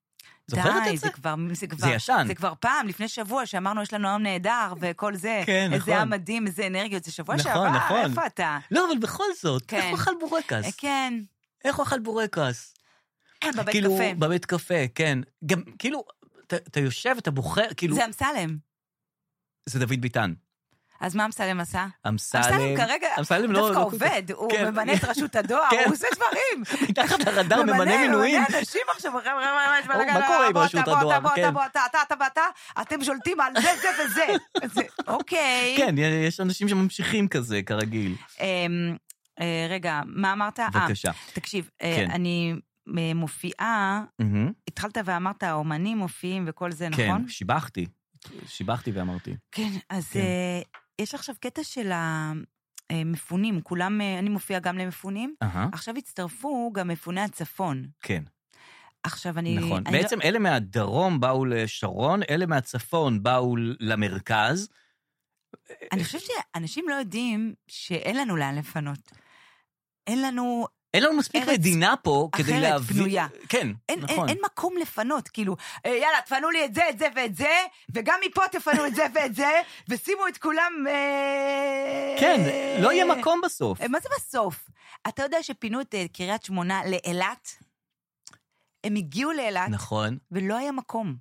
[SPEAKER 2] זוכרת
[SPEAKER 3] די,
[SPEAKER 2] את זה?
[SPEAKER 3] זה כבר, זה כבר,
[SPEAKER 2] ישן.
[SPEAKER 3] זה כבר פעם, לפני שבוע, שאמרנו, יש לנו עם נהדר וכל זה.
[SPEAKER 2] כן,
[SPEAKER 3] איזה
[SPEAKER 2] נכון.
[SPEAKER 3] עם מדהים, איזה אנרגיות, זה שבוע
[SPEAKER 2] נכון,
[SPEAKER 3] שעבר,
[SPEAKER 2] נכון.
[SPEAKER 3] איפה אתה?
[SPEAKER 2] לא, אבל בכל זאת, איך
[SPEAKER 3] כן.
[SPEAKER 2] הוא אכל
[SPEAKER 3] אה,
[SPEAKER 2] בורקס?
[SPEAKER 3] כן,
[SPEAKER 2] איך הוא אכל בורקס?
[SPEAKER 3] בבית
[SPEAKER 2] כאילו,
[SPEAKER 3] קפה.
[SPEAKER 2] בבית קפה, כן. גם, כאילו, אתה- אתה יושב, אתה בוחר, כאילו,
[SPEAKER 3] זה אמסלם.
[SPEAKER 2] זה כאילו, דוד ביטן.
[SPEAKER 3] אז מה אמסלם עשה?
[SPEAKER 2] אמסלם-
[SPEAKER 3] אמסלם כרגע
[SPEAKER 2] אמסלם לא-
[SPEAKER 3] דווקא
[SPEAKER 2] לא-
[SPEAKER 3] עובד, הוא
[SPEAKER 2] כן.
[SPEAKER 3] ממנה את רשות הדואר,
[SPEAKER 2] כן.
[SPEAKER 3] הוא עושה דברים.
[SPEAKER 2] מתחת לרדאר ממנה מינויים.
[SPEAKER 3] ממנה אנשים עכשיו, חבר'ה, חבר'ה, יש בלגן,
[SPEAKER 2] מה קורה עם
[SPEAKER 3] בוא,
[SPEAKER 2] רשות
[SPEAKER 3] אתה, בוא, אתה,
[SPEAKER 2] הדואר?
[SPEAKER 3] בוא, אתה,
[SPEAKER 2] כן.
[SPEAKER 3] בוא, אתה, אתה, אתה ואתה, אתם שולטים על זה, זה וזה. זה, אוקיי.
[SPEAKER 2] כן, יש אנשים שממשיכים כזה, כרגיל.
[SPEAKER 3] אמ, אה, רגע, מה אמרת? אה,
[SPEAKER 2] בבקשה.
[SPEAKER 3] תקשיב, אה,
[SPEAKER 2] כן.
[SPEAKER 3] אני אה, מופיעה,
[SPEAKER 2] מהמם.
[SPEAKER 3] התחלת ואמרת, האומנים מופיעים וכל זה, נכון?
[SPEAKER 2] כן, שיבחתי. שיבחתי ואמרתי.
[SPEAKER 3] כן, אז
[SPEAKER 2] כן.
[SPEAKER 3] אה, יש עכשיו קטע של המפונים, כולם, אה, אני מופיעה גם למפונים.
[SPEAKER 2] אהה,
[SPEAKER 3] עכשיו הצטרפו גם מפוני הצפון.
[SPEAKER 2] כן,
[SPEAKER 3] עכשיו אני...
[SPEAKER 2] נכון.
[SPEAKER 3] אני לא-
[SPEAKER 2] בעצם אלה מהדרום באו לשרון, אלה מהצפון באו למרכז.
[SPEAKER 3] אני חושבת שאנשים לא יודעים שאין לנו לאן לפנות. אין לנו,
[SPEAKER 2] אין לנו מספיק
[SPEAKER 3] ארץ
[SPEAKER 2] מדינה פה כדי
[SPEAKER 3] אחרת,
[SPEAKER 2] להביא...
[SPEAKER 3] פנויה.
[SPEAKER 2] כן,
[SPEAKER 3] אין, נכון.
[SPEAKER 2] נכון.
[SPEAKER 3] אין, אין מקום לפנות, כאילו, אה, יאללה, תפנו לי את זה, את זה ואת זה, וגם מפה תפנו את זה ואת זה, ושימו את כולם... אה,
[SPEAKER 2] כן, לא יהיה מקום בסוף.
[SPEAKER 3] אה, מה זה בסוף? אתה יודע שפינו את אה, קריית שמונה לאילת? הם הגיעו לאילת,
[SPEAKER 2] נכון.
[SPEAKER 3] ולא היה מקום.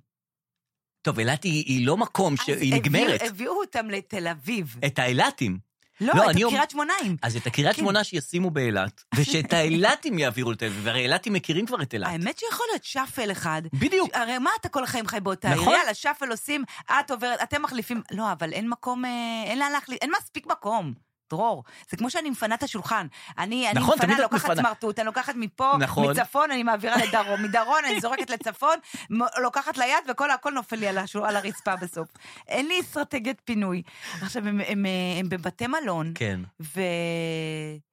[SPEAKER 2] טוב, אילת היא היא לא מקום
[SPEAKER 3] אז
[SPEAKER 2] שהיא נגמרת.
[SPEAKER 3] הביאו, הביאו אותם לתל אביב.
[SPEAKER 2] את האילתים.
[SPEAKER 3] לא,
[SPEAKER 2] לא,
[SPEAKER 3] את
[SPEAKER 2] אני אומר-
[SPEAKER 3] קריית שמונאים.
[SPEAKER 2] אז את הקריית
[SPEAKER 3] כן.
[SPEAKER 2] שמונה שישימו באילת, ושאת האילתים יעבירו לתל אביב, והרי אילתים מכירים כבר את אילת.
[SPEAKER 3] האמת שיכול להיות שאפל אחד.
[SPEAKER 2] בדיוק.
[SPEAKER 3] הרי מה אתה כל החיים חי באותה עיר?
[SPEAKER 2] נכון.
[SPEAKER 3] יאללה, שאפל עושים, את עוברת, אתם מחליפים. לא, אבל אין מקום, אה, אין לאן להחליף, אין מספיק מקום. דרור, זה כמו שאני מפנה את השולחן. אני, אני
[SPEAKER 2] נכון, תמיד
[SPEAKER 3] מפנה,
[SPEAKER 2] את
[SPEAKER 3] לוקחת
[SPEAKER 2] מפנה.
[SPEAKER 3] סמרטוט, אני לוקחת מפה,
[SPEAKER 2] נכון.
[SPEAKER 3] מצפון אני מעבירה לדרום, מדרום אני זורקת לצפון, מ- לוקחת ליד וכל הכל נופל לי על, השול, על הרצפה בסוף. אין לי אסטרטגיית פינוי. עכשיו, הם, הם, הם, אה, הם בבתי מלון,
[SPEAKER 2] כן.
[SPEAKER 3] ו...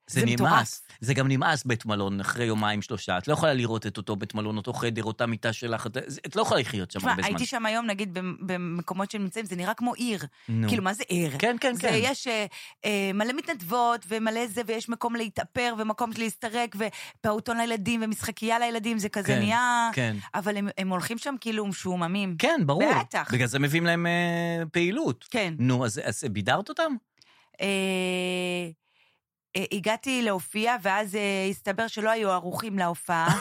[SPEAKER 2] זה נמאס. זה גם נמאס בית מלון אחרי יומיים שלושה. את לא יכולה לראות את אותו בית מלון, אותו חדר, אותה מיטה שלך. את- זה- את לא יכולה לחיות שם
[SPEAKER 3] תשמע,
[SPEAKER 2] הרבה זמן.
[SPEAKER 3] הייתי שם היום, נגיד, במ- במקומות שהם נמצאים, זה נראה כמו עיר.
[SPEAKER 2] נו.
[SPEAKER 3] כאילו, מה זה עיר?
[SPEAKER 2] כן, כן,
[SPEAKER 3] זה
[SPEAKER 2] כן.
[SPEAKER 3] יש אה, אה, מלא מתנדבות ומלא זה, ויש מקום להתאפר ומקום להסתרק, ופעוטון לילדים ומשחקייה לילדים, זה כזה
[SPEAKER 2] כן,
[SPEAKER 3] נהיה...
[SPEAKER 2] כן.
[SPEAKER 3] אבל הם, הם הולכים שם כאילו משועממים.
[SPEAKER 2] כן, ברור.
[SPEAKER 3] בטח.
[SPEAKER 2] בגלל זה מביאים להם אה, פעילות.
[SPEAKER 3] כן.
[SPEAKER 2] נו, אז אז בידרת אותם?
[SPEAKER 3] אה, אה, הגעתי להופיע, ואז אה, הסתבר שלא היו ערוכים להופעה.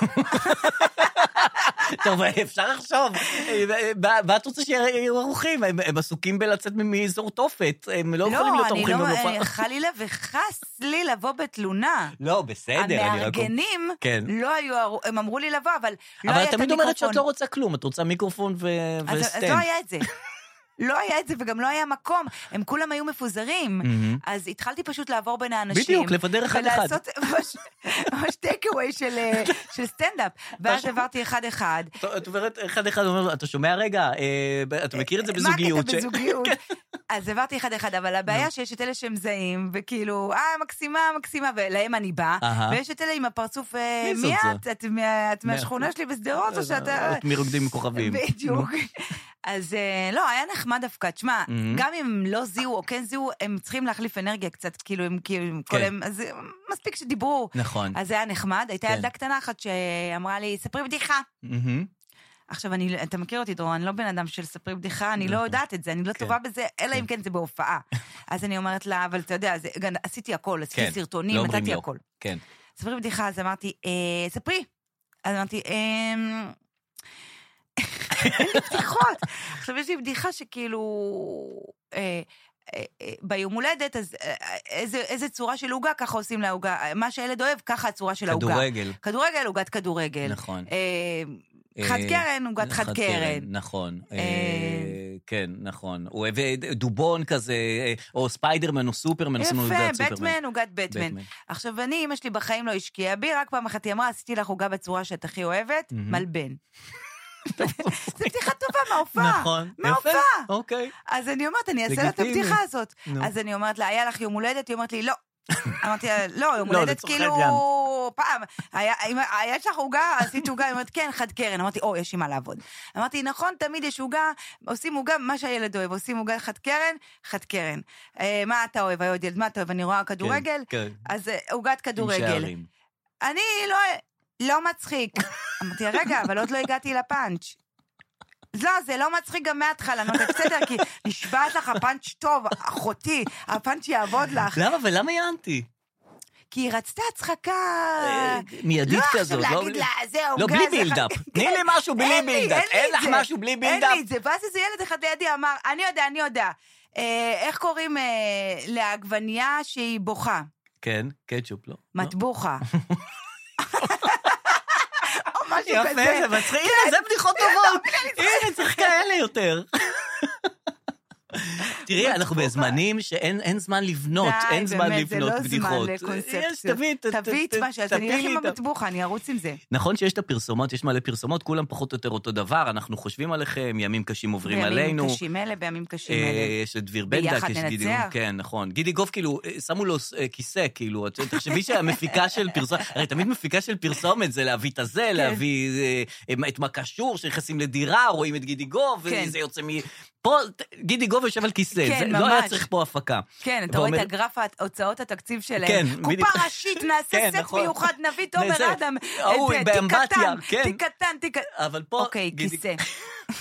[SPEAKER 2] טוב, אפשר לחשוב. אה, מה- מה את רוצה שיהיו ערוכים? הם- הם עסוקים בלצאת מ- מאזור תופת. הם לא יכולים להיות
[SPEAKER 3] אני
[SPEAKER 2] ערוכים
[SPEAKER 3] לא,
[SPEAKER 2] במופע.
[SPEAKER 3] אה, חלילה וחס לי לבוא בתלונה.
[SPEAKER 2] לא, בסדר, אני רק...
[SPEAKER 3] המארגנים
[SPEAKER 2] כן.
[SPEAKER 3] לא היו, ערו- הם אמרו לי לבוא, אבל לא
[SPEAKER 2] אבל
[SPEAKER 3] היה
[SPEAKER 2] את
[SPEAKER 3] את המיקרופון.
[SPEAKER 2] תמיד אומרת שאת לא רוצה כלום, את רוצה מיקרופון ו-
[SPEAKER 3] אז- אז לא
[SPEAKER 2] וסטנד.
[SPEAKER 3] היה את זה. לא היה את זה וגם לא היה מקום, הם כולם היו מפוזרים.
[SPEAKER 2] מהמם.
[SPEAKER 3] אז התחלתי פשוט לעבור בין האנשים.
[SPEAKER 2] Mm-hmm. בדיוק, לפדר אחד אחד.
[SPEAKER 3] ולעשות ממש- ממש טייק-אווי של אה, של סטנדאפ. ואז
[SPEAKER 2] פשוט-
[SPEAKER 3] עברתי אחד-אחד.
[SPEAKER 2] את- את עוברת אחד אחד, אומר, לו, אתה שומע רגע, אה, ב- אתה מכיר את זה
[SPEAKER 3] מה
[SPEAKER 2] בזוגיות.
[SPEAKER 3] הקטע
[SPEAKER 2] ש- כן.
[SPEAKER 3] בזוגיות? אז עברתי אחד-אחד, אבל הבעיה שיש את אלה שהם זהים, וכאילו, אה, מקסימה, מקסימה, ולהם אני באה,
[SPEAKER 2] אהה.
[SPEAKER 3] ויש את אלה עם הפרצוף, אה,
[SPEAKER 2] מי
[SPEAKER 3] מי
[SPEAKER 2] זאת
[SPEAKER 3] את? את מה- את
[SPEAKER 2] מי- אה,
[SPEAKER 3] מהשכונה שלי בשדרות, או שאתה...
[SPEAKER 2] את מרוקדים עם כוכבים.
[SPEAKER 3] בדיוק. אז אה, לא, היה נחמד דווקא. תשמע,
[SPEAKER 2] Mhm.
[SPEAKER 3] גם אם לא זיהו או כן זיהו, הם צריכים להחליף אנרגיה קצת, כאילו, הם כאילו, הם כל
[SPEAKER 2] כן.
[SPEAKER 3] הם, אז אה, מספיק שדיברו.
[SPEAKER 2] נכון.
[SPEAKER 3] אז זה היה נחמד. הייתה
[SPEAKER 2] כן.
[SPEAKER 3] ילדה קטנה אחת שאמרה לי, ספרי בדיחה.
[SPEAKER 2] מהמם.
[SPEAKER 3] עכשיו, אני, אתה מכיר אותי, דרור, אני לא בן אדם של ספרי בדיחה, אני לא
[SPEAKER 2] נכון.
[SPEAKER 3] יודעת את זה, אני לא
[SPEAKER 2] כן.
[SPEAKER 3] טובה בזה, אלא אם כן זה בהופעה. אז אני אומרת לה, אבל אתה יודע, זה- גם עשיתי הכל,
[SPEAKER 2] כן,
[SPEAKER 3] עשיתי
[SPEAKER 2] לא
[SPEAKER 3] סרטונים,
[SPEAKER 2] אומרים
[SPEAKER 3] נתתי
[SPEAKER 2] לא.
[SPEAKER 3] הכל.
[SPEAKER 2] כן.
[SPEAKER 3] ספרי בדיחה, אז אמרתי, "אה, ספרי. אז אמרתי, "אמ, אין לי בדיחות. עכשיו, יש לי בדיחה שכאילו... אה, אה, אה, ביום הולדת, אז אה, אה, איזה, איזה צורה של עוגה, ככה עושים לה עוגה. אה, מה שהילד אוהב, ככה הצורה של העוגה.
[SPEAKER 2] כדורגל.
[SPEAKER 3] כדורגל, עוגת כדורגל.
[SPEAKER 2] נכון.
[SPEAKER 3] אה, חד
[SPEAKER 2] אה,
[SPEAKER 3] קרן, עוגת חד קרן.
[SPEAKER 2] נכון. אה,
[SPEAKER 3] אה,
[SPEAKER 2] כן, נכון. הוא הביא דובון כזה, אה, או ספיידרמן או סופרמן. עשינו עוגת
[SPEAKER 3] יפה,
[SPEAKER 2] סופרמן.
[SPEAKER 3] בטמן, עוגת בטמן.
[SPEAKER 2] בטמן.
[SPEAKER 3] עכשיו, אני, אמא שלי בחיים לא השקיעה בי, רק פעם אחת היא אמרה, עשיתי לך עוגה בצורה שאת הכי אוהבת, מלבן. זו בדיחה טובה מההופעה.
[SPEAKER 2] נכון. יפה.
[SPEAKER 3] מההופעה.
[SPEAKER 2] אוקיי.
[SPEAKER 3] אז אני אומרת, אני אעשה לה את
[SPEAKER 2] לגיטימי.
[SPEAKER 3] הבדיחה הזאת.
[SPEAKER 2] נו.
[SPEAKER 3] אז אני אומרת לה, היה לך יום הולדת? היא אומרת לי, לא. אמרתי לה, לא, יום
[SPEAKER 2] לא,
[SPEAKER 3] הולדת
[SPEAKER 2] לצורך
[SPEAKER 3] כאילו
[SPEAKER 2] העניין.
[SPEAKER 3] פעם. היה אם- היה לך עוגה, עשית עוגה? היא אומרת, כן, חד קרן. אמרתי, או, יש עם מה לעבוד. אמרתי, נכון, תמיד יש עוגה, עושים עוגה, מה שהילד אוהב, עושים עוגה חד קרן, חד קרן. אה, מה אתה אוהב, היה עוד ילד, מה אתה אוהב, אני רואה כדורגל?
[SPEAKER 2] כן.
[SPEAKER 3] אז אה, עוגת
[SPEAKER 2] עם
[SPEAKER 3] כדורגל.
[SPEAKER 2] שערים.
[SPEAKER 3] אני לא... לא מצחיק. אמרתי, רגע, אבל עוד לא הגעתי לפאנץ'. לא, זה לא מצחיק גם מההתחלה, נו, זה בסדר, כי נשבעת לך הפאנץ' טוב, אחותי, הפאנץ' יעבוד לך.
[SPEAKER 2] למה ולמה יענתי?
[SPEAKER 3] כי היא רצתה הצחקה...
[SPEAKER 2] אה, מיידית
[SPEAKER 3] לא
[SPEAKER 2] כזאת,
[SPEAKER 3] לא
[SPEAKER 2] לא
[SPEAKER 3] עכשיו להגיד
[SPEAKER 2] בלי-
[SPEAKER 3] לה, זה עוגה,
[SPEAKER 2] לא, בלי
[SPEAKER 3] זה חד-
[SPEAKER 2] בילדאפ.
[SPEAKER 3] כן.
[SPEAKER 2] תני לי משהו בלי
[SPEAKER 3] אין לי,
[SPEAKER 2] בילדאפ.
[SPEAKER 3] לי
[SPEAKER 2] אין
[SPEAKER 3] את
[SPEAKER 2] לך
[SPEAKER 3] זה.
[SPEAKER 2] משהו בלי
[SPEAKER 3] אין
[SPEAKER 2] בילדאפ.
[SPEAKER 3] לי את זה. ואז איזה ילד אחד לידי אמר, אני יודע, אני יודע. אה, איך קוראים אה, לעגבנייה שהיא בוכה?
[SPEAKER 2] כן, קטשופ, לא.
[SPEAKER 3] מטבוחה. או משהו
[SPEAKER 2] יפה,
[SPEAKER 3] כזה.
[SPEAKER 2] זה מצחיק.
[SPEAKER 3] כן,
[SPEAKER 2] הנה, זה בדיחות
[SPEAKER 3] לא,
[SPEAKER 2] טובות. הנה, צריך כאלה יותר. תראי, אנחנו בזמנים שאין אין זמן לבנות,
[SPEAKER 3] לא די,
[SPEAKER 2] אין זמן
[SPEAKER 3] באמת,
[SPEAKER 2] לבנות בדיחות.
[SPEAKER 3] זה לא זמן
[SPEAKER 2] יש,
[SPEAKER 3] לקונספציות.
[SPEAKER 2] תביאי, ת- ת-
[SPEAKER 3] תביא את
[SPEAKER 2] ת-
[SPEAKER 3] מה שאתה, אני אלך
[SPEAKER 2] תפילי
[SPEAKER 3] עם
[SPEAKER 2] את ה-
[SPEAKER 3] המטבוחה, אני ארוץ עם זה.
[SPEAKER 2] נכון שיש את הפרסומות, יש מלא פרסומות, כולם פחות או יותר אותו דבר, אנחנו חושבים עליכם, ימים קשים עוברים עלינו.
[SPEAKER 3] בימים קשים אלה, בימים קשים אלה.
[SPEAKER 2] אה, יש את דביר בנדק,
[SPEAKER 3] ביחד
[SPEAKER 2] יש
[SPEAKER 3] ננצח.
[SPEAKER 2] גידי, כן, נכון. גידי גוף, כאילו, אה, שמו לו אה, כיסא, כאילו, את- תחשבי שהמפיקה של פרסומת, הרי תמיד מפיקה של פרסומת זה להביא את
[SPEAKER 3] כן.
[SPEAKER 2] הזה, להביא אה, אה, את מה קשור, שנכנסים לדירה, רואים את גידי גוף,
[SPEAKER 3] כן.
[SPEAKER 2] וזה יוצא מ... פה, ת- גידי גוף יושב על כיסא,
[SPEAKER 3] כן,
[SPEAKER 2] זה- לא היה
[SPEAKER 3] ממש.
[SPEAKER 2] צריך פה הפקה.
[SPEAKER 3] כן, אתה רואה את
[SPEAKER 2] ועומד-
[SPEAKER 3] הגרף ההוצאות התקציב שלהם.
[SPEAKER 2] כן, בדיוק.
[SPEAKER 3] קופה ראשית, נעשה
[SPEAKER 2] כן,
[SPEAKER 3] סט
[SPEAKER 2] נכון.
[SPEAKER 3] מיוחד, נביא תומר
[SPEAKER 2] נעשה.
[SPEAKER 3] אדם.
[SPEAKER 2] ההוא
[SPEAKER 3] אה,
[SPEAKER 2] עם
[SPEAKER 3] זה, תיק
[SPEAKER 2] באמבטיה,
[SPEAKER 3] קטן,
[SPEAKER 2] כן.
[SPEAKER 3] תיק קטן, תיק קטן.
[SPEAKER 2] אבל פה...
[SPEAKER 3] אוקיי,
[SPEAKER 2] גידי-
[SPEAKER 3] כיסא.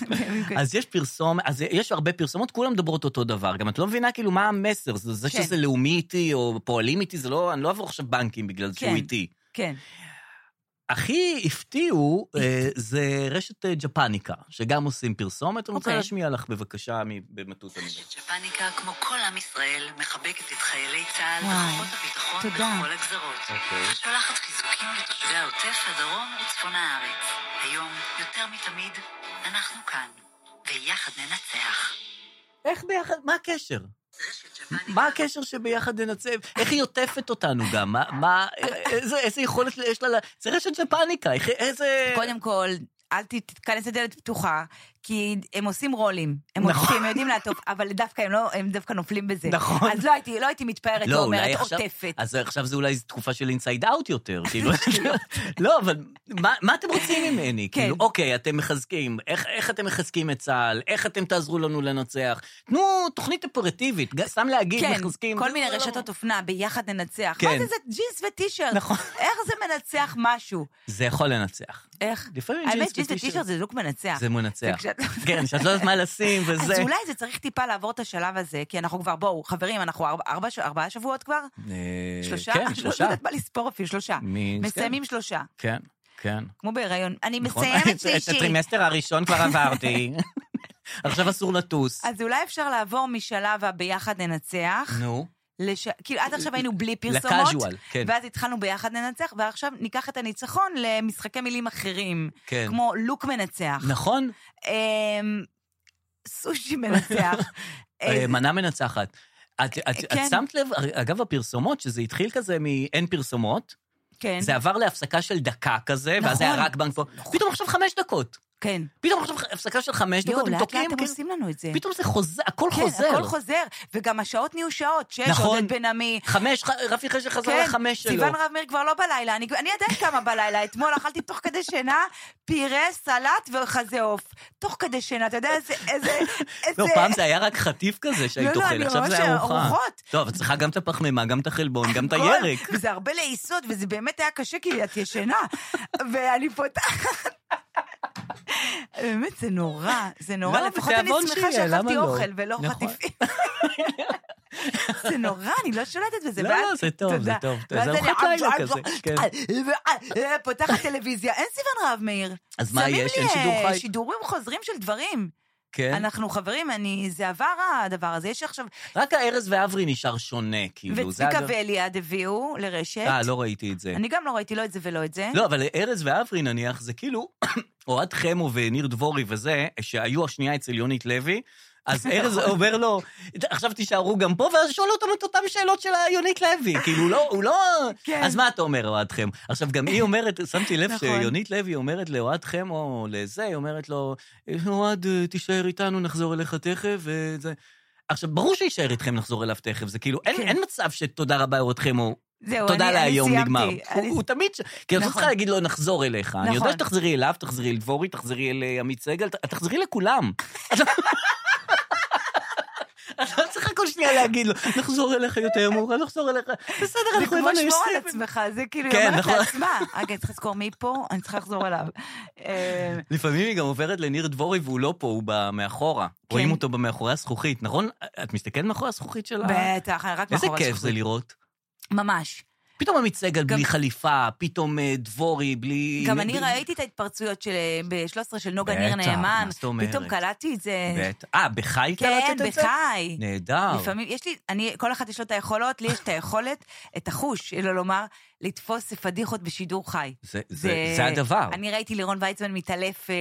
[SPEAKER 3] בימים קשים.
[SPEAKER 2] אז יש פרסום, אז יש הרבה פרסומות, כולם מדברות אותו דבר. גם את לא מבינה כאילו מה המסר, זה, זה
[SPEAKER 3] כן.
[SPEAKER 2] שזה לאומי איתי או פועלים איתי, זה לא, אני לא אעבור עכשיו בנקים בגלל
[SPEAKER 3] כן.
[SPEAKER 2] שהוא איתי.
[SPEAKER 3] כן.
[SPEAKER 2] הכי הפתיעו אה, זה רשת אה, ג'פניקה, שגם עושים פרסומת. אני רוצה
[SPEAKER 3] אוקיי.
[SPEAKER 2] להשמיע לך בבקשה מ- במטותא מזה.
[SPEAKER 8] רשת ג'פניקה, כמו כל עם ישראל, מחבקת את חיילי צה"ל
[SPEAKER 3] וואי,
[SPEAKER 8] וכוחות הביטחון
[SPEAKER 3] תודה.
[SPEAKER 8] בכל הגזרות.
[SPEAKER 2] אוקיי.
[SPEAKER 8] שולחת חיזוקים לתושבי העוטף, הדרום וצפון הארץ. היום, יותר מתמיד, אנחנו כאן, ויחד ננצח.
[SPEAKER 2] איך ביחד, מה הקשר?
[SPEAKER 8] רשת ג'פניקה...
[SPEAKER 2] מה הקשר שביחד ננצב? איך היא עוטפת אותנו גם? מה, מה אה, איזה, איזה יכולת יש לה? ל- זה רשת ג'פניקה, איך- איזה...
[SPEAKER 3] קודם כל, אל ת- תיכנס לדלת פתוחה, כי הם עושים רולים. הם
[SPEAKER 2] נכון.
[SPEAKER 3] עושים, הם יודעים לעטוף, אבל דווקא הם לא, הם דווקא נופלים בזה.
[SPEAKER 2] נכון.
[SPEAKER 3] אז לא הייתי, לא הייתי מתפארת
[SPEAKER 2] לא, אולי
[SPEAKER 3] ואומרת,
[SPEAKER 2] עכשיו...
[SPEAKER 3] עוטפת.
[SPEAKER 2] אז עכשיו זה אולי תקופה של אינסייד אאוט יותר, כאילו. לא, אבל מה- מה אתם רוצים ממני?
[SPEAKER 3] כן.
[SPEAKER 2] כאילו, אוקיי, אתם מחזקים, איך- איך אתם מחזקים את צה"ל? איך אתם תעזרו לנו לנצח? תנו תוכנית אופרטיבית, ג- סתם להגיד,
[SPEAKER 3] כן,
[SPEAKER 2] מחזקים.
[SPEAKER 3] כל
[SPEAKER 2] זה-
[SPEAKER 3] מיני
[SPEAKER 2] זה לא-
[SPEAKER 3] רשתות אופנה, ביחד ננצח.
[SPEAKER 2] כן.
[SPEAKER 3] מה זה, זה ג'ינס וטישרט.
[SPEAKER 2] נכון.
[SPEAKER 3] איך זה מנצח משהו?
[SPEAKER 2] זה יכול לנצח.
[SPEAKER 3] איך?
[SPEAKER 2] לפעמים
[SPEAKER 3] האמת,
[SPEAKER 2] ג'ינס
[SPEAKER 3] ג'ינס וטישרט
[SPEAKER 2] וטישרט
[SPEAKER 3] זה לוק מנצח.
[SPEAKER 2] זה מנצח.
[SPEAKER 3] אה. וכשאת-
[SPEAKER 2] כן, שאת לא יודעת מה לשים
[SPEAKER 3] אז
[SPEAKER 2] וזה.
[SPEAKER 3] אולי זה צריך טיפה לעבור את השלב הזה, כי אנחנו כבר, בואו, חברים, אנחנו ארבע- ארבע ש- ארבעה שבועות כבר?
[SPEAKER 2] אה,
[SPEAKER 3] שלושה?
[SPEAKER 2] כן,
[SPEAKER 3] לא
[SPEAKER 2] שלושה.
[SPEAKER 3] יודעת מה לספור אפילו, שלושה.
[SPEAKER 2] מי-
[SPEAKER 3] מסיימים שלושה.
[SPEAKER 2] כן, כן.
[SPEAKER 3] כמו בהיריון. אני
[SPEAKER 2] נכון.
[SPEAKER 3] מסיימת
[SPEAKER 2] את
[SPEAKER 3] שלישי.
[SPEAKER 2] הטרימסטר הראשון כבר עברתי. עכשיו אסור לטוס.
[SPEAKER 3] אז אולי אפשר לעבור משלב הביחד ננצח,
[SPEAKER 2] נו.
[SPEAKER 3] לש... כאילו עד עכשיו היינו בלי פרסומות,
[SPEAKER 2] לקאז'ואל, כן.
[SPEAKER 3] ואז התחלנו ביחד ננצח, ועכשיו ניקח את הניצחון למשחקי מילים אחרים,
[SPEAKER 2] כן.
[SPEAKER 3] כמו לוק מנצח,
[SPEAKER 2] נכון?
[SPEAKER 3] אמ, סושי מנצח,
[SPEAKER 2] אה,
[SPEAKER 3] אה,
[SPEAKER 2] מנה מנצחת. את, את, את
[SPEAKER 3] כן.
[SPEAKER 2] שמת לב, אגב הפרסומות, שזה התחיל כזה מ"אין פרסומות",
[SPEAKER 3] כן,
[SPEAKER 2] זה עבר להפסקה של דקה כזה, ואז
[SPEAKER 3] נכון.
[SPEAKER 2] היה רק בנק פה, פתאום עכשיו חמש דקות.
[SPEAKER 3] כן.
[SPEAKER 2] פתאום עכשיו הפסקה של חמש
[SPEAKER 3] יואו,
[SPEAKER 2] דקות, הם
[SPEAKER 3] לאט לאט
[SPEAKER 2] תוקעים,
[SPEAKER 3] הם
[SPEAKER 2] כאילו,
[SPEAKER 3] עושים לנו את זה.
[SPEAKER 2] פתאום זה חוזר, הכל
[SPEAKER 3] כן,
[SPEAKER 2] חוזר.
[SPEAKER 3] הכל חוזר, וגם השעות נהיו שעות, שש,
[SPEAKER 2] נכון.
[SPEAKER 3] עודד בן עמי,
[SPEAKER 2] חמש, ח- רפי חשך חזר
[SPEAKER 3] כן,
[SPEAKER 2] לחמש שלו.
[SPEAKER 3] סיוון רב מאיר כבר לא בלילה, אני, אני עדיין קמה בלילה, אתמול אכלתי תוך כדי שינה פירה, סלט וחזה עוף. תוך כדי שינה, אתה יודע איזה... איזה, איזה...
[SPEAKER 2] לא, פעם זה היה רק חטיף כזה
[SPEAKER 3] לא,
[SPEAKER 2] שהיית
[SPEAKER 3] לא,
[SPEAKER 2] אוכל,
[SPEAKER 3] אני
[SPEAKER 2] עכשיו זה
[SPEAKER 3] ממש
[SPEAKER 2] היה ארוחה.
[SPEAKER 3] ארוחות.
[SPEAKER 2] טוב, אבל צריכה גם את הפחמימה, גם את החלבון, גם את
[SPEAKER 3] הכל,
[SPEAKER 2] הירק.
[SPEAKER 3] וזה הרבה לעיסות, וזה באמת היה קשה, כי את ישנה. ואני פותחת... באמת, זה נורא, זה נורא.
[SPEAKER 2] לא,
[SPEAKER 3] לפחות אני
[SPEAKER 2] בתיאבון
[SPEAKER 3] שמחה
[SPEAKER 2] שיהיה, למה
[SPEAKER 3] שאכלתי
[SPEAKER 2] לא?
[SPEAKER 3] אוכל ולא
[SPEAKER 2] נכון.
[SPEAKER 3] חטיפים. זה נורא, אני לא שולטת בזה.
[SPEAKER 2] לא,
[SPEAKER 3] ואז-
[SPEAKER 2] לא, זה טוב, זה
[SPEAKER 3] תודה.
[SPEAKER 2] טוב, טוב,
[SPEAKER 3] ואז
[SPEAKER 2] זה
[SPEAKER 3] אני- אמ-
[SPEAKER 2] ארוחת לילה כזה, כן.
[SPEAKER 3] ואז- אמ- פותחת טלוויזיה, אין סיוון רהב מאיר.
[SPEAKER 2] אז מה יש? אין
[SPEAKER 3] שמים לי
[SPEAKER 2] שידור
[SPEAKER 3] אה,
[SPEAKER 2] חי?
[SPEAKER 3] שידורים חוזרים של דברים.
[SPEAKER 2] כן.
[SPEAKER 3] אנחנו חברים, אני, זה עבר הדבר הזה. יש עכשיו,
[SPEAKER 2] רק הארז ואברי נשאר שונה, כאילו. זה
[SPEAKER 3] וצביקה
[SPEAKER 2] הדבר-
[SPEAKER 3] ואליעד הביאו לרשת.
[SPEAKER 2] אה, לא ראיתי את זה.
[SPEAKER 3] אני גם לא ראיתי לא את זה ולא את זה.
[SPEAKER 2] לא, אבל ארז ואברי נניח, זה כאילו, אוהד חמו וניר דבורי וזה, שהיו השנייה אצל יונית לוי, אז ארז
[SPEAKER 3] נכון.
[SPEAKER 2] אומר לו, עכשיו תישארו גם פה, ואז שואל אותם את אותן שאלות של יונית לוי. כאילו, הוא לא, הוא לא...
[SPEAKER 3] כן.
[SPEAKER 2] אז מה אתה אומר, אוהד חמו? עכשיו, גם היא אומרת, שמתי לב
[SPEAKER 3] נכון.
[SPEAKER 2] שיונית לוי אומרת לאוהד חמו, או לזה, היא אומרת לו, אוהד, אה, תישאר איתנו, נחזור אליך תכף, וזה... עכשיו, ברור שיישאר איתכם, נחזור אליו תכף, זה כאילו, אין,
[SPEAKER 3] כן.
[SPEAKER 2] אין מצב שתודה רבה, אוהד חמו,
[SPEAKER 3] זהו,
[SPEAKER 2] תודה
[SPEAKER 3] אני- אני
[SPEAKER 2] להיום,
[SPEAKER 3] סיימתי.
[SPEAKER 2] נגמר.
[SPEAKER 3] אני-
[SPEAKER 2] הוא הוא תמיד... ש- כי את לא
[SPEAKER 3] נכון.
[SPEAKER 2] צריכה להגיד לו, נחזור אליך. אני
[SPEAKER 3] נכון.
[SPEAKER 2] יודע שתחזרי אליו, תחזרי אל דבורי, תחזרי אל אה, עמית סגל, ת- תחזרי לכולם. את לא- את לא צריכה כל שנייה להגיד לו, נחזור אליך יותר מאוחר, נחזור אליך. בסדר,
[SPEAKER 3] זה
[SPEAKER 2] אנחנו
[SPEAKER 3] כמו
[SPEAKER 2] הבנו, יש
[SPEAKER 3] לשמור על
[SPEAKER 2] סבב.
[SPEAKER 3] עצמך, זה כאילו,
[SPEAKER 2] כן,
[SPEAKER 3] היא אומרת
[SPEAKER 2] נכון.
[SPEAKER 3] לעצמה, רגע, אני צריכה לזכור מי פה, אני צריכה לחזור אליו. אה,
[SPEAKER 2] לפעמים היא גם עוברת לניר דבורי והוא לא פה, הוא ב- מאחורה.
[SPEAKER 3] כן.
[SPEAKER 2] רואים אותו במאחורי הזכוכית, נכון? את מסתכלת מאחורי הזכוכית שלה?
[SPEAKER 3] בטח, אני רק
[SPEAKER 2] איזה
[SPEAKER 3] מאחורי
[SPEAKER 2] כיף זה
[SPEAKER 3] הזכוכית.
[SPEAKER 2] לראות.
[SPEAKER 3] ממש.
[SPEAKER 2] פתאום עמית סגל
[SPEAKER 3] גם-
[SPEAKER 2] בלי חליפה, פתאום אה, דבורי בלי...
[SPEAKER 3] גם אני
[SPEAKER 2] בלי-
[SPEAKER 3] ראיתי את ההתפרצויות של אה, ב-13 של נוגה
[SPEAKER 2] בטח,
[SPEAKER 3] ניר נאמן.
[SPEAKER 2] מה זאת אומרת?
[SPEAKER 3] פתאום קלטתי את זה.
[SPEAKER 2] בטח. אה, בחי
[SPEAKER 3] כן,
[SPEAKER 2] קלטת את זה?
[SPEAKER 3] בחי.
[SPEAKER 2] נהדר.
[SPEAKER 3] לפעמים, יש לי, אני, כל אחת יש לו את היכולות, לי יש את היכולת, את החוש, אלא לומר, לתפוס פדיחות בשידור חי.
[SPEAKER 2] זה- זה- זה הדבר.
[SPEAKER 3] אני ראיתי לירון ויצמן מתעלפת.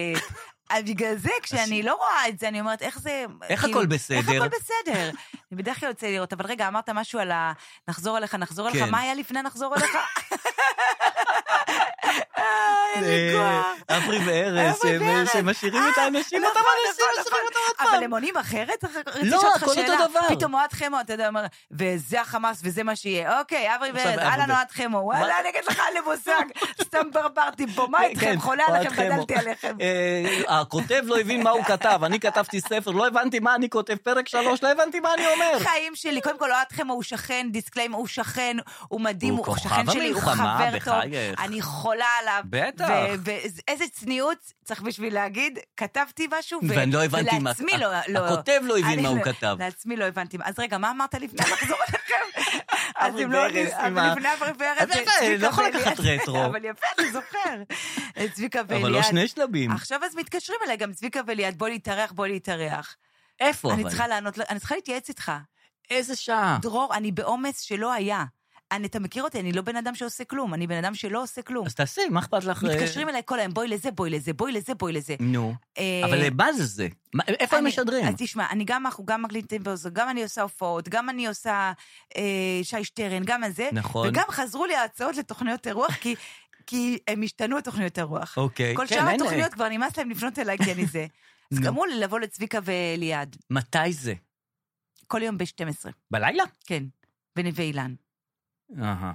[SPEAKER 3] אז בגלל זה, כשאני לא רואה את זה, אני אומרת, איך זה... כאילו,
[SPEAKER 2] איך הכל בסדר?"
[SPEAKER 3] איך הכל בסדר? אני בדרך כלל יוצא לראות, אבל רגע, אמרת משהו על ה... נחזור אליך, נחזור אליך,
[SPEAKER 2] כן.
[SPEAKER 3] מה היה לפני נחזור אליך? אה, אין לי כוח.
[SPEAKER 2] אה, אפרי וארז,
[SPEAKER 3] אברי
[SPEAKER 2] הם-
[SPEAKER 3] וארז.
[SPEAKER 2] שמשאירים את
[SPEAKER 3] אה,
[SPEAKER 2] האנשים,
[SPEAKER 3] נכון,
[SPEAKER 2] אותם אנשים משאירים
[SPEAKER 3] נכון,
[SPEAKER 2] אותם
[SPEAKER 3] נכון.
[SPEAKER 2] עוד פעם.
[SPEAKER 3] אבל הם עונים אחרת? אחר כך רציתי
[SPEAKER 2] לא,
[SPEAKER 3] לשאול אותך
[SPEAKER 2] הכל אותו
[SPEAKER 3] שאלה.
[SPEAKER 2] דבר.
[SPEAKER 3] פתאום אוהד חמו, אתה יודע, אומר, וזה החמאס וזה מה שיהיה. אוקיי, אברי
[SPEAKER 2] עכשיו
[SPEAKER 3] וארז,
[SPEAKER 2] אברי
[SPEAKER 3] אהלן
[SPEAKER 2] וארז.
[SPEAKER 3] אוהד חמו. וואלה, אני אגיד לך, אין לי מושג, סתם ברברתי פה, מה איתכם?
[SPEAKER 2] כן,
[SPEAKER 3] חולה
[SPEAKER 2] אוהד
[SPEAKER 3] עליכם,
[SPEAKER 2] חמו.
[SPEAKER 3] גדלתי עליכם.
[SPEAKER 2] אה, הכותב לא הבין מה הוא כתב, אני כתבתי ספר, לא הבנתי מה אני כותב, פרק שלוש, לא הבנתי מה אני אומר.
[SPEAKER 3] חיים שלי, קודם כל, אוהד חמו הוא שכן, דיסקליימר, הוא שכן, הוא מדהים,
[SPEAKER 2] הוא
[SPEAKER 3] הוא
[SPEAKER 2] כוכב
[SPEAKER 3] שכן שלי, הוא
[SPEAKER 2] המלחמה,
[SPEAKER 3] חבר טוב,
[SPEAKER 2] בחייך.
[SPEAKER 3] אני חולה עליו.
[SPEAKER 2] בטח.
[SPEAKER 3] ואיזה צניעות צריך בשביל להגיד, כתבתי משהו, ו-
[SPEAKER 2] ואני לא הבנתי מה-
[SPEAKER 3] ולעצמי לא... לא-
[SPEAKER 2] הכותב לא הבין
[SPEAKER 3] אני
[SPEAKER 2] מה הוא כתב.
[SPEAKER 3] לעצמי לא הבנתי. אז רגע, מה אמרת לפני לחזור אליכם? אז
[SPEAKER 2] אברי
[SPEAKER 3] אם לא...
[SPEAKER 2] פרס עם
[SPEAKER 3] אבל
[SPEAKER 2] ה-
[SPEAKER 3] לפני אברי פרס,
[SPEAKER 2] אז
[SPEAKER 3] זה
[SPEAKER 2] יפה, אני לא
[SPEAKER 3] צביקה
[SPEAKER 2] יכול לקחת
[SPEAKER 3] ואליעד.
[SPEAKER 2] רטרו.
[SPEAKER 3] אבל יפה, אתה זוכר. צביקה ואליעד.
[SPEAKER 2] אבל לא שני שלבים.
[SPEAKER 3] עכשיו אז מתקשרים אליי גם צביקה ואליעד, בוא להתארח, בוא להתארח.
[SPEAKER 2] איפה
[SPEAKER 3] אני צריכה
[SPEAKER 2] אבל?
[SPEAKER 3] לענות, לו- אני צריכה להתייעץ איתך.
[SPEAKER 2] איזה שעה?
[SPEAKER 3] דרור, אני בעומס שלא היה. אני, אתה מכיר אותי, אני לא בן אדם שעושה כלום, אני בן אדם שלא עושה כלום.
[SPEAKER 2] אז תעשי, מה אכפת לך? אה,
[SPEAKER 3] מתקשרים אליי כל היום, בואי לזה, בואי לזה, בואי לזה, בואי לזה.
[SPEAKER 2] נו.
[SPEAKER 3] אה,
[SPEAKER 2] אבל מה זה זה? מה- איפה הם
[SPEAKER 3] אני-
[SPEAKER 2] משדרים?
[SPEAKER 3] אז תשמע, אני גם, אנחנו גם מקליטים באוזר, גם אני עושה הופעות, גם אני עושה אה, שי שטרן, גם על זה.
[SPEAKER 2] נכון.
[SPEAKER 3] וגם חזרו לי ההצעות לתוכניות אירוח, כי... כי הם השתנו התוכניות הרוח.
[SPEAKER 2] אוקיי.
[SPEAKER 3] כל
[SPEAKER 2] כן,
[SPEAKER 3] שאר
[SPEAKER 2] אין-
[SPEAKER 3] התוכניות כבר נמאס להם לפנות אליי כי אני זה. אז
[SPEAKER 2] נו.
[SPEAKER 3] גמרו לי לבוא לצביקה ואליעד,
[SPEAKER 2] מתי זה?
[SPEAKER 3] כל יום ב-12,
[SPEAKER 2] בלילה?
[SPEAKER 3] כן, בנווה אילן.
[SPEAKER 2] אהה.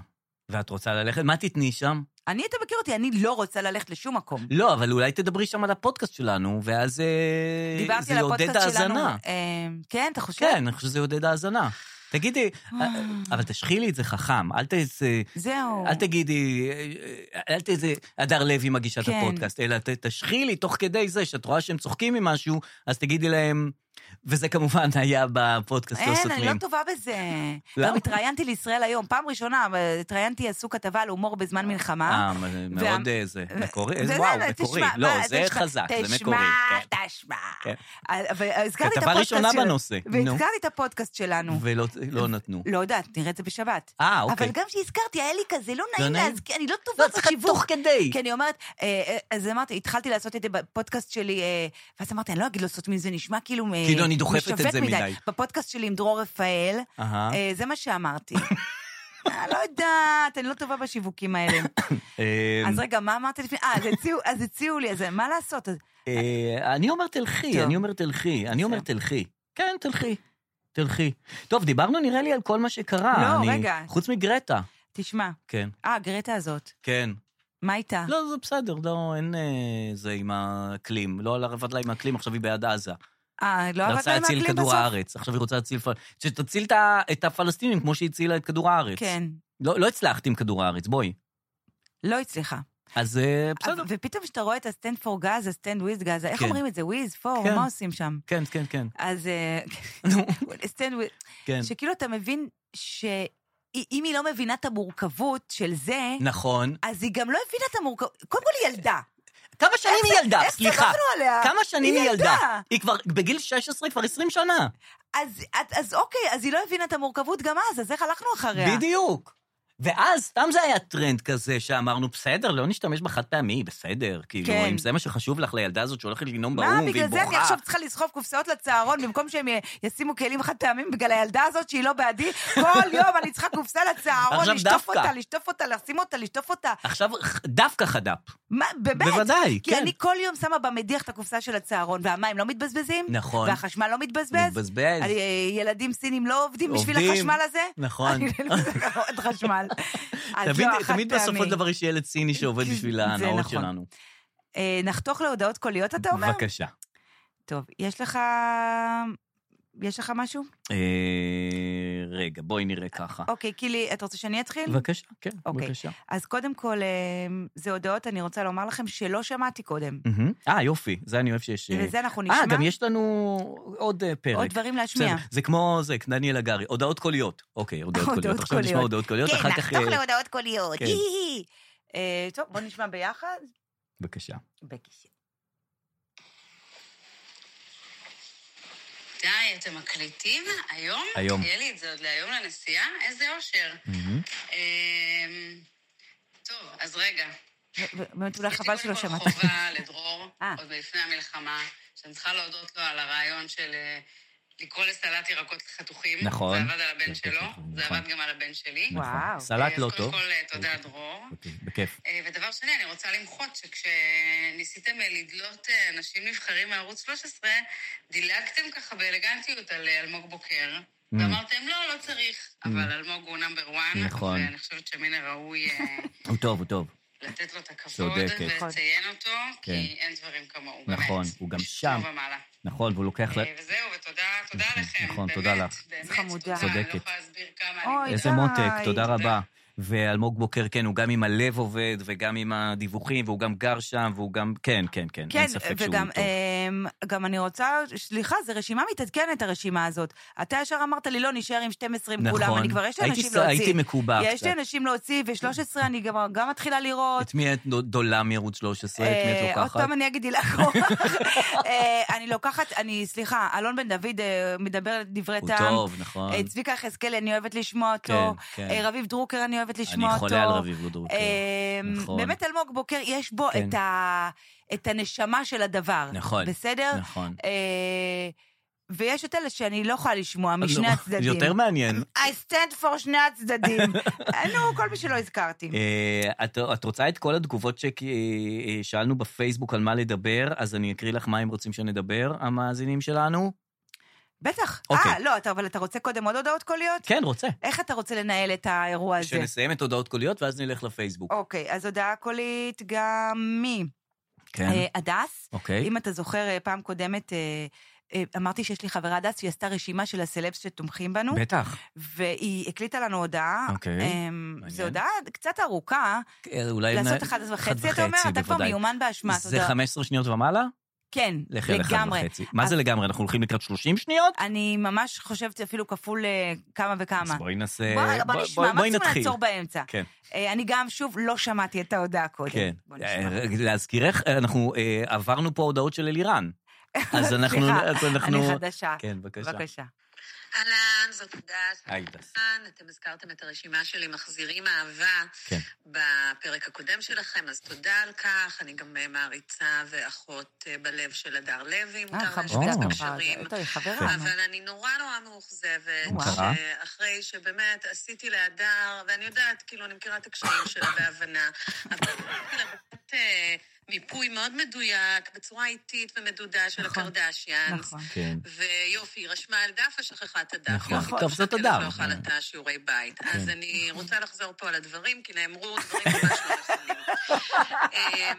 [SPEAKER 2] ואת רוצה ללכת? מה תתני שם?
[SPEAKER 3] אני, אתה מכיר אותי, אני לא רוצה ללכת לשום מקום.
[SPEAKER 2] לא, אבל אולי תדברי שם על הפודקאסט שלנו, ואז אה,
[SPEAKER 3] דיברתי
[SPEAKER 2] זה
[SPEAKER 3] על
[SPEAKER 2] יעודד
[SPEAKER 3] הפודקאסט שלנו.
[SPEAKER 2] האזנה.
[SPEAKER 3] אה, כן, אתה חושב?
[SPEAKER 2] כן, אני חושב שזה יעודד האזנה. תגידי, אה, אבל תשחילי את זה חכם, אל תעשה...
[SPEAKER 3] זהו.
[SPEAKER 2] אל תגידי, אה, אל תגידי, הדר לוי מגישת
[SPEAKER 3] כן.
[SPEAKER 2] הפודקאסט, אלא ת- תשחילי תוך כדי זה שאת רואה שהם צוחקים ממשהו, אז תגידי להם, וזה כמובן היה בפודקאסט לא
[SPEAKER 3] אין, אני
[SPEAKER 2] סותמים.
[SPEAKER 3] לא טובה בזה.
[SPEAKER 2] למה?
[SPEAKER 3] גם התראיינתי לישראל היום, פעם ראשונה, אבל התראיינתי, עשו כתבה על הומור בזמן מלחמה.
[SPEAKER 2] אה, מ-
[SPEAKER 3] וה-
[SPEAKER 2] מאוד אה, זה, מקורי,
[SPEAKER 3] זה-
[SPEAKER 2] וואו,
[SPEAKER 3] זה- תשמע,
[SPEAKER 2] מקורי.
[SPEAKER 3] מה,
[SPEAKER 2] לא, זה
[SPEAKER 3] תשמע,
[SPEAKER 2] חזק, זה מקורי. כן.
[SPEAKER 3] תשמע, תשמע. אה,
[SPEAKER 2] כן.
[SPEAKER 3] אבל הזכרתי את
[SPEAKER 2] כתבה
[SPEAKER 3] הפודקאסט
[SPEAKER 2] ראשונה
[SPEAKER 3] שלנו.
[SPEAKER 2] בנושא, נו.
[SPEAKER 3] והזכרתי את הפודקאסט שלנו.
[SPEAKER 2] ולא לא נתנו.
[SPEAKER 3] לא יודעת, נראה את זה בשבת.
[SPEAKER 2] אה, אוקיי.
[SPEAKER 3] אבל גם כשהזכרתי, היה לי כזה, לא
[SPEAKER 2] לא
[SPEAKER 3] נעים
[SPEAKER 2] נעים?
[SPEAKER 3] להזכיר, אני לא
[SPEAKER 2] לא,
[SPEAKER 3] טובה
[SPEAKER 2] צריכה
[SPEAKER 3] בשיווק.
[SPEAKER 2] תוך כדי.
[SPEAKER 3] כי אני אומרת, אה, אה, אז אמרתי, התחלתי לעשות את זה בפודקאסט שלי, אה, ואז אמרתי, אני לא אגיד לו סותמים, זה נשמע כאילו... אה,
[SPEAKER 2] כאילו אני דוחפת את
[SPEAKER 3] משווק
[SPEAKER 2] זה מדי.
[SPEAKER 3] בפודקאסט שלי עם דרור רפאל,
[SPEAKER 2] אהה.
[SPEAKER 3] אה, זה מה שאמרתי. אה, לא יודעת, אני לא טובה בשיווקים האלה.
[SPEAKER 2] אה,
[SPEAKER 3] אז רגע, מה אמרת לפני? אה, אז הציעו- אז הציעו לי, אז מה לעשות? אז-
[SPEAKER 2] אה, אני אומר תלכי,
[SPEAKER 3] טוב.
[SPEAKER 2] אני אומר תלכי, אני אומר
[SPEAKER 3] בסדר.
[SPEAKER 2] תלכי. כן, תלכי. תלכי. טוב, דיברנו נראה לי על כל מה שקרה.
[SPEAKER 3] לא,
[SPEAKER 2] אני-
[SPEAKER 3] רגע.
[SPEAKER 2] חוץ מגרטה.
[SPEAKER 3] תשמע,
[SPEAKER 2] כן,
[SPEAKER 3] אה, גרטה הזאת,
[SPEAKER 2] כן.
[SPEAKER 3] מה איתה?
[SPEAKER 2] לא, זה בסדר, לא, אין אה, זה עם האקלים. לא עבד לה עם האקלים, עכשיו היא בעד עזה.
[SPEAKER 3] אה, לא
[SPEAKER 2] היא
[SPEAKER 3] עבדת
[SPEAKER 2] רצתה
[SPEAKER 3] עם
[SPEAKER 2] להציל
[SPEAKER 3] האקלים
[SPEAKER 2] כדור
[SPEAKER 3] בסוף?
[SPEAKER 2] הארץ, עכשיו היא רוצה להציל... פל- שתציל את ה- את הפלסטינים כמו שהיא הצילה את כדור הארץ.
[SPEAKER 3] כן,
[SPEAKER 2] לא לא הצלחת עם כדור הארץ, בואי.
[SPEAKER 3] לא הצליחה.
[SPEAKER 2] אז אה, בסדר.
[SPEAKER 3] אבל- ופתאום כשאתה רואה את הסטנד פור גאזה, סטנד וויז גאזה, איך
[SPEAKER 2] כן.
[SPEAKER 3] אומרים את זה? וויז פור,
[SPEAKER 2] כן.
[SPEAKER 3] מה עושים שם?
[SPEAKER 2] כן, כן, כן.
[SPEAKER 3] אז אה,
[SPEAKER 2] נו,
[SPEAKER 3] סטנד וויז,
[SPEAKER 2] כן.
[SPEAKER 3] שכאילו אתה מבין שאם היא לא מבינה את המורכבות של זה,
[SPEAKER 2] נכון.
[SPEAKER 3] אז היא גם לא הבינה את המורכבות, קודם כל היא ילדה.
[SPEAKER 2] כמה שנים
[SPEAKER 3] איך
[SPEAKER 2] היא
[SPEAKER 3] זה-
[SPEAKER 2] ילדה?
[SPEAKER 3] איך
[SPEAKER 2] סליחה.
[SPEAKER 3] סמכנו עליה?
[SPEAKER 2] כמה שנים היא
[SPEAKER 3] היא
[SPEAKER 2] ילדה?
[SPEAKER 3] ילדה.
[SPEAKER 2] היא כבר בגיל 16, כבר 20 שנה.
[SPEAKER 3] אז, אז, אז אוקיי, אז היא לא הבינה את המורכבות גם אז, אז איך הלכנו אחריה?
[SPEAKER 2] בדיוק. ואז סתם זה היה טרנד כזה שאמרנו, בסדר, לא נשתמש בחד פעמי, בסדר. כאילו,
[SPEAKER 3] כן.
[SPEAKER 2] אם זה מה שחשוב לך לילדה הזאת שהולכת לנאום באו"ם
[SPEAKER 3] מה,
[SPEAKER 2] והיא בוכה.
[SPEAKER 3] בגלל זה אני עכשיו צריכה לסחוב קופסאות לצהרון במקום שהם י- ישימו כלים חד פעמים בגלל הילדה הזאת שהיא לא בעדי? כל יום אני צריכה קופסה לצהרון,
[SPEAKER 2] עכשיו
[SPEAKER 3] לשטוף
[SPEAKER 2] דווקא.
[SPEAKER 3] אותה, לשטוף אותה, לשים אותה, לשטוף אותה.
[SPEAKER 2] עכשיו ח- דווקא חד"פ.
[SPEAKER 3] מה, באמת?
[SPEAKER 2] בוודאי,
[SPEAKER 3] כי
[SPEAKER 2] כן.
[SPEAKER 3] אני כל יום שמה במדיח את הקופסה של הצהרון, והמים לא מתבזבזים?
[SPEAKER 2] נכון.
[SPEAKER 3] והחשמל לא מתבזבז?
[SPEAKER 2] מתבזבז.
[SPEAKER 3] אני- ילדים סינים לא עובדים בשביל
[SPEAKER 2] עובדים.
[SPEAKER 3] החשמל הזה?
[SPEAKER 2] נכון.
[SPEAKER 3] אני לא יודעת, עוד חשמל. אז
[SPEAKER 2] תמיד-
[SPEAKER 3] לא, החד
[SPEAKER 2] תמיד בסופו
[SPEAKER 3] פעמי.
[SPEAKER 2] של דבר יש ילד סיני שעובד
[SPEAKER 3] זה
[SPEAKER 2] בשביל ההנאות
[SPEAKER 3] נכון.
[SPEAKER 2] שלנו.
[SPEAKER 3] אה, נחתוך להודעות קוליות, אתה אומר?
[SPEAKER 2] בבקשה.
[SPEAKER 3] טוב, יש לך... יש לך משהו?
[SPEAKER 2] אה, רגע, בואי נראה ככה.
[SPEAKER 3] אוקיי, קילי, אתה רוצה שאני אתחיל?
[SPEAKER 2] בבקשה, כן,
[SPEAKER 3] אוקיי.
[SPEAKER 2] בבקשה.
[SPEAKER 3] אז קודם כל, אה, זה הודעות, אני רוצה לומר לכם, שלא שמעתי קודם.
[SPEAKER 2] מהמם. אה, יופי, זה אני אוהב שיש... אה,
[SPEAKER 3] וזה אנחנו
[SPEAKER 2] אה,
[SPEAKER 3] נשמע.
[SPEAKER 2] גם יש לנו עוד אה, פרק.
[SPEAKER 3] עוד דברים להשמיע.
[SPEAKER 2] בסדר, זה כמו זה, דניאל הגרי, הודעות קוליות. אוקיי, הודעות
[SPEAKER 3] הודעות
[SPEAKER 2] קוליות. עכשיו נשמע
[SPEAKER 3] קוליות.
[SPEAKER 2] הודעות קוליות,
[SPEAKER 3] כן,
[SPEAKER 2] אחר כך...
[SPEAKER 3] נחתוך
[SPEAKER 2] אה,
[SPEAKER 3] להודעות קוליות.
[SPEAKER 2] כן.
[SPEAKER 3] יהי. אה, טוב, בוא נשמע ביחד.
[SPEAKER 2] בבקשה.
[SPEAKER 3] בקי.
[SPEAKER 8] די, אתם מקליטים? היום?
[SPEAKER 2] היום.
[SPEAKER 8] יהיה לי את זה עוד להיום לנסיעה? איזה אושר.
[SPEAKER 2] מהמם.
[SPEAKER 8] אמ, טוב, אז רגע.
[SPEAKER 3] באמת אולי חבל שלא
[SPEAKER 8] יש לי
[SPEAKER 3] שמעת.
[SPEAKER 8] קודם כל חובה לדרור,
[SPEAKER 3] אה.
[SPEAKER 8] עוד מלפני המלחמה, שאני צריכה להודות לו על הרעיון של אה, לקרוא לסלט ירקות חתוכים.
[SPEAKER 2] נכון.
[SPEAKER 8] זה עבד על
[SPEAKER 2] כן,
[SPEAKER 8] הבן שלו,
[SPEAKER 2] נכון.
[SPEAKER 8] זה עבד גם על הבן שלי.
[SPEAKER 3] וואו.
[SPEAKER 2] נכון. סלט
[SPEAKER 8] אה,
[SPEAKER 2] לא
[SPEAKER 8] אז
[SPEAKER 2] טוב.
[SPEAKER 8] קודם כל, אה, תודה, דרור.
[SPEAKER 2] אוקיי, בכיף.
[SPEAKER 8] אה, ודבר שני, אני רוצה למחות שכשניסיתם אה, לדלות אה, אנשים נבחרים מערוץ 13, דילגתם ככה באלגנטיות על אה, אלמוג בוקר,
[SPEAKER 2] Mm.
[SPEAKER 8] ואמרתם, לא, לא צריך, אבל אלמוג הוא נאמבר וואן,
[SPEAKER 2] נכון.
[SPEAKER 8] ואני חושבת שמן הראוי אה,
[SPEAKER 2] הוא טוב, הוא טוב.
[SPEAKER 8] לתת לו את הכבוד
[SPEAKER 2] צודקת.
[SPEAKER 8] ולציין
[SPEAKER 3] נכון.
[SPEAKER 8] אותו,
[SPEAKER 2] כן.
[SPEAKER 8] כי אין דברים כמוהו, באמת.
[SPEAKER 2] נכון, הוא גם שם.
[SPEAKER 8] כמו ומעלה.
[SPEAKER 2] נכון, והוא לוקח... ל-
[SPEAKER 8] אה, וזהו, ותודה, תודה
[SPEAKER 2] נכון,
[SPEAKER 8] לכם.
[SPEAKER 2] נכון,
[SPEAKER 8] באמת,
[SPEAKER 2] תודה לך.
[SPEAKER 8] באמת,
[SPEAKER 3] חמודה.
[SPEAKER 8] תודה, אני לא
[SPEAKER 2] צודקת.
[SPEAKER 8] יכולה להסביר כמה
[SPEAKER 3] אוי,
[SPEAKER 8] אני...
[SPEAKER 2] איזה
[SPEAKER 3] די.
[SPEAKER 2] מותק, תודה
[SPEAKER 3] תודה.
[SPEAKER 2] רבה. ואלמוג בוקר, כן, הוא גם עם הלב עובד, וגם עם הדיווחים, והוא גם גר שם, והוא גם... כן, כן, כן,
[SPEAKER 3] כן,
[SPEAKER 2] אין ספק שהוא
[SPEAKER 3] וגם
[SPEAKER 2] טוב.
[SPEAKER 3] אמ, גם אני רוצה, סליחה, זו רשימה מתעדכנת, הרשימה הזאת. אתה ישר אמרת לי, לא, נשאר עם 12 עם כולם,
[SPEAKER 2] נכון.
[SPEAKER 3] אני כבר, יש לי
[SPEAKER 2] הייתי
[SPEAKER 3] אנשים
[SPEAKER 2] ס-
[SPEAKER 3] להוציא.
[SPEAKER 2] הייתי מקובע
[SPEAKER 3] יש לי
[SPEAKER 2] קצת.
[SPEAKER 3] אנשים להוציא, ו-13 אני גם- גם מתחילה לראות.
[SPEAKER 2] את מי את דולה מערוץ 13? את מי
[SPEAKER 3] אה,
[SPEAKER 2] את
[SPEAKER 3] עוד
[SPEAKER 2] לוקחת?
[SPEAKER 3] פעם אני אגיד הילה קרוח. אה, אני לוקחת, אני, סליחה, אלון בן דוד אה, מדבר דברי
[SPEAKER 2] הוא
[SPEAKER 3] טעם.
[SPEAKER 2] טוב, נכון.
[SPEAKER 3] אה, צביקה יחזקאל, אני אוהבת לשמוע אותו.
[SPEAKER 2] כן.
[SPEAKER 3] אה, רביב דרוקר, אני אוהבת לשמוע אותו.
[SPEAKER 2] אני חולה על רביב דרוקר.
[SPEAKER 3] אה,
[SPEAKER 2] נכון.
[SPEAKER 3] באמת, אלמוג בוקר, יש בו
[SPEAKER 2] כן.
[SPEAKER 3] את ה- את הנשמה של הדבר.
[SPEAKER 2] נכון.
[SPEAKER 3] בסדר?
[SPEAKER 2] נכון.
[SPEAKER 3] אה, ויש את אלה שאני לא יכולה לשמוע משני
[SPEAKER 2] נו,
[SPEAKER 3] הצדדים.
[SPEAKER 2] אה, יותר מעניין.
[SPEAKER 3] I stand for שני הצדדים. אה, נו, כל מי שלא הזכרתי.
[SPEAKER 2] אה, את, את רוצה את כל התגובות ששאלנו בפייסבוק על מה לדבר, אז אני אקריא לך מה הם רוצים שנדבר, המאזינים שלנו?
[SPEAKER 3] בטח.
[SPEAKER 2] אוקיי.
[SPEAKER 3] אה, לא, אתה- אבל אתה רוצה קודם עוד הודעות קוליות?
[SPEAKER 2] כן, רוצה.
[SPEAKER 3] איך אתה רוצה לנהל את האירוע הזה?
[SPEAKER 2] שנסיים את הודעות קוליות ואז נלך לפייסבוק.
[SPEAKER 3] אוקיי, אז הודעה קולית גם מי?
[SPEAKER 2] כן,
[SPEAKER 3] אה, הדס.
[SPEAKER 2] אוקיי.
[SPEAKER 3] אם אתה זוכר, אה, פעם קודמת אה, אה, אמרתי שיש לי חברה הדס, שהיא עשתה רשימה של הסלבס שתומכים בנו,
[SPEAKER 2] בטח.
[SPEAKER 3] והיא הקליטה לנו הודעה.
[SPEAKER 2] אוקיי,
[SPEAKER 3] אמ,
[SPEAKER 2] מעניין.
[SPEAKER 3] זו הודעה קצת ארוכה,
[SPEAKER 2] אה, אולי...
[SPEAKER 3] לעשות
[SPEAKER 2] נ-
[SPEAKER 3] אחת וחצי, אתה אומר, אתה כבר
[SPEAKER 2] בוודאי.
[SPEAKER 3] מיומן באשמת.
[SPEAKER 2] זה
[SPEAKER 3] הודעה.
[SPEAKER 2] 15 שניות ומעלה?
[SPEAKER 3] כן,
[SPEAKER 2] לכי על אחד
[SPEAKER 3] לגמרי.
[SPEAKER 2] וחצי. מה
[SPEAKER 3] אז-
[SPEAKER 2] זה לגמרי? אנחנו הולכים לקראת 30 שניות?
[SPEAKER 3] אני ממש חושבת אפילו כפול אה, כמה
[SPEAKER 2] אז
[SPEAKER 3] וכמה.
[SPEAKER 2] בואי נעשה...
[SPEAKER 3] בוא רגע,
[SPEAKER 2] בואי-
[SPEAKER 3] בוא
[SPEAKER 2] בואי-
[SPEAKER 3] נשמע,
[SPEAKER 2] בואי
[SPEAKER 3] מקסימום
[SPEAKER 2] נתחיל.
[SPEAKER 3] נעצור באמצע.
[SPEAKER 2] כן.
[SPEAKER 3] אה, אני גם, שוב, לא שמעתי את ההודעה קודם.
[SPEAKER 2] כן.
[SPEAKER 3] בוא נשמע.
[SPEAKER 2] אה, להזכירך, אה, אנחנו אה, עברנו פה הודעות של אלירן. אז אנחנו...
[SPEAKER 3] סליחה,
[SPEAKER 2] אז אנחנו...
[SPEAKER 3] אני חדשה.
[SPEAKER 2] כן, בבקשה.
[SPEAKER 3] בבקשה.
[SPEAKER 8] אהלן, זאת הדס.
[SPEAKER 2] היי, דס.
[SPEAKER 8] כאן, אתם הזכרתם את הרשימה שלי, מחזירים אהבה,
[SPEAKER 2] כן.
[SPEAKER 8] בפרק הקודם שלכם, אז תודה על כך. אני גם אה, מעריצה ואחות אה, בלב של הדר לוי, אם
[SPEAKER 3] אה,
[SPEAKER 8] מותר
[SPEAKER 3] חמודה
[SPEAKER 8] להשמיץ
[SPEAKER 2] גם
[SPEAKER 3] שלך,
[SPEAKER 8] בקשרים.
[SPEAKER 3] טוב, היא חברה.
[SPEAKER 8] אבל אני נורא נורא מאוכזבת,
[SPEAKER 3] כן. וואו.
[SPEAKER 2] קרה?
[SPEAKER 8] שאחרי שבאמת עשיתי להדר, ואני יודעת, כאילו, אני מכירה את הקשיים שלה בהבנה, אבל עשיתי לה באמת אה, מיפוי מאוד מדויק, בצורה איטית ומדודה של
[SPEAKER 3] נכון,
[SPEAKER 8] הקרדשיאנס.
[SPEAKER 3] נכון.
[SPEAKER 2] כן.
[SPEAKER 8] ויופי, היא רשמה על דף ושכחה את הדף.
[SPEAKER 2] נכון.
[SPEAKER 8] יופי,
[SPEAKER 2] טוב, זאת
[SPEAKER 8] חשבתי לה
[SPEAKER 2] הדר.
[SPEAKER 8] שלא החלטה שיעורי בית. אז אני רוצה לחזור פה על הדברים, כי נאמרו דברים ממש לא נכונים. אמ,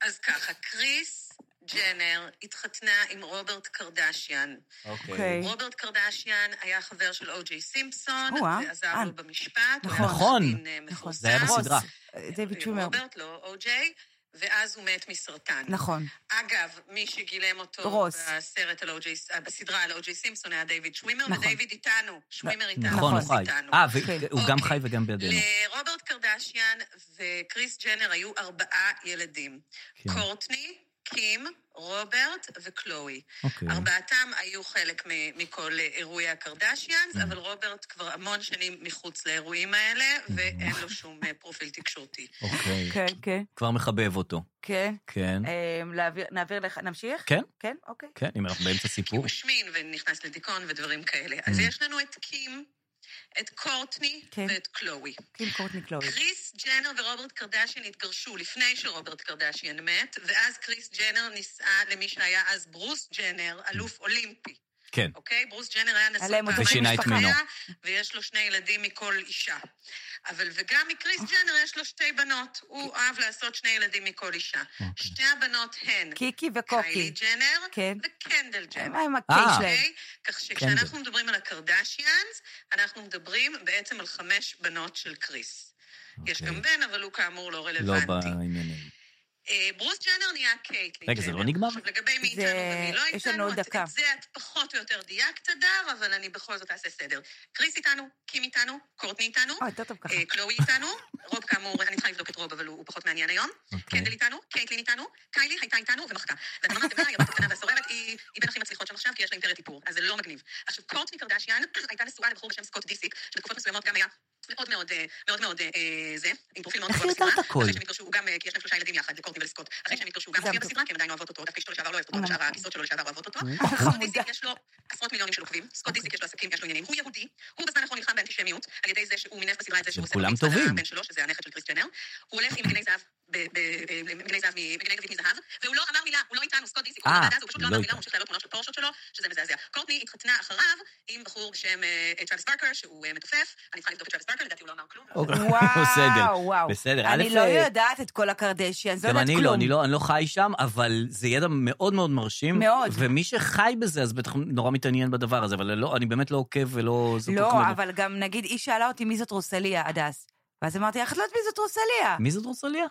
[SPEAKER 8] אז ככה, קריס ג'נר התחתנה עם רוברט קרדשיאן.
[SPEAKER 3] אוקיי.
[SPEAKER 8] רוברט קרדשיאן היה חבר של או.ג'יי סימפסון,
[SPEAKER 3] או-אה,
[SPEAKER 8] ועזר
[SPEAKER 3] אה,
[SPEAKER 8] לו במשפט. הוא היה
[SPEAKER 2] נכון.
[SPEAKER 8] עורך דין, אה,
[SPEAKER 3] נכון.
[SPEAKER 2] זה היה
[SPEAKER 8] מפורסם.
[SPEAKER 2] בסדרה.
[SPEAKER 3] אה, דיוויד שומר.
[SPEAKER 8] רוברט, לא או.ג'יי, ואז הוא מת מסרטן.
[SPEAKER 3] נכון.
[SPEAKER 8] אגב, מי שגילם אותו
[SPEAKER 3] רוס.
[SPEAKER 8] בסרט על אוג'יי, בסדרה על אוג'יי סימפסון היה דיוויד שווימר,
[SPEAKER 3] נכון.
[SPEAKER 8] ודייוויד איתנו, שווימר איתנו,
[SPEAKER 2] נכון, הוא
[SPEAKER 8] רוס
[SPEAKER 2] חי.
[SPEAKER 8] איתנו. אוקיי.
[SPEAKER 2] אה,
[SPEAKER 3] כן.
[SPEAKER 2] והוא גם חי וגם בידינו.
[SPEAKER 8] אה, לרוברט קרדשיאן וקריס ג'נר היו ארבעה ילדים.
[SPEAKER 2] כן.
[SPEAKER 8] קורטני, קים, רוברט וקלואי.
[SPEAKER 2] אוקיי.
[SPEAKER 8] ארבעתם היו חלק מ- מכל אירועי הקרדשיאנס, אבל רוברט כבר המון שנים מחוץ לאירועים האלה, ואין לו שום אה, פרופיל תקשורתי.
[SPEAKER 2] אוקיי.
[SPEAKER 3] כן, כן,
[SPEAKER 2] כבר מחבב אותו.
[SPEAKER 3] כן.
[SPEAKER 2] כן.
[SPEAKER 3] אמ, להעביר- נעביר לך, נמשיך?
[SPEAKER 2] כן.
[SPEAKER 3] כן, אוקיי.
[SPEAKER 2] כן, אם אנחנו באמצע סיפור.
[SPEAKER 8] הוא השמין ונכנס לדיכאון ודברים כאלה. אז יש לנו את קים, את קורטני
[SPEAKER 3] כן.
[SPEAKER 8] ואת קלואי.
[SPEAKER 3] קים קורטני קלובי.
[SPEAKER 8] קריס ג'נר ורוברט קרדשיאן התגרשו לפני שרוברט קרדשיאן מת, ואז קריס ג'נר נישאה למי שהיה אז ברוס ג'נר, אלוף אולימפי.
[SPEAKER 1] כן.
[SPEAKER 8] אוקיי? ברוס ג'נר היה נשוי
[SPEAKER 3] עליהם אותו
[SPEAKER 1] ושינה את
[SPEAKER 8] משפחה,
[SPEAKER 1] מינו.
[SPEAKER 8] ויש לו שני ילדים מכל אישה. אבל וגם מקריס ג'נר יש לו שתי בנות. הוא אהב לעשות שני ילדים מכל אישה.
[SPEAKER 1] אוקיי.
[SPEAKER 8] שתי הבנות הן
[SPEAKER 3] קיקי
[SPEAKER 8] קיילי
[SPEAKER 3] וקוקי.
[SPEAKER 8] ג'נר
[SPEAKER 3] כן.
[SPEAKER 8] וקנדל ג'נר.
[SPEAKER 3] מה עם הקיי
[SPEAKER 1] אה.
[SPEAKER 3] שלהם?
[SPEAKER 8] אוקיי? כך שכשאנחנו מדברים על הקרדשיאנס, אנחנו מדברים בעצם על חמש בנות של קריס. יש
[SPEAKER 1] אוקיי.
[SPEAKER 8] גם בן, אבל הוא כאמור לא
[SPEAKER 2] לא
[SPEAKER 8] רלוונטי.
[SPEAKER 2] בעניינים.
[SPEAKER 8] אה, ברוס ג'נר נהיה קייטלין
[SPEAKER 2] רגע, זה
[SPEAKER 8] ג'נר.
[SPEAKER 2] לא נגמר?
[SPEAKER 8] עכשיו, לגבי מי
[SPEAKER 3] זה-
[SPEAKER 8] איתנו ומי לא
[SPEAKER 3] יש לנו
[SPEAKER 8] איתנו,
[SPEAKER 3] עוד
[SPEAKER 8] את-
[SPEAKER 3] דקה.
[SPEAKER 8] את זה את פחות או יותר דייקת, הדר, אבל אני בכל זאת אעשה סדר. קריס איתנו, קים איתנו, קורטני איתנו,
[SPEAKER 3] אה, יותר טוב ככה.
[SPEAKER 8] אה, קלואי איתנו, רוב כאמור, אני צריכה לבדוק את רוב, אבל הוא הוא פחות מעניין היום.
[SPEAKER 2] אוקיי.
[SPEAKER 8] קנדל איתנו, קייטלין איתנו, קיילי הייתה איתנו ומחקה. ואתה ממש תבנה, היא הבת הקטנה והסוררת, היא היא בין הכי מצליחות שם עכשיו, כי יש לה אימפריית איפור, אז זה לא מגניב. עכשיו, קורטני קרדשיאן הייתה נשואה לבחור בשם סקוט דיסיק, שבתקופות מסוימות גם היה מאוד מאוד, אה, מאוד מאוד, אה, זה, עם פרופיל מאוד
[SPEAKER 2] איך
[SPEAKER 8] גבוה
[SPEAKER 2] היא יודעת
[SPEAKER 8] בסדרה.
[SPEAKER 2] הכל?
[SPEAKER 8] אחרי שהם התגרשו, הוא גם, אה, כי יש להם שלושה ילדים יחד, לקורטני ולסקוט. אחרי שהם התגרשו, הוא גם
[SPEAKER 3] זה
[SPEAKER 8] הופיע
[SPEAKER 3] המטוב.
[SPEAKER 8] בסדרה, כי הם עדיין אוהבות אותו, דווקא אשתו לשעבר לא אוהבת
[SPEAKER 2] אה,
[SPEAKER 8] אותו,
[SPEAKER 2] נכון.
[SPEAKER 8] שאר הכיסאות שלו לשעבר אוהבות אותו.
[SPEAKER 3] חמודה.
[SPEAKER 8] סקוט דיסיק יש לו עשרות מיליונים של עוקבים, סקוט דיסיק יש לו עסקים, יש לו עניינים. הוא יהודי, הוא בזמן האחרון נלחם באנטישמיות, על ידי זה שהוא מינף בסדרה את זה
[SPEAKER 2] הם
[SPEAKER 8] שהוא עושה
[SPEAKER 2] כולם
[SPEAKER 8] לו פיצה
[SPEAKER 2] טובים.
[SPEAKER 8] לבן שלו, שזה הנכד של קריס ג'נר. הוא הולך עם מגני זהב. ב- ב- ב- מגני זהב מ- מגני דוד מזהב, והוא לא אמר מילה, הוא לא איתנו, סקוט דיסיק, הוא
[SPEAKER 2] אה,
[SPEAKER 8] בוועדה הזו, הוא פשוט לא
[SPEAKER 2] לא
[SPEAKER 8] אמר מילה,
[SPEAKER 2] איתנו.
[SPEAKER 8] הוא ממשיך להעלות תמונות של פורשות שלו, שזה מזעזע. קורטני התחתנה אחריו עם בחור בשם אה, טראביס ברקר, שהוא אה, מתופף, אני צריכה לבדוק את טראביס ברקר, לדעתי הוא לא אמר כלום. אבל-
[SPEAKER 2] בסדר,
[SPEAKER 3] וואו, וואו.
[SPEAKER 2] בסדר,
[SPEAKER 3] אני
[SPEAKER 2] א',
[SPEAKER 3] לא
[SPEAKER 2] אה,
[SPEAKER 3] יודעת את כל הקרדשיאנס, לא
[SPEAKER 2] גם
[SPEAKER 3] יודעת
[SPEAKER 2] אני לא,
[SPEAKER 3] כלום.
[SPEAKER 2] אני לא, אני לא חי שם, אבל זה ידע מאוד מאוד מרשים.
[SPEAKER 3] מאוד.
[SPEAKER 2] ומי שחי בזה, אז בטח נורא מתעניין בדבר הזה, אבל לא, אני באמת לא עוקב ולא... זקוק
[SPEAKER 3] לא,
[SPEAKER 2] לנו.
[SPEAKER 3] אבל גם נגיד, היא שאלה אותי מי זאת רוסליה, הדס. ואז אמרתי, איך את לא יודעת מי זאת רוסליה?
[SPEAKER 2] מי זאת רוסליה?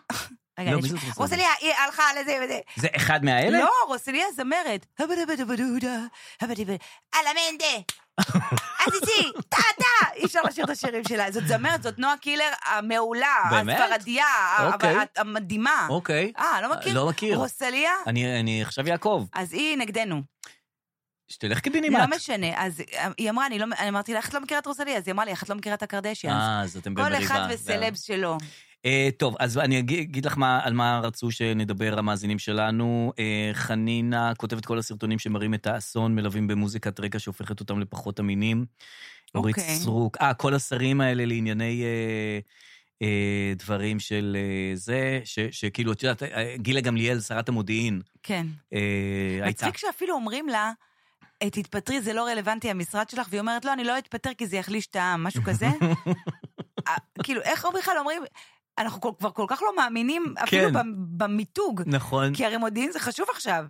[SPEAKER 3] רגע,
[SPEAKER 2] לא,
[SPEAKER 3] אני
[SPEAKER 2] מי
[SPEAKER 3] ש-
[SPEAKER 2] זאת רוסליה?
[SPEAKER 3] רוסליה, היא הלכה לזה וזה.
[SPEAKER 2] זה אחד מהאלה?
[SPEAKER 3] לא, רוסליה זמרת. הבדבדבדודה, הבדבד- אלמנדה. אציצי, טה טה. אי אפשר לשיר את השירים שלה. זאת זמרת, זאת נועה קילר המעולה,
[SPEAKER 2] באמת?
[SPEAKER 3] הספרדיה, ה-
[SPEAKER 2] אוקיי.
[SPEAKER 3] ה- המדהימה.
[SPEAKER 2] אוקיי.
[SPEAKER 3] אה, לא מכיר?
[SPEAKER 2] לא מכיר.
[SPEAKER 3] רוסליה?
[SPEAKER 2] אני, אני עכשיו יעקב,
[SPEAKER 3] אז היא נגדנו.
[SPEAKER 2] שתלך קיבינימט.
[SPEAKER 3] לא משנה. אז אה, היא אמרה, אני לא- אני אמרתי לה, איך את לא מכירה את רוסליה? אז היא אמרה לי, איך את לא מכירה את הקרדשיאנס?
[SPEAKER 2] אה, אז אתם
[SPEAKER 3] כל
[SPEAKER 2] במריבה.
[SPEAKER 3] אחד
[SPEAKER 2] זה-
[SPEAKER 3] וסלבס שלו.
[SPEAKER 2] אה, טוב, אז אני אגיד, אגיד לך מה, על מה רצו שנדבר המאזינים שלנו. אה, חנינה כותבת כל הסרטונים שמראים את האסון, מלווים במוזיקת רקע שהופכת אותם לפחות אמינים. אורית
[SPEAKER 3] אוקיי.
[SPEAKER 2] סרוק. אה, כל השרים האלה לענייני אה, אה, דברים של אה, זה, ש, שכאילו, את יודעת, אה, גילה גמליאל, שרת המודיעין,
[SPEAKER 3] כן.
[SPEAKER 2] אה, הייתה.
[SPEAKER 3] מצחיק שאפילו אומרים לה, "אה, תתפטרי, זה לא רלוונטי המשרד שלך, והיא אומרת, לא, אני לא אתפטר כי זה יחליש את העם, משהו כזה. אה, כאילו, איך אומרים בכלל אומרים, אנחנו כל- כבר כל כך לא מאמינים, אפילו
[SPEAKER 2] כן.
[SPEAKER 3] במ- במיתוג,
[SPEAKER 2] נכון.
[SPEAKER 3] כי הרי מודיעין זה חשוב עכשיו.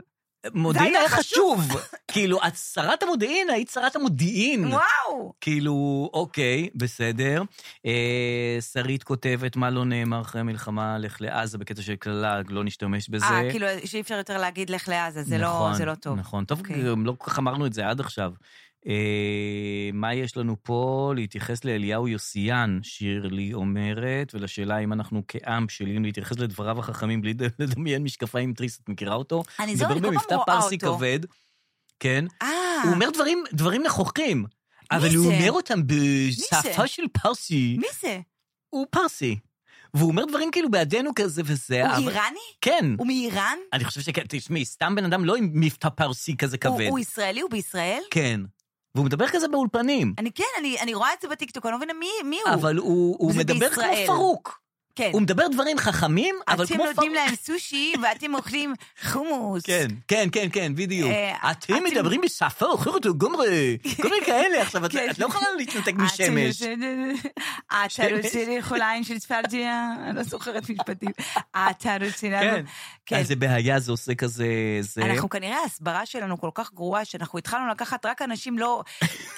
[SPEAKER 2] מודיעין
[SPEAKER 3] זה היה
[SPEAKER 2] היה חשוב. כאילו, את שרת המודיעין, היית שרת המודיעין.
[SPEAKER 3] וואו!
[SPEAKER 2] כאילו, אוקיי, בסדר. אה, שרית כותבת, מה לא נאמר אחרי המלחמה, לך לעזה, בקטע של קללה, לא נשתמש בזה.
[SPEAKER 3] אה, כאילו, שאי אפשר יותר להגיד לך לעזה, זה לא- זה לא טוב.
[SPEAKER 2] נכון, טוב,
[SPEAKER 3] אוקיי.
[SPEAKER 2] גם לא כל כך אמרנו את זה עד עכשיו. אה, מה יש לנו פה? להתייחס לאליהו יוסיאן, שירלי אומרת, ולשאלה אם אנחנו כעם בשלים להתייחס לדבריו החכמים בלי לדמיין משקפיים עם תריס, את מכירה אותו?
[SPEAKER 3] אני זהו, אני כל
[SPEAKER 2] מדבר
[SPEAKER 3] פעם
[SPEAKER 2] במבטא
[SPEAKER 3] רואה
[SPEAKER 2] פרסי
[SPEAKER 3] אותו.
[SPEAKER 2] כבד, כן?
[SPEAKER 3] אה,
[SPEAKER 2] הוא אומר דברים, דברים נכוחים, אבל
[SPEAKER 3] זה?
[SPEAKER 2] הוא אומר אותם
[SPEAKER 3] זה?
[SPEAKER 2] בשפה של פרסי.
[SPEAKER 3] מי זה?
[SPEAKER 2] הוא פרסי. והוא אומר דברים כאילו בעדינו כזה וזה.
[SPEAKER 3] הוא
[SPEAKER 2] אבל-
[SPEAKER 3] איראני?
[SPEAKER 2] כן.
[SPEAKER 3] הוא מאיראן?
[SPEAKER 2] אני חושב שכן, תשמעי, סתם בן אדם לא עם מבטא פרסי כזה
[SPEAKER 3] הוא-
[SPEAKER 2] כבד.
[SPEAKER 3] הוא ישראלי? הוא בישראל?
[SPEAKER 2] כן. והוא מדבר כזה באולפנים.
[SPEAKER 3] אני כן, אני- אני רואה את זה בטיקטוק, אני לא מבינה מי מי הוא.
[SPEAKER 2] אבל הוא הוא
[SPEAKER 3] זה
[SPEAKER 2] מדבר כמו
[SPEAKER 3] בישראל.
[SPEAKER 2] פרוק.
[SPEAKER 3] כן.
[SPEAKER 2] הוא מדבר דברים חכמים, אבל
[SPEAKER 3] אתם
[SPEAKER 2] כמו
[SPEAKER 3] נותנים
[SPEAKER 2] פרוק.
[SPEAKER 3] להם סושי ואתם אוכלים חומוס.
[SPEAKER 2] כן, כן, כן, כן, בדיוק.
[SPEAKER 3] אה,
[SPEAKER 2] אתם
[SPEAKER 3] אתם-
[SPEAKER 2] מדברים בשפה אחרת לגמרי, כל מיני כאלה. עכשיו, את-
[SPEAKER 3] כן.
[SPEAKER 2] את לא יכולה להתנתק
[SPEAKER 3] אתה
[SPEAKER 2] משמש.
[SPEAKER 3] רוצה- אה, אתה רוצה לאכול עין של צפרדיה? אני לא זוכרת משפטים. אתה רוצה
[SPEAKER 2] כן.
[SPEAKER 3] לעבוד? כן.
[SPEAKER 2] אז זה בעיה, זה עושה כזה... זה...
[SPEAKER 3] אנחנו כנראה ההסברה שלנו כל כך גרועה, שאנחנו התחלנו לקחת רק אנשים לא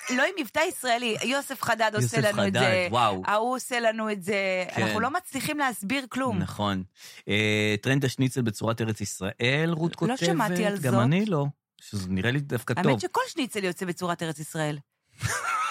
[SPEAKER 3] לא עם מבטא ישראלי. יוסף חדד
[SPEAKER 2] יוסף
[SPEAKER 3] עושה לנו את
[SPEAKER 2] חדד,
[SPEAKER 3] זה.
[SPEAKER 2] וואו.
[SPEAKER 3] ההוא עושה לנו את זה.
[SPEAKER 2] כן.
[SPEAKER 3] אנחנו לא מצליחים להסביר כלום.
[SPEAKER 2] נכון. אה, טרנד השניצל בצורת ארץ ישראל, רות
[SPEAKER 3] לא
[SPEAKER 2] כותבת.
[SPEAKER 3] שמעתי על
[SPEAKER 2] גם
[SPEAKER 3] זאת.
[SPEAKER 2] אני לא. שזה נראה לי דווקא טוב.
[SPEAKER 3] האמת שכל שניצל יוצא בצורת ארת ישראל.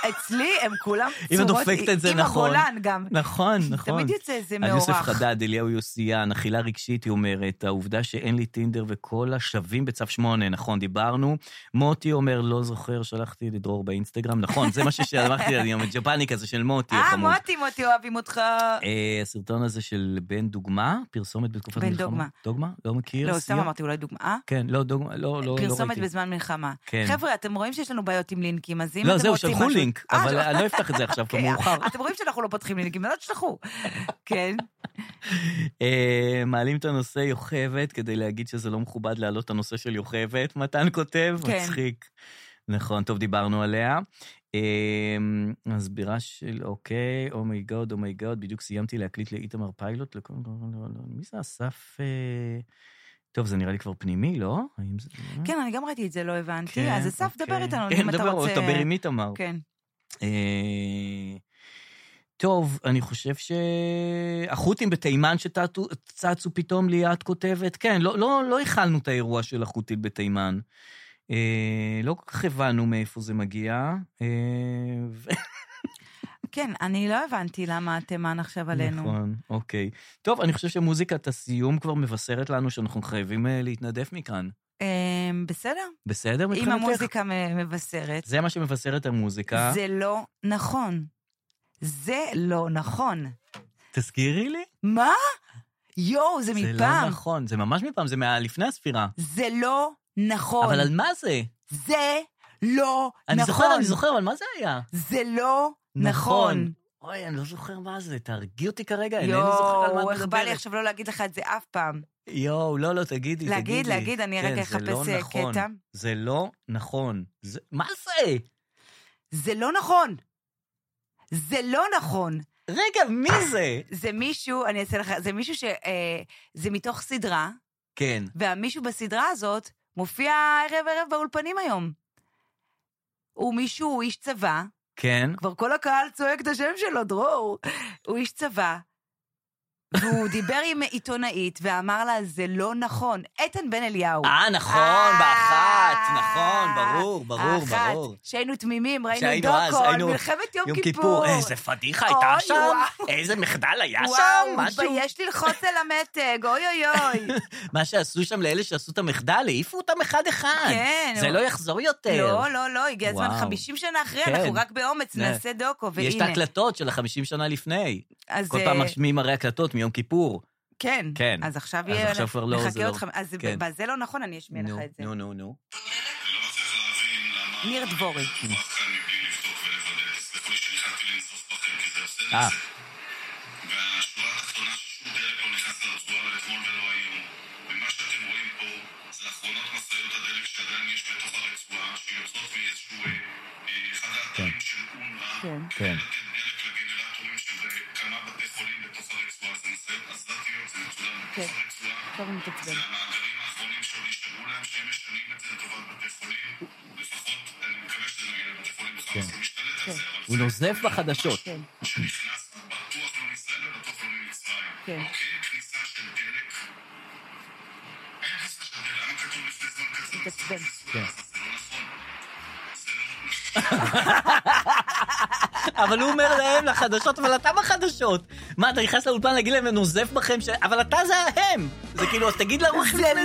[SPEAKER 3] אצלי הם כולם
[SPEAKER 2] אם את
[SPEAKER 3] צורות,
[SPEAKER 2] דופקת את זה נכון.
[SPEAKER 3] עם הגולן גם.
[SPEAKER 2] נכון, נכון.
[SPEAKER 3] תמיד יוצא איזה
[SPEAKER 2] על
[SPEAKER 3] מאורח.
[SPEAKER 2] יוסף חדד, אליהו יוסיאן, אכילה רגשית, היא אומרת, העובדה שאין לי טינדר וכל השווים בצו שמונה, נכון, דיברנו. מוטי אומר, לא זוכר, שלחתי לדרור באינסטגרם, נכון, זה מה ששלחתי, אני אומר, ג'פני כזה של מוטי,
[SPEAKER 3] אה,
[SPEAKER 2] החמוד.
[SPEAKER 3] מוטי, מוטי, אוהבים אותך. לא,
[SPEAKER 2] אה, הסרטון הזה של בן דוגמה, פרסומת בתקופת
[SPEAKER 3] בן
[SPEAKER 2] מלחמה.
[SPEAKER 3] דוגמה.
[SPEAKER 2] דוגמה? לא מכיר?
[SPEAKER 3] לא, סתם
[SPEAKER 2] סיום?
[SPEAKER 3] אמרתי אולי דוגמה.
[SPEAKER 2] כן, לא, דוגמה, לא, לא, לא ראיתי.
[SPEAKER 3] פרסומת בזמן מלחמה.
[SPEAKER 2] כן.
[SPEAKER 3] חבר'ה, אתם רואים שיש לנו בעיות עם לינקים, אז אם אתם רוצים
[SPEAKER 2] לא,
[SPEAKER 3] משהו...
[SPEAKER 2] זהו, שלחו לינק,
[SPEAKER 3] אה,
[SPEAKER 2] אבל
[SPEAKER 3] לא.
[SPEAKER 2] אני לא אפתח את זה עכשיו, כי
[SPEAKER 3] אוקיי,
[SPEAKER 2] מאוחר.
[SPEAKER 3] אתם רואים שאנחנו לא פותחים לינקים, אז אל תשלחו. כן.
[SPEAKER 2] אה, מעלים את הנושא יוכבת כדי להגיד שזה לא מכובד להעלות את הנושא של יוכבת, מתן כותב,
[SPEAKER 3] כן.
[SPEAKER 2] מצחיק. נכון, טוב, דיברנו עליה. אמ, אז בירה של, אוקיי, אומייגוד, אומייגוד, בדיוק סיימתי להקליט לאיתמר פיילוט, לכל- לא, לא, לא, מי זה אסף... אה, טוב, זה נראה לי כבר פנימי, לא? האם זה...
[SPEAKER 3] כן, אני גם ראיתי את זה, לא הבנתי.
[SPEAKER 2] כן,
[SPEAKER 3] אז אסף, דבר
[SPEAKER 2] אוקיי.
[SPEAKER 3] איתנו,
[SPEAKER 2] כן,
[SPEAKER 3] אם אתה
[SPEAKER 2] דבר, או
[SPEAKER 3] רוצה...
[SPEAKER 2] דבר עם איתמר.
[SPEAKER 3] כן.
[SPEAKER 2] אה, טוב, אני חושב שהחות'ים בתימן שצצו צצו פתאום, ליאת כותבת, כן, לא, לא, לא הכלנו את האירוע של החות'ים בתימן. אה, לא כל כך הבנו מאיפה זה מגיע. אה, ו...
[SPEAKER 3] כן, אני לא הבנתי למה תימן עכשיו עלינו.
[SPEAKER 2] נכון, אוקיי. טוב, אני חושב שמוזיקת הסיום כבר מבשרת לנו שאנחנו חייבים אה, להתנדף מכאן.
[SPEAKER 3] אמ, בסדר,
[SPEAKER 2] בסדר מבחינתך?
[SPEAKER 3] אם המוזיקה מ- מבשרת.
[SPEAKER 2] זה מה שמבשרת המוזיקה.
[SPEAKER 3] זה לא נכון. זה לא נכון.
[SPEAKER 2] תזכירי לי.
[SPEAKER 3] מה? יואו, זה
[SPEAKER 2] זה לא
[SPEAKER 3] מפעם.
[SPEAKER 2] נכון, זה ממש מפעם, זה מלפני הספירה.
[SPEAKER 3] זה לא נכון.
[SPEAKER 2] אבל על מה זה?
[SPEAKER 3] זה לא
[SPEAKER 2] אני
[SPEAKER 3] נכון.
[SPEAKER 2] זוכר, אני זוכר, אבל מה זה היה?
[SPEAKER 3] זה לא נכון.
[SPEAKER 2] אוי, אני לא זוכר מה זה, תהרגי אותי כרגע, אינני כן, זוכר על מה את
[SPEAKER 3] יואו,
[SPEAKER 2] מדברת.
[SPEAKER 3] איך בא לי עכשיו לא להגיד לך את זה אף פעם.
[SPEAKER 2] יואו, לא, לא, תגידי, תגידי.
[SPEAKER 3] להגיד, להגיד, אני
[SPEAKER 2] כן,
[SPEAKER 3] רגע
[SPEAKER 2] זה לא
[SPEAKER 3] אחפש אה,
[SPEAKER 2] נכון.
[SPEAKER 3] קטע.
[SPEAKER 2] זה לא נכון. זה- מה זה?
[SPEAKER 3] זה לא נכון. זה לא נכון.
[SPEAKER 2] רגע, מי זה?
[SPEAKER 3] זה מישהו, אני אעשה לך, זה מישהו ש... אה, זה מתוך סדרה,
[SPEAKER 2] כן.
[SPEAKER 3] והמישהו בסדרה הזאת מופיע ערב ערב באולפנים היום. הוא מישהו, הוא איש צבא,
[SPEAKER 2] כן.
[SPEAKER 3] כבר כל הקהל צועק את השם שלו, דרור. הוא איש צבא, והוא דיבר עם עיתונאית ואמר לה, זה לא נכון. איתן בן אליהו.
[SPEAKER 2] אה, נכון, באחת, נכון, ברור, ברור,
[SPEAKER 3] האחת,
[SPEAKER 2] ברור.
[SPEAKER 3] שהיינו תמימים, ראינו
[SPEAKER 2] שהיינו אז,
[SPEAKER 3] דוקו, על
[SPEAKER 2] היינו-
[SPEAKER 3] מלחמת יום,
[SPEAKER 2] יום
[SPEAKER 3] כיפור.
[SPEAKER 2] כיפור, איזה פדיחה הייתה
[SPEAKER 3] אוי,
[SPEAKER 2] שם, איזה מחדל היה שם,
[SPEAKER 3] וואו,
[SPEAKER 2] משהו. כן,
[SPEAKER 3] מתבייש ללחוץ על המתג, אוי אוי אוי.
[SPEAKER 2] מה שעשו שם לאלה שעשו את המחדל, העיפו אותם אחד-אחד.
[SPEAKER 3] כן,
[SPEAKER 2] זה
[SPEAKER 3] הוא-
[SPEAKER 2] לא יחזור יותר.
[SPEAKER 3] לא, לא, לא, הגיע הזמן,
[SPEAKER 2] וואו.
[SPEAKER 3] 50 שנה אחרי,
[SPEAKER 2] כן.
[SPEAKER 3] אנחנו רק באומץ
[SPEAKER 2] נה.
[SPEAKER 3] נעשה דוקו,
[SPEAKER 2] יש את
[SPEAKER 3] והנה.
[SPEAKER 2] ההקלטות של החמישים שנה לפני.
[SPEAKER 3] אז,
[SPEAKER 2] כל
[SPEAKER 3] אה,
[SPEAKER 2] פעם משמיעים הרי הקלטות מיום כיפור.
[SPEAKER 3] כן.
[SPEAKER 2] כן.
[SPEAKER 3] אז עכשיו
[SPEAKER 2] אז
[SPEAKER 3] יהיה...
[SPEAKER 2] עכשיו כבר לא, זה
[SPEAKER 3] נחכה
[SPEAKER 2] לא.
[SPEAKER 3] אותך, אז
[SPEAKER 2] כן.
[SPEAKER 3] בזה לא נכון, אני אשמיע לך
[SPEAKER 2] נו,
[SPEAKER 3] את זה.
[SPEAKER 2] נו, נו, נו.
[SPEAKER 5] אני לא מצליח להבין למה...
[SPEAKER 3] ניר דבורי.
[SPEAKER 2] כן.
[SPEAKER 5] מדובר כאן מבלי לבדוק ולוודא. תסלחו לי שנכנסתי לנזוף בכם כי זה עושה
[SPEAKER 2] אה.
[SPEAKER 5] נזק. והשורה התחתונה ששום דלק לא נכנס לרצועה לא אתמול ולא היום. ומה שאתם רואים פה זה אחרונות משאיות הדלק שעדיין יש בתוך הרצועה, שיוצאות מאיזשהו אה, אה, אחד האתרים של אונר"א,
[SPEAKER 3] כן.
[SPEAKER 2] כן.
[SPEAKER 5] כדי לתת דלק לגנרטורים של אה, כמה בתי חולים בתוך הרצועה. זה משאיות עזתיות, זה מצולם בתוך
[SPEAKER 3] כן.
[SPEAKER 5] הרצועה.
[SPEAKER 3] טוב, אני מתעצבן.
[SPEAKER 5] זה המאגרים האחרונים שעוד נשארו להם, שהם משנים את זה לטובת בתי חולים. לפחות, אני מקווה שזה מגיע לבתי חולים בכלל, אז לא משתלט על זה, אבל
[SPEAKER 2] הוא
[SPEAKER 5] זה
[SPEAKER 2] נוזף בחדשות.
[SPEAKER 3] כן,
[SPEAKER 5] שנכנס בטוח לא מישראל ובטוח לא ממצרים.
[SPEAKER 3] כן.
[SPEAKER 5] אוקיי, כניסה של דלק. אין כניסה של דלק, למה כתוב לפני זמן קצר?
[SPEAKER 3] מתעצבן.
[SPEAKER 5] זה לא נכון. זה לא נכון.
[SPEAKER 2] אבל הוא אומר להם לחדשות, אבל אתה בחדשות. מה, אתה נכנס לאולפן להגיד להם ונוזף בכם, ש- אבל אתה זה ההם. זה כאילו, אז תגיד להם...
[SPEAKER 3] זה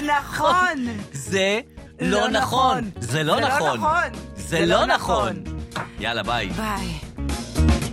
[SPEAKER 3] לא נכון.
[SPEAKER 2] זה לא נכון. זה לא נכון.
[SPEAKER 3] זה לא נכון.
[SPEAKER 2] זה לא נכון. יאללה, ביי.
[SPEAKER 3] ביי.